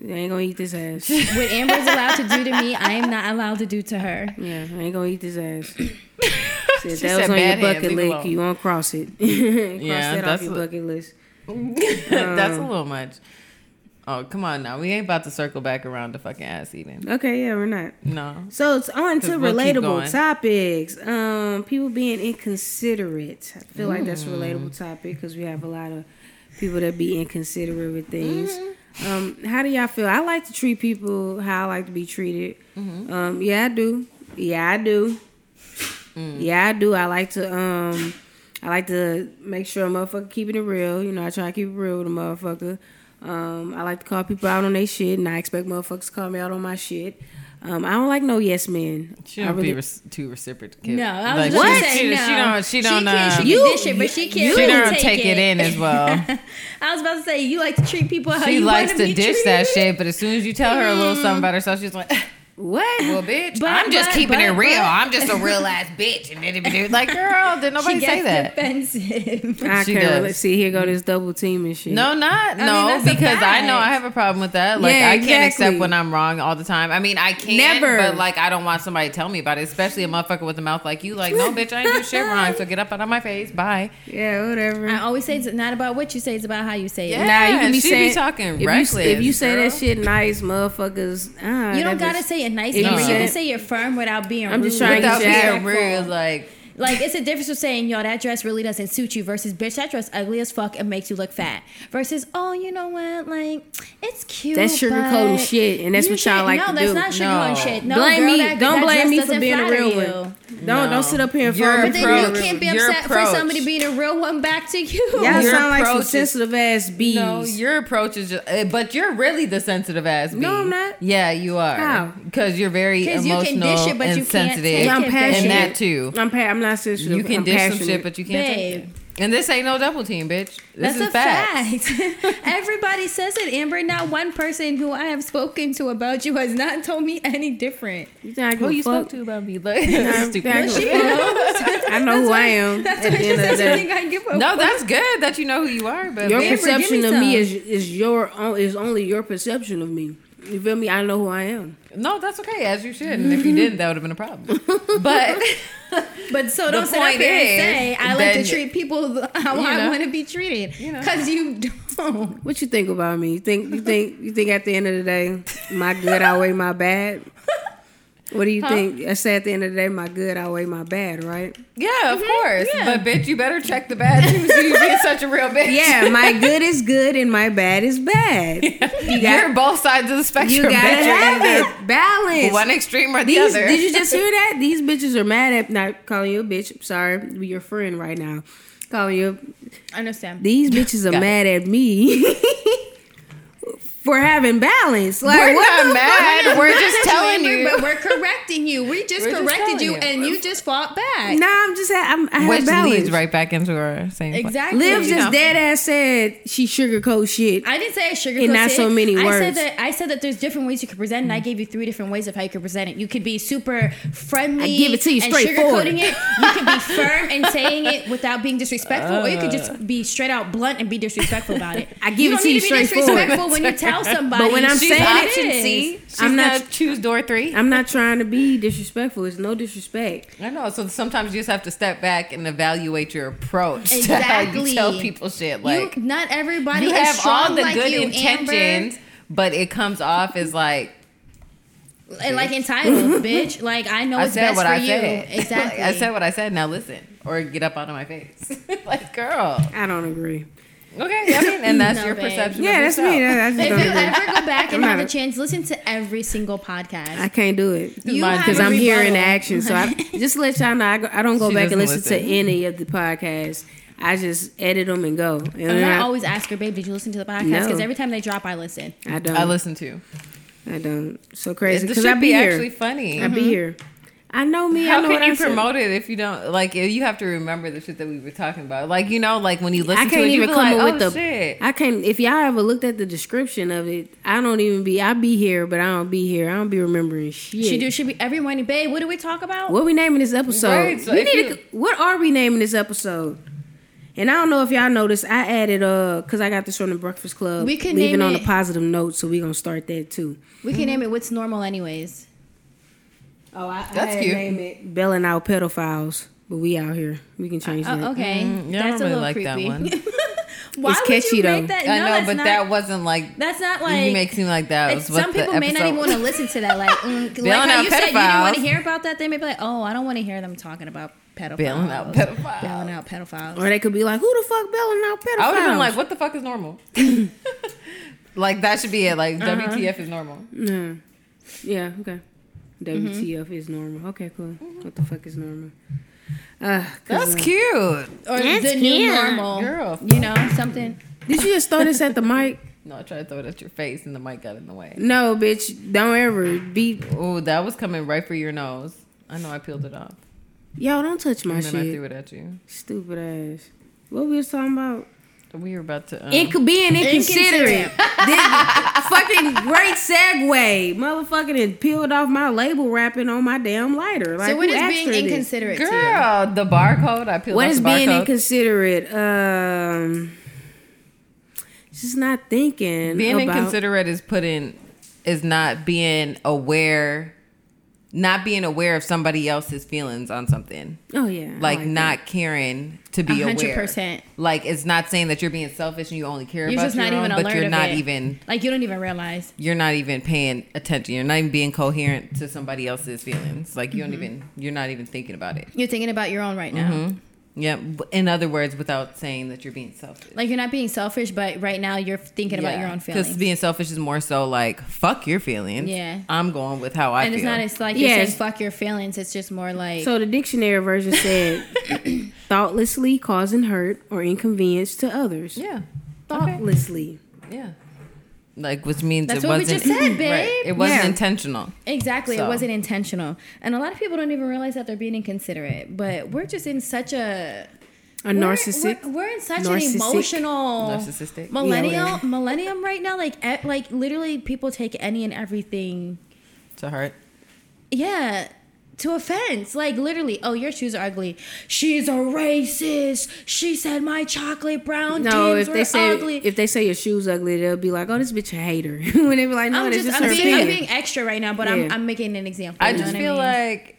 [SPEAKER 1] I ain't gonna eat this
[SPEAKER 3] (laughs)
[SPEAKER 1] ass.
[SPEAKER 2] What Amber's allowed to do to me, I am not allowed to do to her.
[SPEAKER 1] Yeah, I ain't gonna eat this ass. Said, that
[SPEAKER 3] She
[SPEAKER 1] was
[SPEAKER 3] said,
[SPEAKER 1] on
[SPEAKER 3] "Bad
[SPEAKER 1] your
[SPEAKER 3] hand,
[SPEAKER 1] bucket
[SPEAKER 3] leave it
[SPEAKER 1] list.
[SPEAKER 3] alone."
[SPEAKER 1] You won't cross it. (laughs) cross
[SPEAKER 3] Yeah,
[SPEAKER 1] that off
[SPEAKER 3] that's
[SPEAKER 1] your
[SPEAKER 3] what-
[SPEAKER 1] bucket list.
[SPEAKER 3] (laughs) That's a
[SPEAKER 2] um,
[SPEAKER 3] little much. Oh, come on now. We ain't about to circle back around to fucking ass eating.
[SPEAKER 1] Okay, yeah, we're not.
[SPEAKER 3] No.
[SPEAKER 1] So it's on to
[SPEAKER 3] 'Cause we'll keep
[SPEAKER 1] relatable
[SPEAKER 3] going.
[SPEAKER 1] topics. Um, people being inconsiderate. I feel like that's a
[SPEAKER 3] Mm.
[SPEAKER 1] relatable topic because we have a lot of people that be inconsiderate with things.
[SPEAKER 3] Mm-hmm.
[SPEAKER 1] Um, how do y'all feel? I like to treat people how I like to be treated.
[SPEAKER 3] Mm-hmm.
[SPEAKER 1] Um, yeah, I do. Yeah, I do. Mm. Yeah, I do. I like to um I like to make sure a motherfucker keeping it real. You know, I try to keep it real with a motherfucker. Um, I like to call people out on their shit, and I expect motherfuckers to call me out on my shit. Um, I don't like no yes men.
[SPEAKER 3] She
[SPEAKER 1] I
[SPEAKER 3] don't
[SPEAKER 1] really-
[SPEAKER 3] be rec- too reciprocative.
[SPEAKER 2] No, I was
[SPEAKER 3] Like,
[SPEAKER 2] just
[SPEAKER 3] she-
[SPEAKER 2] gonna say
[SPEAKER 3] she,
[SPEAKER 2] no.
[SPEAKER 3] She don't. She don't.
[SPEAKER 2] can't-
[SPEAKER 3] uh,
[SPEAKER 2] she can dish it, but she can't.
[SPEAKER 3] she
[SPEAKER 2] really
[SPEAKER 3] don't take it. in
[SPEAKER 2] (laughs)
[SPEAKER 3] as well.
[SPEAKER 2] I was about to say you like to treat people how
[SPEAKER 3] she
[SPEAKER 2] you
[SPEAKER 3] likes
[SPEAKER 2] want
[SPEAKER 3] to
[SPEAKER 2] be
[SPEAKER 3] dish that
[SPEAKER 2] treated. Mm.
[SPEAKER 3] shit, but as soon as you tell her a little something about herself, she's like,
[SPEAKER 1] What?
[SPEAKER 2] (laughs)
[SPEAKER 3] (laughs) "Well, bitch,
[SPEAKER 2] But-
[SPEAKER 3] I'm just
[SPEAKER 2] but-
[SPEAKER 3] keeping it
[SPEAKER 2] but-
[SPEAKER 3] real.
[SPEAKER 2] but-
[SPEAKER 3] I'm just a real ass bitch." And then it like, "Girl, did
[SPEAKER 2] She
[SPEAKER 3] nobody
[SPEAKER 2] gets
[SPEAKER 3] say that?"
[SPEAKER 2] defensive. (laughs)
[SPEAKER 1] I
[SPEAKER 3] She
[SPEAKER 1] can't
[SPEAKER 3] does. Mm.
[SPEAKER 1] really see here go this double team and shit.
[SPEAKER 3] No, not
[SPEAKER 2] mean,
[SPEAKER 3] no,
[SPEAKER 2] that's a
[SPEAKER 3] because I know
[SPEAKER 2] fact.
[SPEAKER 3] I have a problem with that. Like
[SPEAKER 1] Yeah,
[SPEAKER 3] I can't
[SPEAKER 1] exactly.
[SPEAKER 3] accept when I'm wrong all the time. I mean, I can,
[SPEAKER 1] Never.
[SPEAKER 3] Never. but like I don't want somebody to tell me about it, especially a motherfucker with a mouth like you.
[SPEAKER 2] (laughs)
[SPEAKER 3] Like, no, bitch, I ain't do shit wrong. So get up out of my face. Bye.
[SPEAKER 1] Yeah, whatever.
[SPEAKER 2] I always say it's not about what you say; it's about how you say it.
[SPEAKER 3] Yeah, she be talking
[SPEAKER 1] if you-
[SPEAKER 3] reckless,
[SPEAKER 1] If you say
[SPEAKER 3] girl.
[SPEAKER 1] that shit nice, motherfuckers. ah,
[SPEAKER 2] You don't
[SPEAKER 1] that
[SPEAKER 2] gotta
[SPEAKER 1] bitch-
[SPEAKER 2] say it nice.
[SPEAKER 1] If
[SPEAKER 2] You
[SPEAKER 1] you
[SPEAKER 2] can
[SPEAKER 1] said-
[SPEAKER 2] say it firm without being.
[SPEAKER 1] I'm just
[SPEAKER 2] rude.
[SPEAKER 1] trying to
[SPEAKER 3] Without
[SPEAKER 1] get you out.
[SPEAKER 3] being real, like
[SPEAKER 2] Like it's a difference of saying, yo, that dress really doesn't suit you versus bitch, that dress ugly as fuck and makes you look fat. Versus, oh, you know what? Like, it's cute.
[SPEAKER 1] That's sugarcoating
[SPEAKER 2] but
[SPEAKER 1] shit, and that's
[SPEAKER 2] you
[SPEAKER 1] what y'all
[SPEAKER 2] should-
[SPEAKER 1] like
[SPEAKER 2] No,
[SPEAKER 1] to do.
[SPEAKER 2] that's not sugarcoating
[SPEAKER 3] No.
[SPEAKER 2] shit. No,
[SPEAKER 1] blame
[SPEAKER 2] girl,
[SPEAKER 1] me.
[SPEAKER 2] that-
[SPEAKER 1] don't
[SPEAKER 2] that dress
[SPEAKER 1] blame me for
[SPEAKER 2] doesn't
[SPEAKER 1] being a
[SPEAKER 2] flatter
[SPEAKER 1] real
[SPEAKER 2] you.
[SPEAKER 1] one. Don't
[SPEAKER 3] No.
[SPEAKER 1] don't sit up here in
[SPEAKER 3] You're
[SPEAKER 1] front
[SPEAKER 2] But
[SPEAKER 1] of
[SPEAKER 2] then
[SPEAKER 1] me.
[SPEAKER 3] Approach.
[SPEAKER 2] you can't be
[SPEAKER 3] Your
[SPEAKER 2] upset for
[SPEAKER 3] approach.
[SPEAKER 2] somebody being a real one back to you.
[SPEAKER 1] Y'all
[SPEAKER 3] Your
[SPEAKER 1] sound like some
[SPEAKER 3] approach is-
[SPEAKER 1] sensitive ass bees.
[SPEAKER 3] no, your approach is just. uh, But you're really the sensitive ass.
[SPEAKER 1] No,
[SPEAKER 3] bee.
[SPEAKER 1] I'm not.
[SPEAKER 3] Yeah, you
[SPEAKER 1] How?
[SPEAKER 3] are. Because you're very
[SPEAKER 2] 'Cause you can
[SPEAKER 3] emotional
[SPEAKER 2] dish it, but
[SPEAKER 3] and
[SPEAKER 2] you can't
[SPEAKER 3] sensitive.
[SPEAKER 2] take
[SPEAKER 1] yeah, I'm
[SPEAKER 2] it,
[SPEAKER 1] passionate.
[SPEAKER 3] And that too.
[SPEAKER 1] I'm pa- I'm not sensitive.
[SPEAKER 3] You can
[SPEAKER 1] I'm
[SPEAKER 3] dish
[SPEAKER 1] passionate.
[SPEAKER 3] some shit, but you can't take
[SPEAKER 2] Babe.
[SPEAKER 3] it. And this ain't no double team, bitch.
[SPEAKER 2] That's
[SPEAKER 3] This is
[SPEAKER 2] a fact.
[SPEAKER 3] (laughs)
[SPEAKER 2] (laughs) Everybody says it, Amber. Not one person who I have spoken to about you has not told me any different.
[SPEAKER 1] you think I give
[SPEAKER 3] Who
[SPEAKER 1] a
[SPEAKER 3] you
[SPEAKER 1] fuck?
[SPEAKER 3] spoke to about me?
[SPEAKER 1] (laughs)
[SPEAKER 3] Like,
[SPEAKER 1] I'm
[SPEAKER 3] stupid.
[SPEAKER 1] back-
[SPEAKER 2] She knows.
[SPEAKER 1] I know who I am.
[SPEAKER 2] That's (laughs)
[SPEAKER 1] at
[SPEAKER 2] what
[SPEAKER 1] the
[SPEAKER 2] she
[SPEAKER 1] end of the
[SPEAKER 2] says. You think
[SPEAKER 1] day.
[SPEAKER 2] I give a
[SPEAKER 3] No,
[SPEAKER 2] fuck?
[SPEAKER 3] that's good that you know who you are, but
[SPEAKER 1] Your
[SPEAKER 2] Amber, give me
[SPEAKER 1] perception of me
[SPEAKER 2] some.
[SPEAKER 1] is is your own, is only your perception of me. You feel me? I know who I am.
[SPEAKER 3] no, that's okay, as you should. And if you didn't, that would have been a problem.
[SPEAKER 1] (laughs)
[SPEAKER 3] But
[SPEAKER 2] But so don't sit up
[SPEAKER 3] point
[SPEAKER 2] here and
[SPEAKER 3] is
[SPEAKER 2] say I like to
[SPEAKER 3] that-
[SPEAKER 2] treat people th- how
[SPEAKER 3] You
[SPEAKER 2] I
[SPEAKER 3] know.
[SPEAKER 2] want to be treated
[SPEAKER 3] You know.
[SPEAKER 2] because you, don't. (laughs)
[SPEAKER 1] What you think about me? You think you think you think at the end of the day, my good outweigh my bad? What do you think? I say at the end of the day, my good outweigh my bad, right?
[SPEAKER 3] yeah,
[SPEAKER 1] Mhm,
[SPEAKER 3] of course.
[SPEAKER 2] yeah.
[SPEAKER 3] But bitch, you better check the bad too. So you being such a real bitch. (laughs)
[SPEAKER 1] Yeah, my good is good and my bad is bad. You
[SPEAKER 3] You're
[SPEAKER 1] got
[SPEAKER 3] both sides of
[SPEAKER 1] you
[SPEAKER 3] the (laughs) spectrum.
[SPEAKER 1] gotta
[SPEAKER 3] bitch. You're
[SPEAKER 1] have
[SPEAKER 3] either (laughs)
[SPEAKER 1] it balance.
[SPEAKER 3] One extreme or the
[SPEAKER 1] These,
[SPEAKER 3] other.
[SPEAKER 1] did you just
[SPEAKER 3] (laughs)
[SPEAKER 1] hear that? These bitches are mad at not calling you a bitch. I'm sorry, we your friend right now. Calling you.
[SPEAKER 2] Understand?
[SPEAKER 1] These bitches are
[SPEAKER 3] Got it.
[SPEAKER 1] mad at me (laughs) for having balance. Like
[SPEAKER 3] We're
[SPEAKER 1] what
[SPEAKER 3] not
[SPEAKER 1] the
[SPEAKER 3] mad. We're just
[SPEAKER 2] That's
[SPEAKER 3] telling
[SPEAKER 2] Amber,
[SPEAKER 3] you.
[SPEAKER 2] but we're correcting you. We just
[SPEAKER 3] We're just
[SPEAKER 2] corrected
[SPEAKER 3] telling
[SPEAKER 2] you,
[SPEAKER 3] you.
[SPEAKER 2] and you just fought back.
[SPEAKER 1] Fuck? Nah, I'm just. ha- I'm, I have
[SPEAKER 3] Which
[SPEAKER 1] balance.
[SPEAKER 3] leads right back into our same point.
[SPEAKER 2] Exactly.
[SPEAKER 1] Liv
[SPEAKER 3] You
[SPEAKER 1] just
[SPEAKER 3] know.
[SPEAKER 1] dead ass said she sugarcoat shit.
[SPEAKER 2] I didn't say I sugarcoat
[SPEAKER 1] In not
[SPEAKER 2] it.
[SPEAKER 1] so many
[SPEAKER 2] I said
[SPEAKER 1] words. Mm.
[SPEAKER 2] that I said that there's different ways you could present, it, and I gave you three different ways of how you could present it. You could be super friendly,
[SPEAKER 1] I give it to you
[SPEAKER 2] and
[SPEAKER 1] straightforward.
[SPEAKER 2] sugarcoating it. You could be firm and saying it without being disrespectful, or you could just be straight out blunt and be disrespectful about it.
[SPEAKER 1] Uh. I give
[SPEAKER 2] you
[SPEAKER 1] it
[SPEAKER 2] don't
[SPEAKER 1] to
[SPEAKER 2] need
[SPEAKER 1] you
[SPEAKER 2] be
[SPEAKER 1] straightforward.
[SPEAKER 2] disrespectful when you tell somebody.
[SPEAKER 1] (laughs) But when I'm
[SPEAKER 3] She's
[SPEAKER 1] saying it,
[SPEAKER 3] option C. She's
[SPEAKER 1] I'm
[SPEAKER 3] I'm
[SPEAKER 1] not-
[SPEAKER 3] not choose door three.
[SPEAKER 1] I'm not trying to be disrespectful. It's no disrespect.
[SPEAKER 3] I know. So sometimes you just have to step back and evaluate your approach to how
[SPEAKER 2] Exactly.
[SPEAKER 3] you tell people shit. Like
[SPEAKER 2] you,
[SPEAKER 3] you,
[SPEAKER 2] not everybody is
[SPEAKER 3] have
[SPEAKER 2] strong
[SPEAKER 3] all the
[SPEAKER 2] like
[SPEAKER 3] good
[SPEAKER 2] you,
[SPEAKER 3] intentions,
[SPEAKER 2] Amber.
[SPEAKER 3] but it comes off as like
[SPEAKER 2] And,
[SPEAKER 1] (laughs)
[SPEAKER 2] like entitled, bitch. Like I know
[SPEAKER 3] I
[SPEAKER 2] it's
[SPEAKER 3] said
[SPEAKER 2] best
[SPEAKER 3] what
[SPEAKER 2] for
[SPEAKER 3] I
[SPEAKER 2] you.
[SPEAKER 3] said. (laughs)
[SPEAKER 2] Exactly.
[SPEAKER 3] I said what I said. Now listen, or get up out of my face. (laughs) like, girl.
[SPEAKER 1] I don't agree.
[SPEAKER 3] Okay.
[SPEAKER 2] (laughs)
[SPEAKER 3] I mean, and that's
[SPEAKER 2] No,
[SPEAKER 3] your
[SPEAKER 2] babe.
[SPEAKER 3] perception.
[SPEAKER 1] Yeah,
[SPEAKER 3] of
[SPEAKER 1] that's
[SPEAKER 3] yourself.
[SPEAKER 1] me. That- I just
[SPEAKER 2] If you
[SPEAKER 1] don't agree.
[SPEAKER 2] ever go back
[SPEAKER 1] (laughs)
[SPEAKER 2] and
[SPEAKER 1] I'm
[SPEAKER 2] have
[SPEAKER 1] not
[SPEAKER 2] a
[SPEAKER 1] a-
[SPEAKER 2] chance, listen to every single podcast.
[SPEAKER 1] I can't do it.
[SPEAKER 2] You
[SPEAKER 3] Mine
[SPEAKER 2] have
[SPEAKER 1] because
[SPEAKER 2] a
[SPEAKER 1] I'm here in
[SPEAKER 2] rebuttal.
[SPEAKER 1] action. So
[SPEAKER 3] (laughs)
[SPEAKER 1] I just to let y'all know I, go, I don't go
[SPEAKER 3] She
[SPEAKER 1] back and
[SPEAKER 3] doesn't
[SPEAKER 1] listen,
[SPEAKER 3] listen.
[SPEAKER 1] to any of the podcasts. I just edit them and go. And
[SPEAKER 2] And
[SPEAKER 1] then I,
[SPEAKER 2] I always ask her, babe, did you listen to the podcast?
[SPEAKER 1] No.
[SPEAKER 2] Because every time they drop, I listen.
[SPEAKER 1] I don't. I,
[SPEAKER 3] I listen to.
[SPEAKER 1] don't. So
[SPEAKER 3] It
[SPEAKER 1] crazy
[SPEAKER 3] should
[SPEAKER 1] because I be,
[SPEAKER 3] be
[SPEAKER 1] here.
[SPEAKER 3] actually funny.
[SPEAKER 2] Mm-hmm.
[SPEAKER 1] I be here. I know me. I
[SPEAKER 3] How
[SPEAKER 1] know
[SPEAKER 3] can
[SPEAKER 1] what
[SPEAKER 3] you
[SPEAKER 1] I said.
[SPEAKER 3] promote it if you don't like? You have to remember the shit that we were talking about. Like you know, like when you listen
[SPEAKER 1] I
[SPEAKER 3] to
[SPEAKER 1] can't
[SPEAKER 3] it, you
[SPEAKER 1] even
[SPEAKER 3] be
[SPEAKER 1] come
[SPEAKER 3] like,
[SPEAKER 1] up with
[SPEAKER 3] oh
[SPEAKER 1] the.
[SPEAKER 3] shit.
[SPEAKER 1] I can't. If y'all ever looked at the description of it, I don't even be. I be here, but I don't be here. I don't be remembering shit.
[SPEAKER 2] She do. She be every morning, babe. What do we talk about?
[SPEAKER 1] What we naming this episode?
[SPEAKER 3] Right, so
[SPEAKER 1] we
[SPEAKER 3] if
[SPEAKER 1] need to,
[SPEAKER 3] you-
[SPEAKER 1] what are we naming this episode? And I don't know if y'all noticed, I added uh because I got this from the Breakfast Club.
[SPEAKER 2] We could
[SPEAKER 1] leaving
[SPEAKER 2] name
[SPEAKER 1] on
[SPEAKER 2] it-
[SPEAKER 1] a positive note, so we're gonna start that too.
[SPEAKER 2] We
[SPEAKER 3] Mm-hmm.
[SPEAKER 2] can name it what's normal, anyways.
[SPEAKER 1] Oh, I,
[SPEAKER 3] That's had cute. name
[SPEAKER 1] it belling out pedophiles, but we out here. We can change that.
[SPEAKER 2] Oh, okay,
[SPEAKER 3] yeah, I
[SPEAKER 2] that's
[SPEAKER 3] don't really
[SPEAKER 2] a little
[SPEAKER 3] like that
[SPEAKER 2] creepy.
[SPEAKER 3] one.
[SPEAKER 2] (laughs) Why
[SPEAKER 1] It's
[SPEAKER 2] would
[SPEAKER 1] catchy,
[SPEAKER 2] you
[SPEAKER 1] though.
[SPEAKER 2] make that? No,
[SPEAKER 3] I know,
[SPEAKER 2] that's
[SPEAKER 3] but
[SPEAKER 2] not,
[SPEAKER 3] that wasn't like
[SPEAKER 2] that's not
[SPEAKER 3] you
[SPEAKER 2] like
[SPEAKER 3] make it seem like that.
[SPEAKER 2] It's-
[SPEAKER 3] Was what
[SPEAKER 2] some
[SPEAKER 3] the
[SPEAKER 2] people may not
[SPEAKER 3] episode-
[SPEAKER 2] even want to listen to that. Like, mm, like
[SPEAKER 3] Bailing
[SPEAKER 2] how
[SPEAKER 3] out
[SPEAKER 2] you said, you didn't want
[SPEAKER 3] pedophiles.
[SPEAKER 2] to hear about that. They may be like, oh, I don't want to hear them talking about pedophiles.
[SPEAKER 3] Bailing out pedophiles.
[SPEAKER 2] Bailing out pedophiles.
[SPEAKER 1] Or they could be like, who the fuck belling out pedophiles?
[SPEAKER 3] (laughs) I would have been like, "What the fuck is normal?" (laughs) like that should be it. Like
[SPEAKER 2] Uh-huh.
[SPEAKER 3] WTF is normal.
[SPEAKER 1] Yeah. Yeah, okay. WTF is normal. Okay, cool. What the fuck is normal? Uh, 'cause,
[SPEAKER 3] That's
[SPEAKER 1] uh,
[SPEAKER 3] cute,
[SPEAKER 2] Or
[SPEAKER 1] That's
[SPEAKER 2] the new
[SPEAKER 1] cute.
[SPEAKER 2] normal.
[SPEAKER 3] girl.
[SPEAKER 2] You know, something.
[SPEAKER 1] Did you just throw this at the mic?
[SPEAKER 3] No, I tried to throw it at your face, and the mic got in the way.
[SPEAKER 1] No, bitch. Don't ever be.
[SPEAKER 3] Oh, that was coming right for your nose. I know I peeled it off,
[SPEAKER 2] Oh,
[SPEAKER 1] Y'all don't touch my
[SPEAKER 3] and then I
[SPEAKER 1] shit.
[SPEAKER 3] threw it at you.
[SPEAKER 1] Stupid ass. What we was talking about?
[SPEAKER 3] We were about to. Um, (laughs)
[SPEAKER 1] Inc- being inconsiderate. (laughs)
[SPEAKER 2] Inconsiderate.
[SPEAKER 1] This- fucking great segue. Motherfucking and peeled off my label wrapping on my damn lighter. Like,
[SPEAKER 2] so what
[SPEAKER 1] who
[SPEAKER 2] is
[SPEAKER 1] asked
[SPEAKER 2] being
[SPEAKER 1] her this?
[SPEAKER 2] inconsiderate to you?
[SPEAKER 3] girl, the barcode. I peeled
[SPEAKER 1] What
[SPEAKER 3] off
[SPEAKER 1] is
[SPEAKER 3] the barcode.
[SPEAKER 1] being inconsiderate? Um, just not thinking.
[SPEAKER 3] being
[SPEAKER 1] about,
[SPEAKER 3] inconsiderate is putting is not being aware, not being aware of somebody else's feelings on something.
[SPEAKER 1] Oh yeah, I
[SPEAKER 3] like,
[SPEAKER 1] that.
[SPEAKER 3] not caring to be
[SPEAKER 2] A hundred
[SPEAKER 3] aware.
[SPEAKER 2] percent.
[SPEAKER 3] Like it's not saying that you're being selfish and you only care
[SPEAKER 2] You're
[SPEAKER 3] about
[SPEAKER 2] just
[SPEAKER 3] your
[SPEAKER 2] not
[SPEAKER 3] own,
[SPEAKER 2] even
[SPEAKER 3] but
[SPEAKER 2] alert
[SPEAKER 3] you're
[SPEAKER 2] of
[SPEAKER 3] not
[SPEAKER 2] it.
[SPEAKER 3] even
[SPEAKER 2] Like you don't even realize.
[SPEAKER 3] you're not even paying attention. You're not even being coherent to somebody else's feelings. Like you don't
[SPEAKER 2] Mm-hmm.
[SPEAKER 3] even you're not even thinking about it.
[SPEAKER 2] You're thinking about your own right now.
[SPEAKER 1] Mm-hmm.
[SPEAKER 3] Yeah. b- In other words, without saying that you're being selfish.
[SPEAKER 2] Like you're not being selfish, but right now you're thinking about your own feelings.
[SPEAKER 3] Because being selfish is more so like fuck your feelings.
[SPEAKER 2] Yeah.
[SPEAKER 3] I'm going with how I
[SPEAKER 2] and
[SPEAKER 3] feel.
[SPEAKER 2] it's not it's like you're saying
[SPEAKER 1] Yes.
[SPEAKER 2] fuck your feelings. It's just more like
[SPEAKER 1] So the dictionary version said,
[SPEAKER 3] (laughs)
[SPEAKER 1] thoughtlessly causing hurt or inconvenience to others.
[SPEAKER 3] yeah. Okay.
[SPEAKER 1] Thoughtlessly.
[SPEAKER 3] Yeah. Like which means
[SPEAKER 2] That's
[SPEAKER 3] it
[SPEAKER 2] what we
[SPEAKER 3] wasn't
[SPEAKER 2] just said,
[SPEAKER 3] (clears throat) Right.
[SPEAKER 2] babe.
[SPEAKER 3] It wasn't
[SPEAKER 1] Yeah.
[SPEAKER 3] intentional.
[SPEAKER 2] Exactly.
[SPEAKER 3] So-
[SPEAKER 2] It wasn't intentional. And a lot of people don't even realize that they're being inconsiderate. But we're just in such a
[SPEAKER 1] A narcissist.
[SPEAKER 2] We're, we're in such
[SPEAKER 1] narcissistic-
[SPEAKER 2] an emotional
[SPEAKER 3] Narcissistic?
[SPEAKER 2] millennial
[SPEAKER 1] Yeah, whatever.
[SPEAKER 2] millennium right now. Like e- like literally people take any and everything
[SPEAKER 3] To hurt.
[SPEAKER 2] yeah to offense like literally oh your shoes are ugly she's a racist she said my chocolate brown
[SPEAKER 1] no,
[SPEAKER 2] jeans
[SPEAKER 1] if they
[SPEAKER 2] were
[SPEAKER 1] say
[SPEAKER 2] ugly
[SPEAKER 1] if they say your shoes ugly, they'll be like, "Oh, this bitch a hater." (laughs) when they be like, "No,
[SPEAKER 2] i'm
[SPEAKER 1] it's
[SPEAKER 2] just
[SPEAKER 1] just,
[SPEAKER 2] I'm
[SPEAKER 1] her
[SPEAKER 2] being, I'm
[SPEAKER 1] opinion.
[SPEAKER 2] being extra right now but I'm,
[SPEAKER 1] Yeah.
[SPEAKER 2] I'm making an example
[SPEAKER 3] I
[SPEAKER 2] you know
[SPEAKER 3] just
[SPEAKER 2] what
[SPEAKER 3] feel
[SPEAKER 2] mean?
[SPEAKER 3] like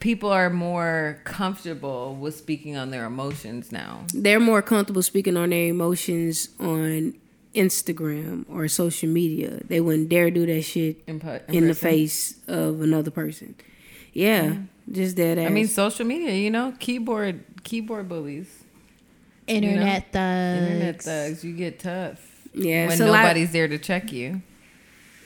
[SPEAKER 3] people are more comfortable with speaking on their emotions now.
[SPEAKER 1] They're more comfortable speaking on their emotions on Instagram or social media. They wouldn't dare do that shit
[SPEAKER 3] In, pu- in
[SPEAKER 1] in the
[SPEAKER 3] person.
[SPEAKER 1] face of another person. Yeah,
[SPEAKER 2] Mm-hmm.
[SPEAKER 1] just that. Ass.
[SPEAKER 3] I mean, social media. You know, keyboard keyboard bullies,
[SPEAKER 2] internet thugs
[SPEAKER 3] internet thugs. You get tough
[SPEAKER 1] yeah,
[SPEAKER 3] when
[SPEAKER 1] it's a lot-
[SPEAKER 3] nobody's there to check you.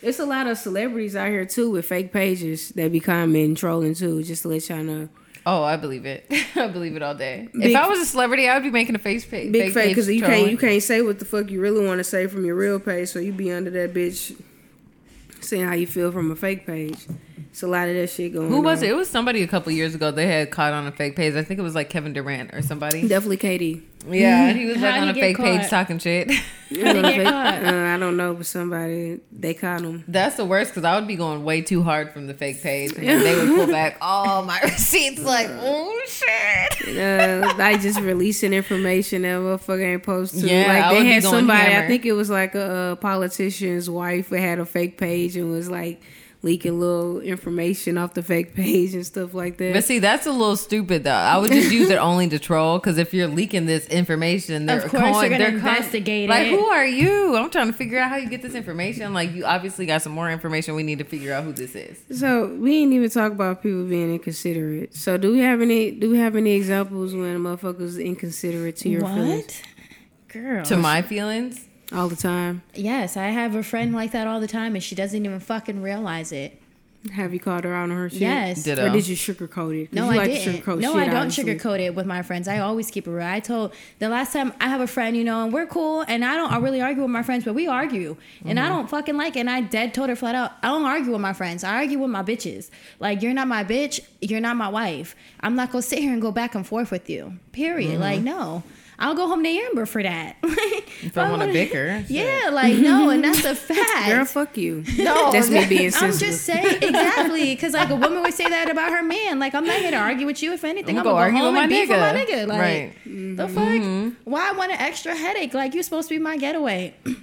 [SPEAKER 1] It's a lot of celebrities out here too with fake pages that be commenting, trolling too, just to let y'all know.
[SPEAKER 3] Oh, I believe it. (laughs) I believe it all day. if
[SPEAKER 1] Big-
[SPEAKER 3] I was a celebrity, I would be making a face page.
[SPEAKER 1] Big fake because you
[SPEAKER 3] trolling.
[SPEAKER 1] can't you can't say what the fuck you really want to say from your real page, so you be under that bitch saying how you feel from a fake page. It's a lot of that shit going.
[SPEAKER 3] Who was
[SPEAKER 1] on.
[SPEAKER 3] it? It was somebody a couple years ago. They had caught on a fake page. I think it was like Kevin Durant
[SPEAKER 1] (laughs)
[SPEAKER 3] or somebody.
[SPEAKER 1] Definitely
[SPEAKER 3] (laughs)
[SPEAKER 1] Katie.
[SPEAKER 3] Yeah, he was like
[SPEAKER 2] How'd
[SPEAKER 3] on
[SPEAKER 2] he
[SPEAKER 3] a
[SPEAKER 2] get
[SPEAKER 3] fake page
[SPEAKER 2] caught?
[SPEAKER 3] talking shit. (laughs)
[SPEAKER 1] I don't, know if they-
[SPEAKER 2] get caught?
[SPEAKER 1] uh, I don't know, but somebody they caught him.
[SPEAKER 3] That's the worst because I would be going way too hard from the fake page, and then they would pull back
[SPEAKER 2] (laughs)
[SPEAKER 3] all my receipts. Like, oh shit.
[SPEAKER 1] uh, like just releasing information that motherfucker ain't supposed to.
[SPEAKER 3] Yeah, I
[SPEAKER 1] like
[SPEAKER 3] would
[SPEAKER 1] they
[SPEAKER 3] be
[SPEAKER 1] had
[SPEAKER 3] going
[SPEAKER 1] somebody,
[SPEAKER 3] hammer.
[SPEAKER 1] I think it was like a, uh politician's wife who had a fake page and was like leaking little information off the fake page and stuff like that.
[SPEAKER 3] But see, that's a little stupid though. I would just use it only to troll because if you're leaking this information, they're
[SPEAKER 2] Of course
[SPEAKER 3] calling-
[SPEAKER 2] you're gonna
[SPEAKER 3] they're calling-
[SPEAKER 2] investigate
[SPEAKER 3] Like,
[SPEAKER 2] it.
[SPEAKER 3] who are you? I'm trying to figure out how you get this information. Like, you obviously got some more information. We need to figure out who this is.
[SPEAKER 1] so we ain't even talk about people being inconsiderate. So do we have any? Do we have any examples when motherfuckers inconsiderate to your feelings
[SPEAKER 2] what girl
[SPEAKER 3] To my feelings.
[SPEAKER 1] all the time?
[SPEAKER 2] yes i have a friend like that all the time and she doesn't even fucking realize it
[SPEAKER 1] Have you called her out on her shit?
[SPEAKER 2] Yes.
[SPEAKER 3] Ditto.
[SPEAKER 1] Or did you sugarcoat it? 'Cause
[SPEAKER 2] No,
[SPEAKER 1] you
[SPEAKER 2] I
[SPEAKER 1] like to
[SPEAKER 2] didn't.
[SPEAKER 1] sugarcoat
[SPEAKER 2] No,
[SPEAKER 1] shit,
[SPEAKER 2] I don't
[SPEAKER 1] obviously.
[SPEAKER 2] sugarcoat it with my friends. I always keep it real. I told the last time I have a friend, you know, and we're cool, and I don't I really argue with my friends, but we argue, and I
[SPEAKER 1] Mm-hmm.
[SPEAKER 2] don't fucking like it. And I dead told her flat out, I don't argue with my friends. I argue with my bitches. Like you're not my
[SPEAKER 1] Mm-hmm.
[SPEAKER 2] bitch. You're not my wife. I'm not gonna sit here and go back and forth with you. Period. Like no. I'll go home to Amber for that. (laughs) if
[SPEAKER 3] I wanna bicker,
[SPEAKER 2] (laughs) Yeah, like no, and
[SPEAKER 1] (laughs)
[SPEAKER 2] that's a fact.
[SPEAKER 1] Girl, fuck you.
[SPEAKER 3] (laughs) No,
[SPEAKER 1] That's me being
[SPEAKER 2] I'm
[SPEAKER 1] sensitive.
[SPEAKER 2] just saying exactly because like a woman would say that about her man. Like I'm not here to argue with you. If anything, I'm
[SPEAKER 3] I'ma
[SPEAKER 2] gonna go,
[SPEAKER 3] argue
[SPEAKER 2] home
[SPEAKER 3] with
[SPEAKER 2] and
[SPEAKER 3] my
[SPEAKER 2] be for my
[SPEAKER 3] nigga.
[SPEAKER 2] nigga. Like
[SPEAKER 3] Right. Mm-hmm.
[SPEAKER 2] the fuck? Why I want an extra headache? Like you're supposed to be my getaway. I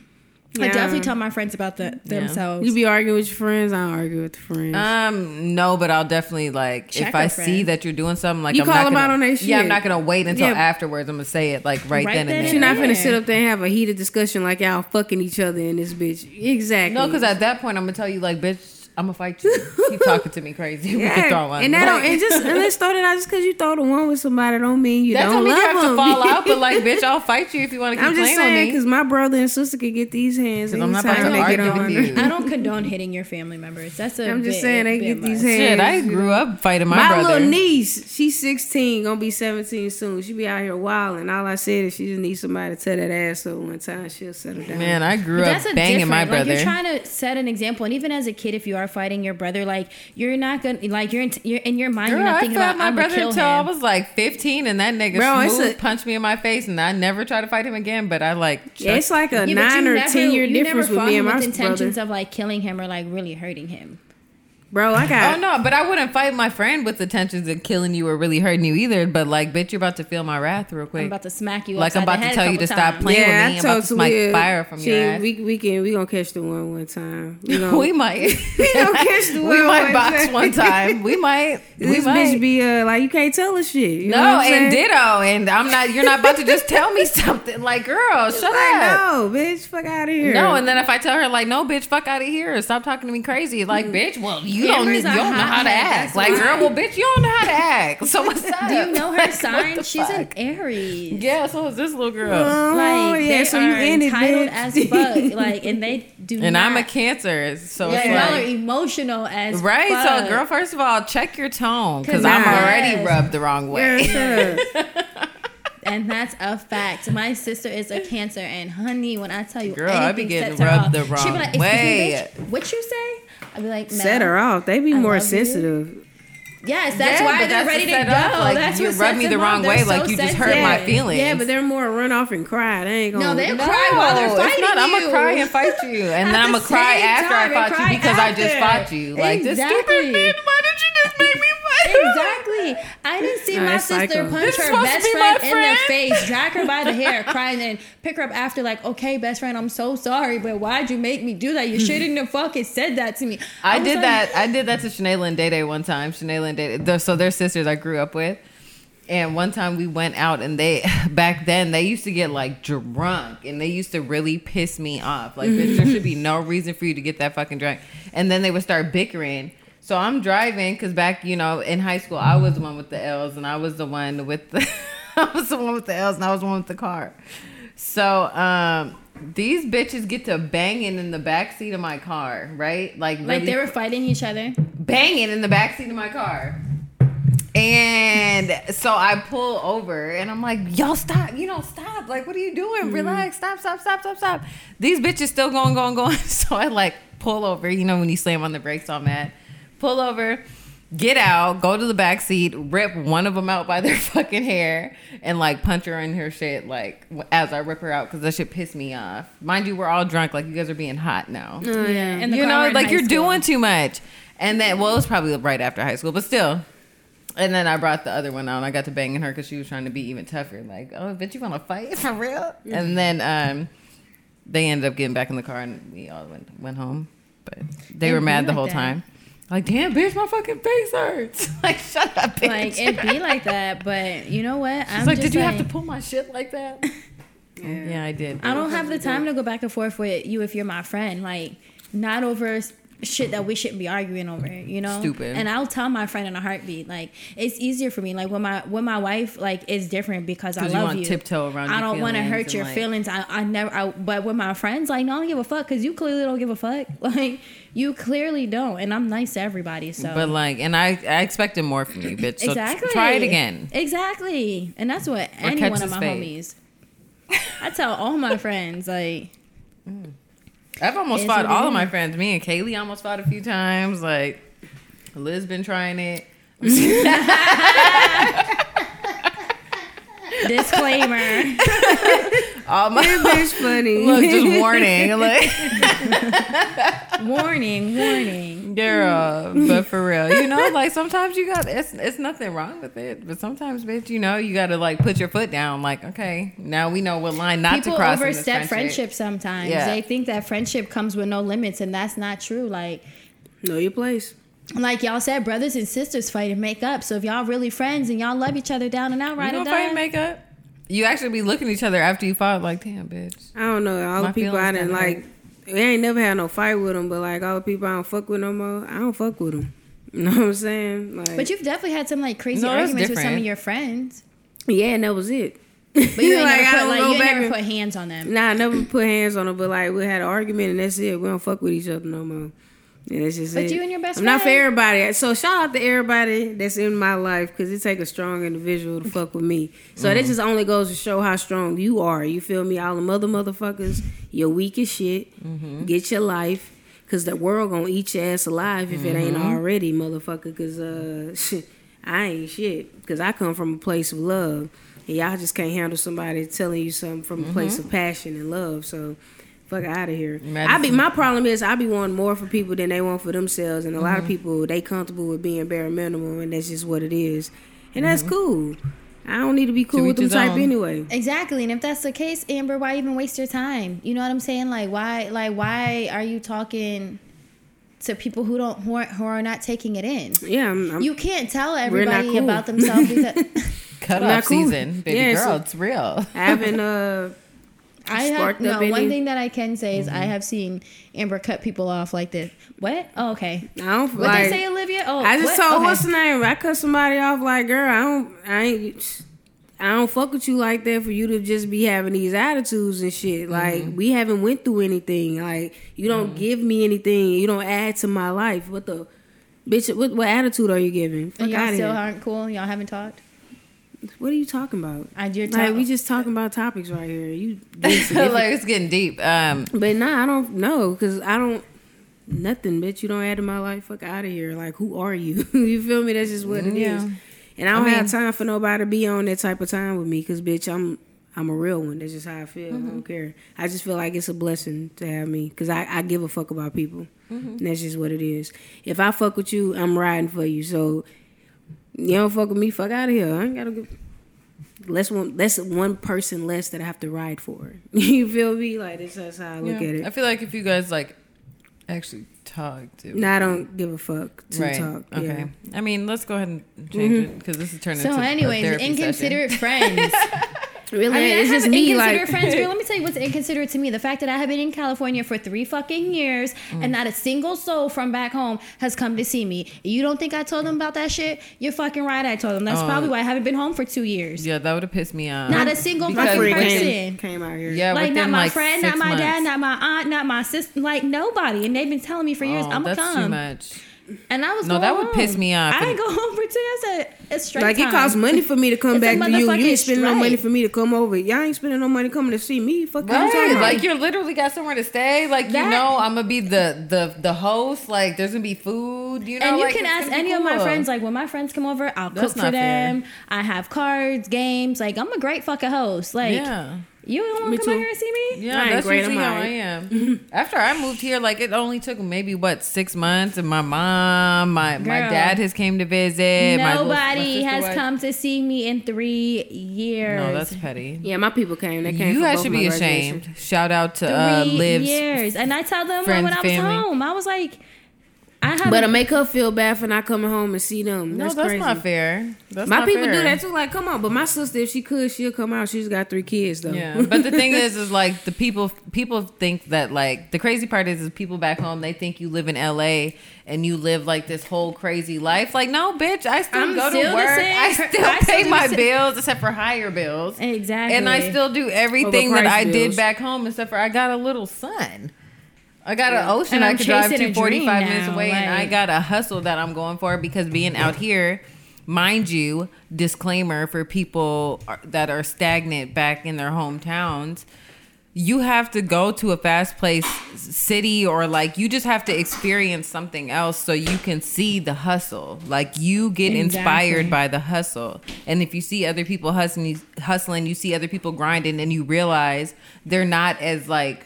[SPEAKER 1] Yeah.
[SPEAKER 2] definitely tell my friends about the, themselves.
[SPEAKER 1] You be arguing with your friends. I don't argue with the friends.
[SPEAKER 3] Um, no, but I'll definitely like
[SPEAKER 2] Check
[SPEAKER 3] if
[SPEAKER 2] her
[SPEAKER 3] I
[SPEAKER 2] friend.
[SPEAKER 3] see that you're doing something like
[SPEAKER 1] You
[SPEAKER 3] I'm
[SPEAKER 1] call
[SPEAKER 3] not
[SPEAKER 1] them
[SPEAKER 3] gonna-
[SPEAKER 1] out on their
[SPEAKER 3] Yeah, I'm
[SPEAKER 1] shit.
[SPEAKER 3] not gonna wait until
[SPEAKER 1] Yeah.
[SPEAKER 3] afterwards. I'm gonna say it like right,
[SPEAKER 2] Right
[SPEAKER 3] then
[SPEAKER 2] then
[SPEAKER 3] and
[SPEAKER 1] She's
[SPEAKER 3] there.
[SPEAKER 2] and
[SPEAKER 1] not finna
[SPEAKER 2] Yeah.
[SPEAKER 1] sit up there and have a heated discussion like y'all fucking each other in this bitch. Exactly.
[SPEAKER 3] No, because at that point I'm gonna tell you like, bitch, I'm gonna fight you.
[SPEAKER 1] (laughs)
[SPEAKER 3] Keep talking to me crazy. (laughs) We can throw
[SPEAKER 1] yeah,
[SPEAKER 3] one.
[SPEAKER 1] and that don't,
[SPEAKER 3] Like,
[SPEAKER 1] and
[SPEAKER 3] (laughs)
[SPEAKER 1] just and let's throw that out. Just because you throw the one with somebody don't mean you
[SPEAKER 3] that
[SPEAKER 1] don't
[SPEAKER 3] don't mean you
[SPEAKER 1] love
[SPEAKER 3] have to
[SPEAKER 1] them.
[SPEAKER 3] fall
[SPEAKER 1] (laughs)
[SPEAKER 3] out, but like, bitch, I'll fight you if you want to keep
[SPEAKER 1] I'm just
[SPEAKER 3] playing
[SPEAKER 1] saying
[SPEAKER 3] with
[SPEAKER 1] because
[SPEAKER 3] me.
[SPEAKER 1] my brother and sister could get these hands.
[SPEAKER 3] 'Cause I'm not about
[SPEAKER 1] anytime
[SPEAKER 3] to
[SPEAKER 1] they get
[SPEAKER 3] argue with
[SPEAKER 1] on
[SPEAKER 3] you.
[SPEAKER 1] her.
[SPEAKER 2] I don't condone hitting your family members. That's a.
[SPEAKER 1] I'm just
[SPEAKER 2] bit-
[SPEAKER 1] saying they
[SPEAKER 2] bit
[SPEAKER 1] get these
[SPEAKER 2] much.
[SPEAKER 1] hands.
[SPEAKER 3] Shit, I grew up fighting my,
[SPEAKER 1] My
[SPEAKER 3] brother.
[SPEAKER 1] little niece, she's 16, gonna be 17 soon. She be out here wilding. All I said is she just needs somebody to tell that ass up one time. She'll settle down.
[SPEAKER 3] Man, I grew
[SPEAKER 2] But
[SPEAKER 3] up
[SPEAKER 2] that's a
[SPEAKER 3] banging
[SPEAKER 2] different.
[SPEAKER 3] my brother.
[SPEAKER 2] Like you're trying to set an example, and even as a kid, if you are fighting your brother, like you're not gonna like you're in, you're in your mind.
[SPEAKER 3] Girl,
[SPEAKER 2] you're not
[SPEAKER 3] I
[SPEAKER 2] thinking
[SPEAKER 3] fought
[SPEAKER 2] about
[SPEAKER 3] my
[SPEAKER 2] I'm
[SPEAKER 3] brother
[SPEAKER 2] kill
[SPEAKER 3] until I
[SPEAKER 2] him.
[SPEAKER 3] was like 15, and that nigga
[SPEAKER 1] Bro, it's
[SPEAKER 3] smooth
[SPEAKER 1] a-
[SPEAKER 3] punched me in my face, and I never tried to fight him again. But I like,
[SPEAKER 1] Yeah, it's like a
[SPEAKER 2] Yeah, but
[SPEAKER 1] nine
[SPEAKER 2] you
[SPEAKER 1] or
[SPEAKER 2] never-
[SPEAKER 1] ten year
[SPEAKER 2] you never
[SPEAKER 1] difference with
[SPEAKER 2] fought
[SPEAKER 1] me
[SPEAKER 2] him
[SPEAKER 1] and my
[SPEAKER 2] with intentions
[SPEAKER 1] brother.
[SPEAKER 2] of like killing him or like really hurting him.
[SPEAKER 1] Bro, I got
[SPEAKER 3] Oh no, but I wouldn't fight my friend with the tensions of killing you or really hurting you either. But like, bitch, you're about to feel my wrath real quick.
[SPEAKER 2] I'm about to smack you.
[SPEAKER 3] Like, I'm
[SPEAKER 2] upside
[SPEAKER 3] about
[SPEAKER 2] the
[SPEAKER 3] to
[SPEAKER 2] head a
[SPEAKER 3] tell you
[SPEAKER 2] couple
[SPEAKER 3] to stop
[SPEAKER 2] times.
[SPEAKER 3] playing.
[SPEAKER 1] yeah,
[SPEAKER 3] with me,
[SPEAKER 1] I
[SPEAKER 3] I'm about
[SPEAKER 1] told
[SPEAKER 3] to smite
[SPEAKER 1] Talia,
[SPEAKER 3] fire from
[SPEAKER 1] she,
[SPEAKER 3] your ass.
[SPEAKER 1] We we can we gonna catch the one one
[SPEAKER 3] (laughs)
[SPEAKER 1] time. We gonna, (laughs)
[SPEAKER 3] we might.
[SPEAKER 1] We gonna
[SPEAKER 3] (laughs)
[SPEAKER 1] catch the
[SPEAKER 3] we
[SPEAKER 1] one
[SPEAKER 3] might
[SPEAKER 1] one (laughs)
[SPEAKER 3] box
[SPEAKER 1] day.
[SPEAKER 3] one time. We might. We
[SPEAKER 1] this
[SPEAKER 3] might.
[SPEAKER 1] bitch be uh, like you can't tell us shit. You know
[SPEAKER 3] no,
[SPEAKER 1] what I'm
[SPEAKER 3] and
[SPEAKER 1] saying?
[SPEAKER 3] ditto. And I'm not. You're not about to just tell me (laughs) something. Like, girl, shut
[SPEAKER 1] like
[SPEAKER 3] up.
[SPEAKER 1] no, bitch, fuck out of here.
[SPEAKER 3] No, and then if I tell her like, "No, bitch, fuck out of here, stop talking to me crazy,"
[SPEAKER 1] Mm.
[SPEAKER 3] like, "Bitch, well, you don't, you
[SPEAKER 2] Amber's
[SPEAKER 3] don't know
[SPEAKER 2] a
[SPEAKER 3] how to
[SPEAKER 2] hothead,
[SPEAKER 3] act."
[SPEAKER 2] that's
[SPEAKER 3] Like,
[SPEAKER 2] why.
[SPEAKER 3] girl, well, bitch, you don't know how to
[SPEAKER 1] (laughs)
[SPEAKER 3] act. So what's up?
[SPEAKER 2] Do you know
[SPEAKER 3] (laughs)
[SPEAKER 2] her sign?
[SPEAKER 3] the
[SPEAKER 2] She's an
[SPEAKER 3] fuck?
[SPEAKER 2] Aries.
[SPEAKER 3] Yeah, so is this little girl,
[SPEAKER 1] oh,
[SPEAKER 2] Like
[SPEAKER 1] yeah,
[SPEAKER 2] they
[SPEAKER 1] so
[SPEAKER 2] are
[SPEAKER 1] you in it,
[SPEAKER 2] entitled
[SPEAKER 1] bitch. (laughs)
[SPEAKER 2] as
[SPEAKER 3] (laughs)
[SPEAKER 2] fuck. Like and they do.
[SPEAKER 3] and
[SPEAKER 2] not,
[SPEAKER 3] I'm a cancer, so
[SPEAKER 2] Yeah,
[SPEAKER 3] it's
[SPEAKER 2] y'all
[SPEAKER 3] like-
[SPEAKER 2] are emotional as
[SPEAKER 3] right.
[SPEAKER 2] Fuck.
[SPEAKER 3] So, girl, first of all, check your tone because
[SPEAKER 2] Cause
[SPEAKER 3] I'm
[SPEAKER 1] nah.
[SPEAKER 3] already
[SPEAKER 2] Yes.
[SPEAKER 3] rubbed the
[SPEAKER 1] (laughs)
[SPEAKER 3] wrong
[SPEAKER 1] Girl,
[SPEAKER 3] way. (laughs)
[SPEAKER 1] shut up.
[SPEAKER 2] and that's a fact. My sister is a Cancer, and honey, when I tell you,
[SPEAKER 3] Girl, I be
[SPEAKER 2] anything
[SPEAKER 3] getting
[SPEAKER 2] sets her
[SPEAKER 3] rubbed
[SPEAKER 2] off,
[SPEAKER 3] the
[SPEAKER 2] she be
[SPEAKER 3] wrong
[SPEAKER 2] like, "Excuse me,
[SPEAKER 3] way."
[SPEAKER 2] bitch, what you say? I'd be like, "Ma'am."
[SPEAKER 1] Set her off. They be
[SPEAKER 2] I
[SPEAKER 1] more
[SPEAKER 2] love you.
[SPEAKER 1] sensitive.
[SPEAKER 2] Yes, that's
[SPEAKER 3] Yeah, but
[SPEAKER 2] why
[SPEAKER 3] that's
[SPEAKER 2] they're ready
[SPEAKER 3] the
[SPEAKER 2] to
[SPEAKER 3] set
[SPEAKER 2] go.
[SPEAKER 3] off, like,
[SPEAKER 2] that's
[SPEAKER 3] you
[SPEAKER 2] what
[SPEAKER 3] rubbed
[SPEAKER 2] sets
[SPEAKER 3] me the
[SPEAKER 2] them
[SPEAKER 3] wrong
[SPEAKER 2] off. They're
[SPEAKER 3] way,
[SPEAKER 2] so
[SPEAKER 3] like, you just hurt
[SPEAKER 2] sensitive.
[SPEAKER 3] my feelings.
[SPEAKER 1] Yeah, but they're more run off and cry. They ain't gonna.
[SPEAKER 2] No, (laughs) they cry while they're fighting
[SPEAKER 3] I'm
[SPEAKER 2] you.
[SPEAKER 3] gonna cry and fight
[SPEAKER 2] (laughs)
[SPEAKER 3] you, and then
[SPEAKER 2] At
[SPEAKER 3] I'm
[SPEAKER 2] the
[SPEAKER 3] gonna cry
[SPEAKER 2] same
[SPEAKER 3] after I
[SPEAKER 2] time,
[SPEAKER 3] fought
[SPEAKER 2] and
[SPEAKER 3] you
[SPEAKER 2] cry
[SPEAKER 3] because I just
[SPEAKER 2] after.
[SPEAKER 3] fought you. Like this
[SPEAKER 2] Exactly.
[SPEAKER 3] stupid bitch. Why did you just make me fight? her?
[SPEAKER 2] Exactly. I didn't see
[SPEAKER 3] (laughs)
[SPEAKER 1] No,
[SPEAKER 2] my
[SPEAKER 1] it's
[SPEAKER 2] sister
[SPEAKER 1] psycho.
[SPEAKER 2] punch
[SPEAKER 3] This is
[SPEAKER 2] her
[SPEAKER 3] supposed to
[SPEAKER 2] best
[SPEAKER 3] be
[SPEAKER 2] friend,
[SPEAKER 3] my
[SPEAKER 2] in the
[SPEAKER 3] friend?
[SPEAKER 2] face, drag her by the
[SPEAKER 3] (laughs)
[SPEAKER 2] hair, crying, and pick her up after, like, okay, best friend, I'm so sorry, but why'd you make me do that?
[SPEAKER 3] (laughs)
[SPEAKER 2] You shouldn't have fucking said that to me.
[SPEAKER 3] I,
[SPEAKER 2] was
[SPEAKER 3] did
[SPEAKER 2] like,
[SPEAKER 3] that. I did that to Shanaela and Day Day one time. Shanaela and Day Day, so they're sisters I grew up with. And one time we went out and they (laughs) back then they used to get like drunk and they used to really piss me off. Like bitch, there should be no reason for you to get that fucking drunk. And then they would start bickering. So I'm driving because back, you know, in high school I was the one with the L's and I was the one with the (laughs) I was the one with the L's and I was the one with the car. So um these bitches get to banging in the back seat of my car, right? Like
[SPEAKER 2] Like,
[SPEAKER 3] really
[SPEAKER 2] they were fighting each other.
[SPEAKER 3] banging in the backseat of my car. And so I pull over and I'm like, yo, stop. You know, stop. Like, what are you doing? Relax. Stop, stop, stop, stop, stop. These bitches still going, going, going. (laughs) So I like pull over. You know, when you slam on the brakes, I'm at. Pull over, get out, go to the back seat, rip one of them out by (laughs) their fucking hair, and like punch her in her shit, like as I rip her out, because that shit pissed me off. Mind you, we're all drunk. Like, you guys are being hot now
[SPEAKER 2] Yeah. And
[SPEAKER 3] you know, like you're doing too much. And then, well, it was probably right after high school, but still. And then I brought the other one out. And I got to banging her because she was trying to be even tougher. Like, oh, bitch, you want to fight (laughs) for real? And then um, they ended up getting back in the car, and we all went went home. But they
[SPEAKER 2] It
[SPEAKER 3] were
[SPEAKER 2] be
[SPEAKER 3] mad the
[SPEAKER 2] like
[SPEAKER 3] whole
[SPEAKER 2] that.
[SPEAKER 3] time. Like, damn, bitch, my fucking face hurts. (laughs) like, shut up, bitch.
[SPEAKER 2] Like, it'd be like
[SPEAKER 3] (laughs)
[SPEAKER 2] that, but you know what?
[SPEAKER 3] She's
[SPEAKER 2] I'm
[SPEAKER 3] like,
[SPEAKER 2] just
[SPEAKER 3] did you have to pull my shit like
[SPEAKER 2] (laughs)
[SPEAKER 3] that? yeah. I did.
[SPEAKER 2] I don't have the time to go back and forth with you if you're my friend. Like, not over s- shit that we shouldn't be arguing over. You know,
[SPEAKER 3] Stupid.
[SPEAKER 2] And I'll tell my friend in a heartbeat. Like, it's easier for me. Like when my when my wife like is different because I
[SPEAKER 3] 'Cause you
[SPEAKER 2] love
[SPEAKER 3] wanna tiptoe around
[SPEAKER 2] I
[SPEAKER 3] your
[SPEAKER 2] don't want to
[SPEAKER 3] feelings
[SPEAKER 2] hurt
[SPEAKER 3] and,
[SPEAKER 2] your
[SPEAKER 3] like-
[SPEAKER 2] feelings. I, I never. I, but with my friends, like, no, I don't give a fuck because you clearly don't give a fuck. (laughs) Like, you clearly don't. And I'm nice to everybody. So.
[SPEAKER 3] But like, and I I expected more from you, bitch. So exactly. try it again.
[SPEAKER 2] Exactly. And that's what any
[SPEAKER 3] catch
[SPEAKER 2] one of
[SPEAKER 3] the
[SPEAKER 2] my
[SPEAKER 3] spade.
[SPEAKER 2] homies. I tell
[SPEAKER 3] (laughs)
[SPEAKER 2] all my friends, like, (laughs)
[SPEAKER 3] I've almost
[SPEAKER 2] Is what
[SPEAKER 3] fought
[SPEAKER 2] it
[SPEAKER 3] all of
[SPEAKER 2] is.
[SPEAKER 3] my friends. Me and Kaylee almost fought a few times. Like Liz been trying it.
[SPEAKER 2] Disclaimer.
[SPEAKER 3] All my
[SPEAKER 1] That's funny. (laughs)
[SPEAKER 2] (laughs)
[SPEAKER 3] look, just warning, like
[SPEAKER 2] warning, warning.
[SPEAKER 3] girl. But for real, you know, like sometimes you got it's it's nothing wrong with it, but sometimes, bitch, you know, you got to like put your foot down. Like, okay, now we know what line not
[SPEAKER 2] People
[SPEAKER 3] to cross. in this
[SPEAKER 2] overstep friendship sometimes.
[SPEAKER 3] Yeah.
[SPEAKER 2] They think that friendship comes with no limits, and that's not true. Like,
[SPEAKER 1] know your place.
[SPEAKER 2] like y'all said, brothers and sisters fight and make up. So if y'all really friends and y'all love each other down and out,
[SPEAKER 3] You
[SPEAKER 2] right or
[SPEAKER 3] don't fight
[SPEAKER 2] die,
[SPEAKER 3] makeup. You actually be looking at each other after you fought, like, damn, bitch.
[SPEAKER 1] I don't know. All
[SPEAKER 3] My
[SPEAKER 1] the people I
[SPEAKER 3] feelings
[SPEAKER 1] didn't
[SPEAKER 3] kinda
[SPEAKER 1] like, we ain't never had no fight with them, but like all the people I don't fuck with no more, I don't fuck with them. (laughs) You know what I'm saying? Like,
[SPEAKER 2] but you've definitely had some like crazy
[SPEAKER 3] No, that's
[SPEAKER 2] arguments with some of
[SPEAKER 3] different.
[SPEAKER 2] your friends.
[SPEAKER 3] (laughs)
[SPEAKER 1] yeah, and that was it.
[SPEAKER 2] But
[SPEAKER 1] (laughs)
[SPEAKER 2] you ain't never, put,
[SPEAKER 1] don't
[SPEAKER 2] like,
[SPEAKER 1] go
[SPEAKER 2] you ain't
[SPEAKER 1] back
[SPEAKER 2] never
[SPEAKER 1] and-
[SPEAKER 2] put hands on them.
[SPEAKER 1] Nah, I never put hands on them, but like we had an argument and that's it. We don't fuck with each other no more. And that's just
[SPEAKER 2] But
[SPEAKER 1] it.
[SPEAKER 2] you and your best
[SPEAKER 1] I'm not for
[SPEAKER 2] friend.
[SPEAKER 1] everybody. So shout out to everybody that's in my life because it take a strong individual to fuck with me. So that just only goes to show how strong you are. You feel me? All the mother motherfuckers, you're weak as shit. Get your life. Cause the world gonna eat your ass alive if it ain't already, motherfucker. Cause uh, I ain't shit. Cause I come from a place of love, and y'all just can't handle somebody telling you something from a place of passion and love. So fuck out of here. I be my problem is I be wanting more for people than they want for themselves, and a lot of people they comfortable with being bare minimum, and that's just what it is, and that's cool. I don't need to be cool
[SPEAKER 3] each
[SPEAKER 1] with them
[SPEAKER 3] his
[SPEAKER 1] type
[SPEAKER 3] own.
[SPEAKER 1] anyway.
[SPEAKER 2] Exactly. And if that's the case, Amber, why even waste your time? You know what I'm saying? Like why like why are you talking to people who don't who are, who are not taking it in?
[SPEAKER 1] Yeah, I'm, I'm,
[SPEAKER 2] You can't tell
[SPEAKER 1] We're not
[SPEAKER 2] everybody
[SPEAKER 1] cool.
[SPEAKER 2] about
[SPEAKER 1] (laughs)
[SPEAKER 2] themselves because
[SPEAKER 3] Cut
[SPEAKER 1] Not
[SPEAKER 3] off
[SPEAKER 1] cool.
[SPEAKER 3] season, baby
[SPEAKER 1] Yeah,
[SPEAKER 3] girl.
[SPEAKER 1] so-
[SPEAKER 3] it's real. (laughs)
[SPEAKER 1] I haven't uh
[SPEAKER 2] I
[SPEAKER 1] Sparked
[SPEAKER 2] have, no
[SPEAKER 1] up any-
[SPEAKER 2] one thing that I can say is I
[SPEAKER 1] Mm-hmm.
[SPEAKER 2] have seen Amber cut people off like this. What? Oh, okay.
[SPEAKER 1] I don't
[SPEAKER 2] What
[SPEAKER 1] like.
[SPEAKER 2] they say, Olivia? Oh,
[SPEAKER 1] I just
[SPEAKER 2] what?
[SPEAKER 1] told
[SPEAKER 2] Okay.
[SPEAKER 1] what's the name. I cut somebody off like, girl, I don't, I ain't, I don't fuck with you like that for you to just be having these attitudes and shit. Like
[SPEAKER 2] Mm-hmm.
[SPEAKER 1] we haven't went through anything. Like you don't give me anything. You don't add to my life. What the bitch? What what attitude are you giving? Fuck
[SPEAKER 2] And y'all
[SPEAKER 1] outta
[SPEAKER 2] still
[SPEAKER 1] here.
[SPEAKER 2] aren't cool. Y'all haven't talked.
[SPEAKER 1] What are you talking about?
[SPEAKER 2] I your
[SPEAKER 1] Like
[SPEAKER 2] talk-
[SPEAKER 1] we just talking about topics right here.
[SPEAKER 2] (laughs)
[SPEAKER 1] You,
[SPEAKER 3] like it's getting deep. Um,
[SPEAKER 1] but nah, I don't know because I don't. Nothing, bitch. You don't add to my life. Fuck out of here. Like, who are you? (laughs) you feel me? That's just what it is.
[SPEAKER 3] Yeah.
[SPEAKER 1] And I don't have time for nobody to be on that type of time with me because, bitch, I'm I'm a real one. That's just how I feel.
[SPEAKER 3] Mm-hmm.
[SPEAKER 1] I don't care. I just feel like it's a blessing to have me because I, I give a fuck about people.
[SPEAKER 3] Mm-hmm.
[SPEAKER 1] And that's just what it is. If I fuck with you, I'm riding for you. So you don't fuck with me, fuck out of here. I ain't gotta give less one less one person less that I have to ride for. (laughs) you feel me? Like that's just how I look
[SPEAKER 3] yeah.
[SPEAKER 1] at it.
[SPEAKER 3] I feel like if you guys like actually talked, it
[SPEAKER 1] No, I don't give a fuck to
[SPEAKER 3] right.
[SPEAKER 1] talk.
[SPEAKER 3] Okay.
[SPEAKER 1] Yeah. Mm-hmm.
[SPEAKER 3] I mean, let's go ahead and change it because this is turning
[SPEAKER 2] So,
[SPEAKER 3] into a
[SPEAKER 2] anyways,
[SPEAKER 1] (laughs)
[SPEAKER 3] therapy
[SPEAKER 2] inconsiderate friends.
[SPEAKER 1] Really,
[SPEAKER 2] I mean,
[SPEAKER 1] it's
[SPEAKER 2] I have
[SPEAKER 1] just me.
[SPEAKER 2] inconsiderate
[SPEAKER 1] Like, (laughs)
[SPEAKER 2] friends. Girl, let me tell you what's inconsiderate to me: the fact that I have been in California for three fucking years,
[SPEAKER 1] Mm.
[SPEAKER 2] and not a single soul from back home has come to see me. You don't think I told them about that shit? You're fucking right. I told them. That's
[SPEAKER 3] Oh.
[SPEAKER 2] probably why I haven't been home for two years.
[SPEAKER 3] Session. Yeah, that would have pissed me off.
[SPEAKER 2] Not a single
[SPEAKER 1] my
[SPEAKER 2] fucking
[SPEAKER 1] friend
[SPEAKER 2] person.
[SPEAKER 1] came, came out here.
[SPEAKER 3] yeah,
[SPEAKER 2] like not
[SPEAKER 3] within,
[SPEAKER 2] my
[SPEAKER 3] like,
[SPEAKER 2] friend, not
[SPEAKER 3] six
[SPEAKER 2] my dad,
[SPEAKER 3] months.
[SPEAKER 2] not my aunt, not my sister, like nobody. And they've been telling me for years,
[SPEAKER 3] Oh,
[SPEAKER 2] I'm gonna
[SPEAKER 3] that's
[SPEAKER 2] come.
[SPEAKER 3] too much.
[SPEAKER 2] And I was
[SPEAKER 3] No,
[SPEAKER 2] going
[SPEAKER 3] that would
[SPEAKER 2] home.
[SPEAKER 3] piss me off.
[SPEAKER 2] I didn't go home for two. I said it's straight.
[SPEAKER 1] Like it
[SPEAKER 2] time.
[SPEAKER 1] costs money for me to come
[SPEAKER 2] It's
[SPEAKER 1] back
[SPEAKER 2] a
[SPEAKER 1] to you. You
[SPEAKER 2] motherfucking
[SPEAKER 1] ain't spending no
[SPEAKER 2] strike.
[SPEAKER 1] money for me to come over. Y'all ain't spending no money coming to see me. Fuck you talking
[SPEAKER 3] Right,
[SPEAKER 1] about?
[SPEAKER 3] like you're literally got somewhere to stay. Like
[SPEAKER 2] That-
[SPEAKER 3] you know, I'm gonna be the the the host. Like there's gonna be food. You know,
[SPEAKER 2] and you
[SPEAKER 3] like,
[SPEAKER 2] can
[SPEAKER 3] it's
[SPEAKER 2] ask
[SPEAKER 3] gonna be
[SPEAKER 2] any of my
[SPEAKER 3] cool.
[SPEAKER 2] friends. Like when my friends come over, I'll
[SPEAKER 3] That's
[SPEAKER 2] cook for
[SPEAKER 3] not fair.
[SPEAKER 2] them. I have cards, games. Like I'm a great fucking host. Like
[SPEAKER 3] yeah,
[SPEAKER 2] you don't want
[SPEAKER 1] Me
[SPEAKER 2] to come out
[SPEAKER 1] too.
[SPEAKER 2] here and see me.
[SPEAKER 3] yeah,
[SPEAKER 1] I ain't
[SPEAKER 3] that's
[SPEAKER 1] great,
[SPEAKER 3] usually
[SPEAKER 1] I'm
[SPEAKER 3] how
[SPEAKER 1] all
[SPEAKER 3] I
[SPEAKER 1] right. (laughs)
[SPEAKER 3] am. After I moved here, like it only took maybe what six months, and my mom, my my
[SPEAKER 2] Girl.
[SPEAKER 3] dad has came to visit. my little- my
[SPEAKER 2] Nobody
[SPEAKER 3] sister
[SPEAKER 2] has
[SPEAKER 3] was-
[SPEAKER 2] come to see me in three years.
[SPEAKER 3] No, that's petty.
[SPEAKER 1] yeah, my people came. They came.
[SPEAKER 3] You
[SPEAKER 1] for
[SPEAKER 3] guys
[SPEAKER 1] both
[SPEAKER 3] should
[SPEAKER 1] my
[SPEAKER 3] be
[SPEAKER 1] graduations.
[SPEAKER 3] ashamed. Shout out to
[SPEAKER 2] three
[SPEAKER 3] uh, Liv's
[SPEAKER 2] years. And I tell them like,
[SPEAKER 3] friends,
[SPEAKER 2] when I was
[SPEAKER 3] family.
[SPEAKER 2] home, I was like, I have.
[SPEAKER 1] But to make her feel bad for not coming home and see them.
[SPEAKER 3] No,
[SPEAKER 1] That's
[SPEAKER 3] that's,
[SPEAKER 1] crazy.
[SPEAKER 3] not fair. That's
[SPEAKER 1] My
[SPEAKER 3] not
[SPEAKER 1] people
[SPEAKER 3] fair.
[SPEAKER 1] do that too. Like, come on. But my sister, if she could, she'll come out. She's got three kids though.
[SPEAKER 3] Yeah, but
[SPEAKER 1] (laughs)
[SPEAKER 3] the thing is, is like the people people think that like the crazy part is, is people back home they think you live in L.A. and you live like this whole crazy life. Like, no, bitch, I still
[SPEAKER 2] I'm
[SPEAKER 3] go
[SPEAKER 2] still
[SPEAKER 3] to
[SPEAKER 2] the
[SPEAKER 3] work.
[SPEAKER 2] same
[SPEAKER 3] I
[SPEAKER 2] per-
[SPEAKER 3] still
[SPEAKER 2] I still
[SPEAKER 3] pay
[SPEAKER 2] do
[SPEAKER 3] my
[SPEAKER 2] the sa-
[SPEAKER 3] bills except for higher bilbills.
[SPEAKER 2] Exactly.
[SPEAKER 3] And I still do everything that
[SPEAKER 1] Overpriced
[SPEAKER 3] I
[SPEAKER 1] bills.
[SPEAKER 3] did back home, except for I got a little son. I got an ocean
[SPEAKER 2] And
[SPEAKER 3] I
[SPEAKER 2] I'm
[SPEAKER 3] could drive
[SPEAKER 2] chasing a
[SPEAKER 3] to 45
[SPEAKER 2] dream
[SPEAKER 3] minutes
[SPEAKER 2] now,
[SPEAKER 3] away, and I
[SPEAKER 2] like-
[SPEAKER 3] got a hustle that I'm going for because being out here, mind you, disclaimer for people are- that are stagnant back in their hometowns, you have to go to a fast paced city or like you just have to experience something else so you can see the hustle. Like you get
[SPEAKER 2] Exactly.
[SPEAKER 3] inspired by the hustle. And if you see other people hustling, you- hustling, you see other people grinding and you realize they're not as like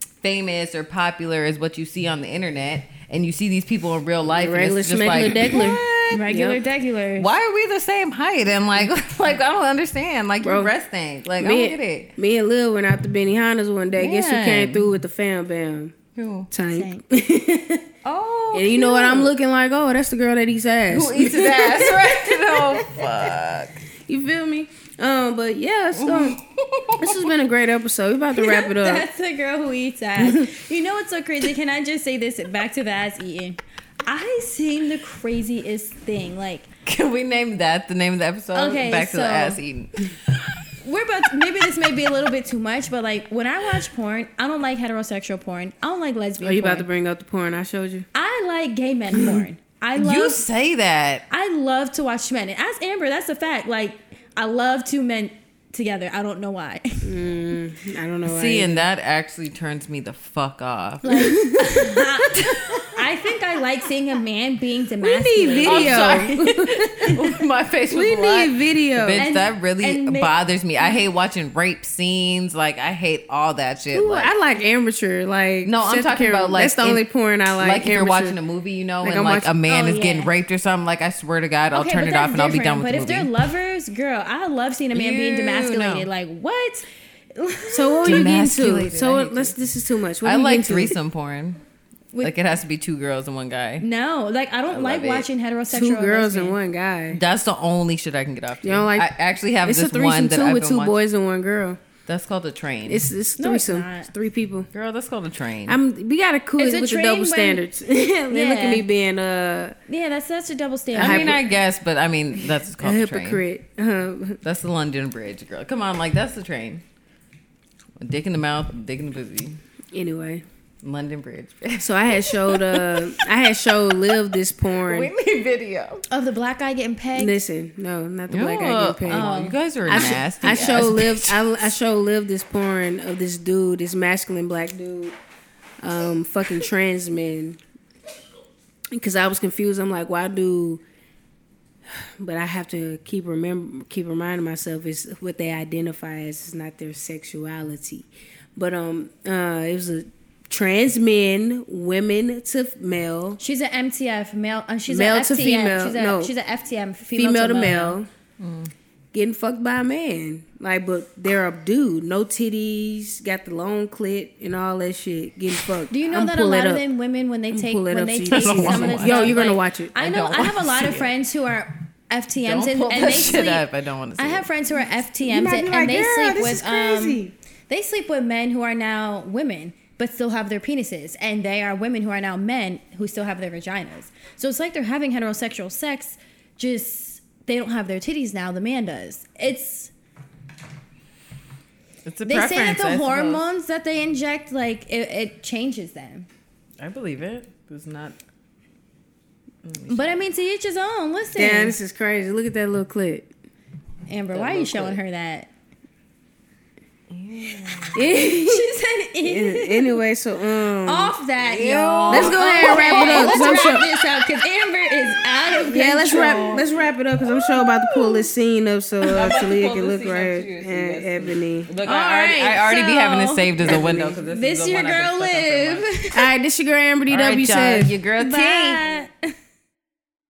[SPEAKER 3] famous or popular as what you see on the internet and you see these people in real life and
[SPEAKER 1] Regular
[SPEAKER 3] it's just
[SPEAKER 1] smegular
[SPEAKER 3] like
[SPEAKER 1] degular.
[SPEAKER 3] "What?
[SPEAKER 2] Regular
[SPEAKER 1] Yep.
[SPEAKER 2] degular.
[SPEAKER 3] why are we the same height and like (laughs) like I don't understand like
[SPEAKER 1] Bro.
[SPEAKER 3] you're resting like I
[SPEAKER 1] me,
[SPEAKER 3] don't get it
[SPEAKER 1] me and Lil went out to Benihana's one day. Guess who came
[SPEAKER 3] Man.
[SPEAKER 1] through with the fam bam tank? (laughs)
[SPEAKER 3] oh
[SPEAKER 1] and you know what? I'm looking like, oh, that's the girl that eats ass.
[SPEAKER 3] who eats his (laughs) ass
[SPEAKER 2] (laughs)
[SPEAKER 3] right oh fuck
[SPEAKER 1] (laughs) You feel me? Um, but yeah, so this has been a great episode. We're about to wrap it up.
[SPEAKER 2] That's the girl who eats ass. you know what's so crazy? Can I just say this back to the ass eating? I seen the craziest thing. Like
[SPEAKER 3] can we name that the name of the episode
[SPEAKER 2] Okay,
[SPEAKER 3] back to
[SPEAKER 2] so-
[SPEAKER 3] the ass eating
[SPEAKER 2] (laughs) we're about to- maybe this may be a little bit too much, but like when I watch porn, I don't like heterosexual porn. I don't like lesbian.
[SPEAKER 1] Are Oh, you
[SPEAKER 2] porn.
[SPEAKER 1] about to bring up the porn I showed you?
[SPEAKER 2] I like gay men porn. I love.
[SPEAKER 3] you say that
[SPEAKER 2] I love to watch men. And as Amber, that's a fact. Like I love two men together. I don't know why.
[SPEAKER 1] Mm. I don't know. why.
[SPEAKER 3] see and that actually turns me the fuck
[SPEAKER 2] (laughs)
[SPEAKER 3] off
[SPEAKER 2] I think I like seeing a man being
[SPEAKER 1] we
[SPEAKER 2] demasculated.
[SPEAKER 1] need video.
[SPEAKER 3] (laughs) my face was
[SPEAKER 1] we
[SPEAKER 3] black.
[SPEAKER 1] need video.
[SPEAKER 3] Bitch,
[SPEAKER 2] And-
[SPEAKER 3] that really
[SPEAKER 2] and ma-
[SPEAKER 3] bothers me. I hate watching rape scenes. Like, I hate all that shit.
[SPEAKER 1] Ooh,
[SPEAKER 3] like,
[SPEAKER 1] I like amateur. Like
[SPEAKER 3] No, I'm
[SPEAKER 1] set the
[SPEAKER 3] talking
[SPEAKER 1] camera.
[SPEAKER 3] about, like,
[SPEAKER 1] that's the only
[SPEAKER 3] in-
[SPEAKER 1] porn I like.
[SPEAKER 3] like if you're
[SPEAKER 1] amateur.
[SPEAKER 3] watching a movie, you know,
[SPEAKER 1] Like, I'm
[SPEAKER 3] and like
[SPEAKER 1] watching-
[SPEAKER 3] a man
[SPEAKER 2] Oh,
[SPEAKER 3] is getting
[SPEAKER 2] yeah.
[SPEAKER 3] raped or something. Like, I swear to God, I'll
[SPEAKER 2] Okay,
[SPEAKER 3] turn
[SPEAKER 2] but
[SPEAKER 3] it off
[SPEAKER 2] that's
[SPEAKER 3] and I'll be
[SPEAKER 2] different.
[SPEAKER 3] done with
[SPEAKER 2] But
[SPEAKER 3] the
[SPEAKER 2] if
[SPEAKER 3] movie.
[SPEAKER 2] they're lovers, girl, I love seeing a man being
[SPEAKER 3] You know.
[SPEAKER 2] demasculated. Like what?
[SPEAKER 1] So what were you getting to?
[SPEAKER 3] Demasculated.
[SPEAKER 1] So
[SPEAKER 3] I hate
[SPEAKER 1] let's. This is too much. What
[SPEAKER 3] I
[SPEAKER 1] are you
[SPEAKER 3] like
[SPEAKER 1] getting to?
[SPEAKER 3] threesome porn.
[SPEAKER 2] With-
[SPEAKER 3] like, it has to be two girls and one guy.
[SPEAKER 2] (laughs) No, like I don't like
[SPEAKER 3] love it.
[SPEAKER 2] watching heterosexual.
[SPEAKER 1] Two girls
[SPEAKER 2] lesbian.
[SPEAKER 1] and one guy.
[SPEAKER 3] That's the only shit I can get off. To.
[SPEAKER 1] You don't like-
[SPEAKER 3] I actually have
[SPEAKER 1] It's a
[SPEAKER 3] this one
[SPEAKER 1] threesome
[SPEAKER 3] that
[SPEAKER 1] too
[SPEAKER 3] I've
[SPEAKER 1] with
[SPEAKER 3] been
[SPEAKER 1] two
[SPEAKER 3] watching.
[SPEAKER 1] boys and one girl.
[SPEAKER 3] That's called a train.
[SPEAKER 1] It's it's
[SPEAKER 2] No, it's
[SPEAKER 1] threesome.
[SPEAKER 2] not.
[SPEAKER 1] It's three people.
[SPEAKER 3] Girl, that's called a train.
[SPEAKER 1] I'm. We gotta cool
[SPEAKER 2] It's
[SPEAKER 1] it
[SPEAKER 2] a
[SPEAKER 1] with the
[SPEAKER 2] train
[SPEAKER 1] double
[SPEAKER 2] when-
[SPEAKER 1] standards. (laughs) they look at
[SPEAKER 2] Yeah.
[SPEAKER 1] me being uh,
[SPEAKER 2] Yeah, that's such a double
[SPEAKER 3] I
[SPEAKER 2] standard.
[SPEAKER 1] I-
[SPEAKER 3] mean, I guess, but I mean, that's
[SPEAKER 1] a
[SPEAKER 3] called a train.
[SPEAKER 1] hypocrite. Um,
[SPEAKER 3] That's the London Bridge, girl. Come on, like that's the train. Dick in the mouth, dick in the pussy.
[SPEAKER 1] Uh, anyway,
[SPEAKER 3] London Bridge. (laughs)
[SPEAKER 1] so I had showed
[SPEAKER 2] (laughs)
[SPEAKER 1] uh, I had showed live this porn.
[SPEAKER 3] need video.
[SPEAKER 2] of the black guy getting pegged.
[SPEAKER 1] Listen, no, not the
[SPEAKER 3] Oh,
[SPEAKER 1] black guy getting paid.
[SPEAKER 3] oh, you guys are
[SPEAKER 1] I, sh-
[SPEAKER 3] nasty.
[SPEAKER 1] I
[SPEAKER 3] ass
[SPEAKER 1] show live.
[SPEAKER 3] bitches.
[SPEAKER 1] I, I show live this porn of this dude, this masculine black dude, um, fucking trans men. Because I was confused. I'm like, why do? But I have to keep remember, keep reminding myself it's what they identify as. It's not their sexuality. But um, uh, it was a trans men, women to f- male,
[SPEAKER 2] She's an MTF male. Uh, she's
[SPEAKER 1] Male
[SPEAKER 2] a
[SPEAKER 1] to
[SPEAKER 2] FTM.
[SPEAKER 1] female,
[SPEAKER 2] She's a,
[SPEAKER 1] no.
[SPEAKER 2] she's a FTM.
[SPEAKER 1] female, to male, getting fucked by a man. Like, but they're a dude, no titties, got the long clit and all that shit, getting fucked.
[SPEAKER 2] Do you know
[SPEAKER 1] I'ma
[SPEAKER 2] that a
[SPEAKER 1] pull
[SPEAKER 2] lot
[SPEAKER 1] it
[SPEAKER 2] of
[SPEAKER 1] up.
[SPEAKER 2] them women when they take
[SPEAKER 1] pull it
[SPEAKER 2] when
[SPEAKER 1] up
[SPEAKER 2] they
[SPEAKER 1] so you
[SPEAKER 2] take
[SPEAKER 1] can
[SPEAKER 2] some
[SPEAKER 1] see
[SPEAKER 2] of
[SPEAKER 1] it.
[SPEAKER 2] this
[SPEAKER 1] Yo, you're gonna
[SPEAKER 2] like,
[SPEAKER 1] watch it.
[SPEAKER 2] I
[SPEAKER 3] I
[SPEAKER 2] know.
[SPEAKER 3] don't
[SPEAKER 2] I, have a
[SPEAKER 3] wanna
[SPEAKER 2] lot
[SPEAKER 3] see
[SPEAKER 2] of
[SPEAKER 3] it.
[SPEAKER 2] friends who are FTMs
[SPEAKER 3] Don't
[SPEAKER 2] and,
[SPEAKER 3] pull
[SPEAKER 2] and
[SPEAKER 3] that
[SPEAKER 2] they
[SPEAKER 3] shit
[SPEAKER 2] sleep.
[SPEAKER 3] up. I don't want to see
[SPEAKER 2] I have
[SPEAKER 3] it.
[SPEAKER 2] friends who are
[SPEAKER 1] You
[SPEAKER 2] FTMs
[SPEAKER 1] might be
[SPEAKER 2] and,
[SPEAKER 1] like,
[SPEAKER 2] they
[SPEAKER 1] "Girl,
[SPEAKER 2] sleep
[SPEAKER 1] this
[SPEAKER 2] with
[SPEAKER 1] is crazy."
[SPEAKER 2] um they sleep with men who are now women but still have their penises and they are women who are now men who still have their vaginas. So it's like they're having heterosexual sex just they don't have their titties now the man does. It's
[SPEAKER 3] It's a
[SPEAKER 2] they say that
[SPEAKER 3] preference, I
[SPEAKER 2] the
[SPEAKER 3] suppose.
[SPEAKER 2] hormones that they inject like it, it changes them.
[SPEAKER 3] I believe it. It's not.
[SPEAKER 2] But I mean to each his own. Listen.
[SPEAKER 1] Damn, this is crazy. Look at that little clit.
[SPEAKER 2] Amber,
[SPEAKER 3] That
[SPEAKER 2] why are you
[SPEAKER 3] little
[SPEAKER 2] showing
[SPEAKER 3] clip.
[SPEAKER 2] her that?
[SPEAKER 1] Yeah.
[SPEAKER 2] (laughs) She said
[SPEAKER 1] anyway, so um,
[SPEAKER 2] off that, y'all.
[SPEAKER 1] let's go ahead and wrap it up. 'cause I'm
[SPEAKER 2] Let's
[SPEAKER 1] sure.
[SPEAKER 2] wrap this up because Amber is out of control.
[SPEAKER 1] Yeah, let's wrap let's wrap it up because I'm sure I'm about to pull this scene up so uh,
[SPEAKER 3] about to
[SPEAKER 1] Talia
[SPEAKER 3] pull
[SPEAKER 1] can
[SPEAKER 3] this
[SPEAKER 1] look
[SPEAKER 3] scene up
[SPEAKER 1] right
[SPEAKER 3] too,
[SPEAKER 1] at
[SPEAKER 3] so you guys can-
[SPEAKER 1] Ebony.
[SPEAKER 3] Look,
[SPEAKER 2] All
[SPEAKER 3] I already,
[SPEAKER 2] right,
[SPEAKER 3] I already be having
[SPEAKER 2] so-
[SPEAKER 3] this saved as a window because this,
[SPEAKER 2] This
[SPEAKER 3] is the
[SPEAKER 2] your
[SPEAKER 3] one I've been
[SPEAKER 2] girl
[SPEAKER 3] stuck on for a month.
[SPEAKER 2] live.
[SPEAKER 1] All right, this your girl Amber DW
[SPEAKER 3] All right, y'all,
[SPEAKER 1] said.
[SPEAKER 3] your girl T.
[SPEAKER 2] Bye.
[SPEAKER 3] (laughs)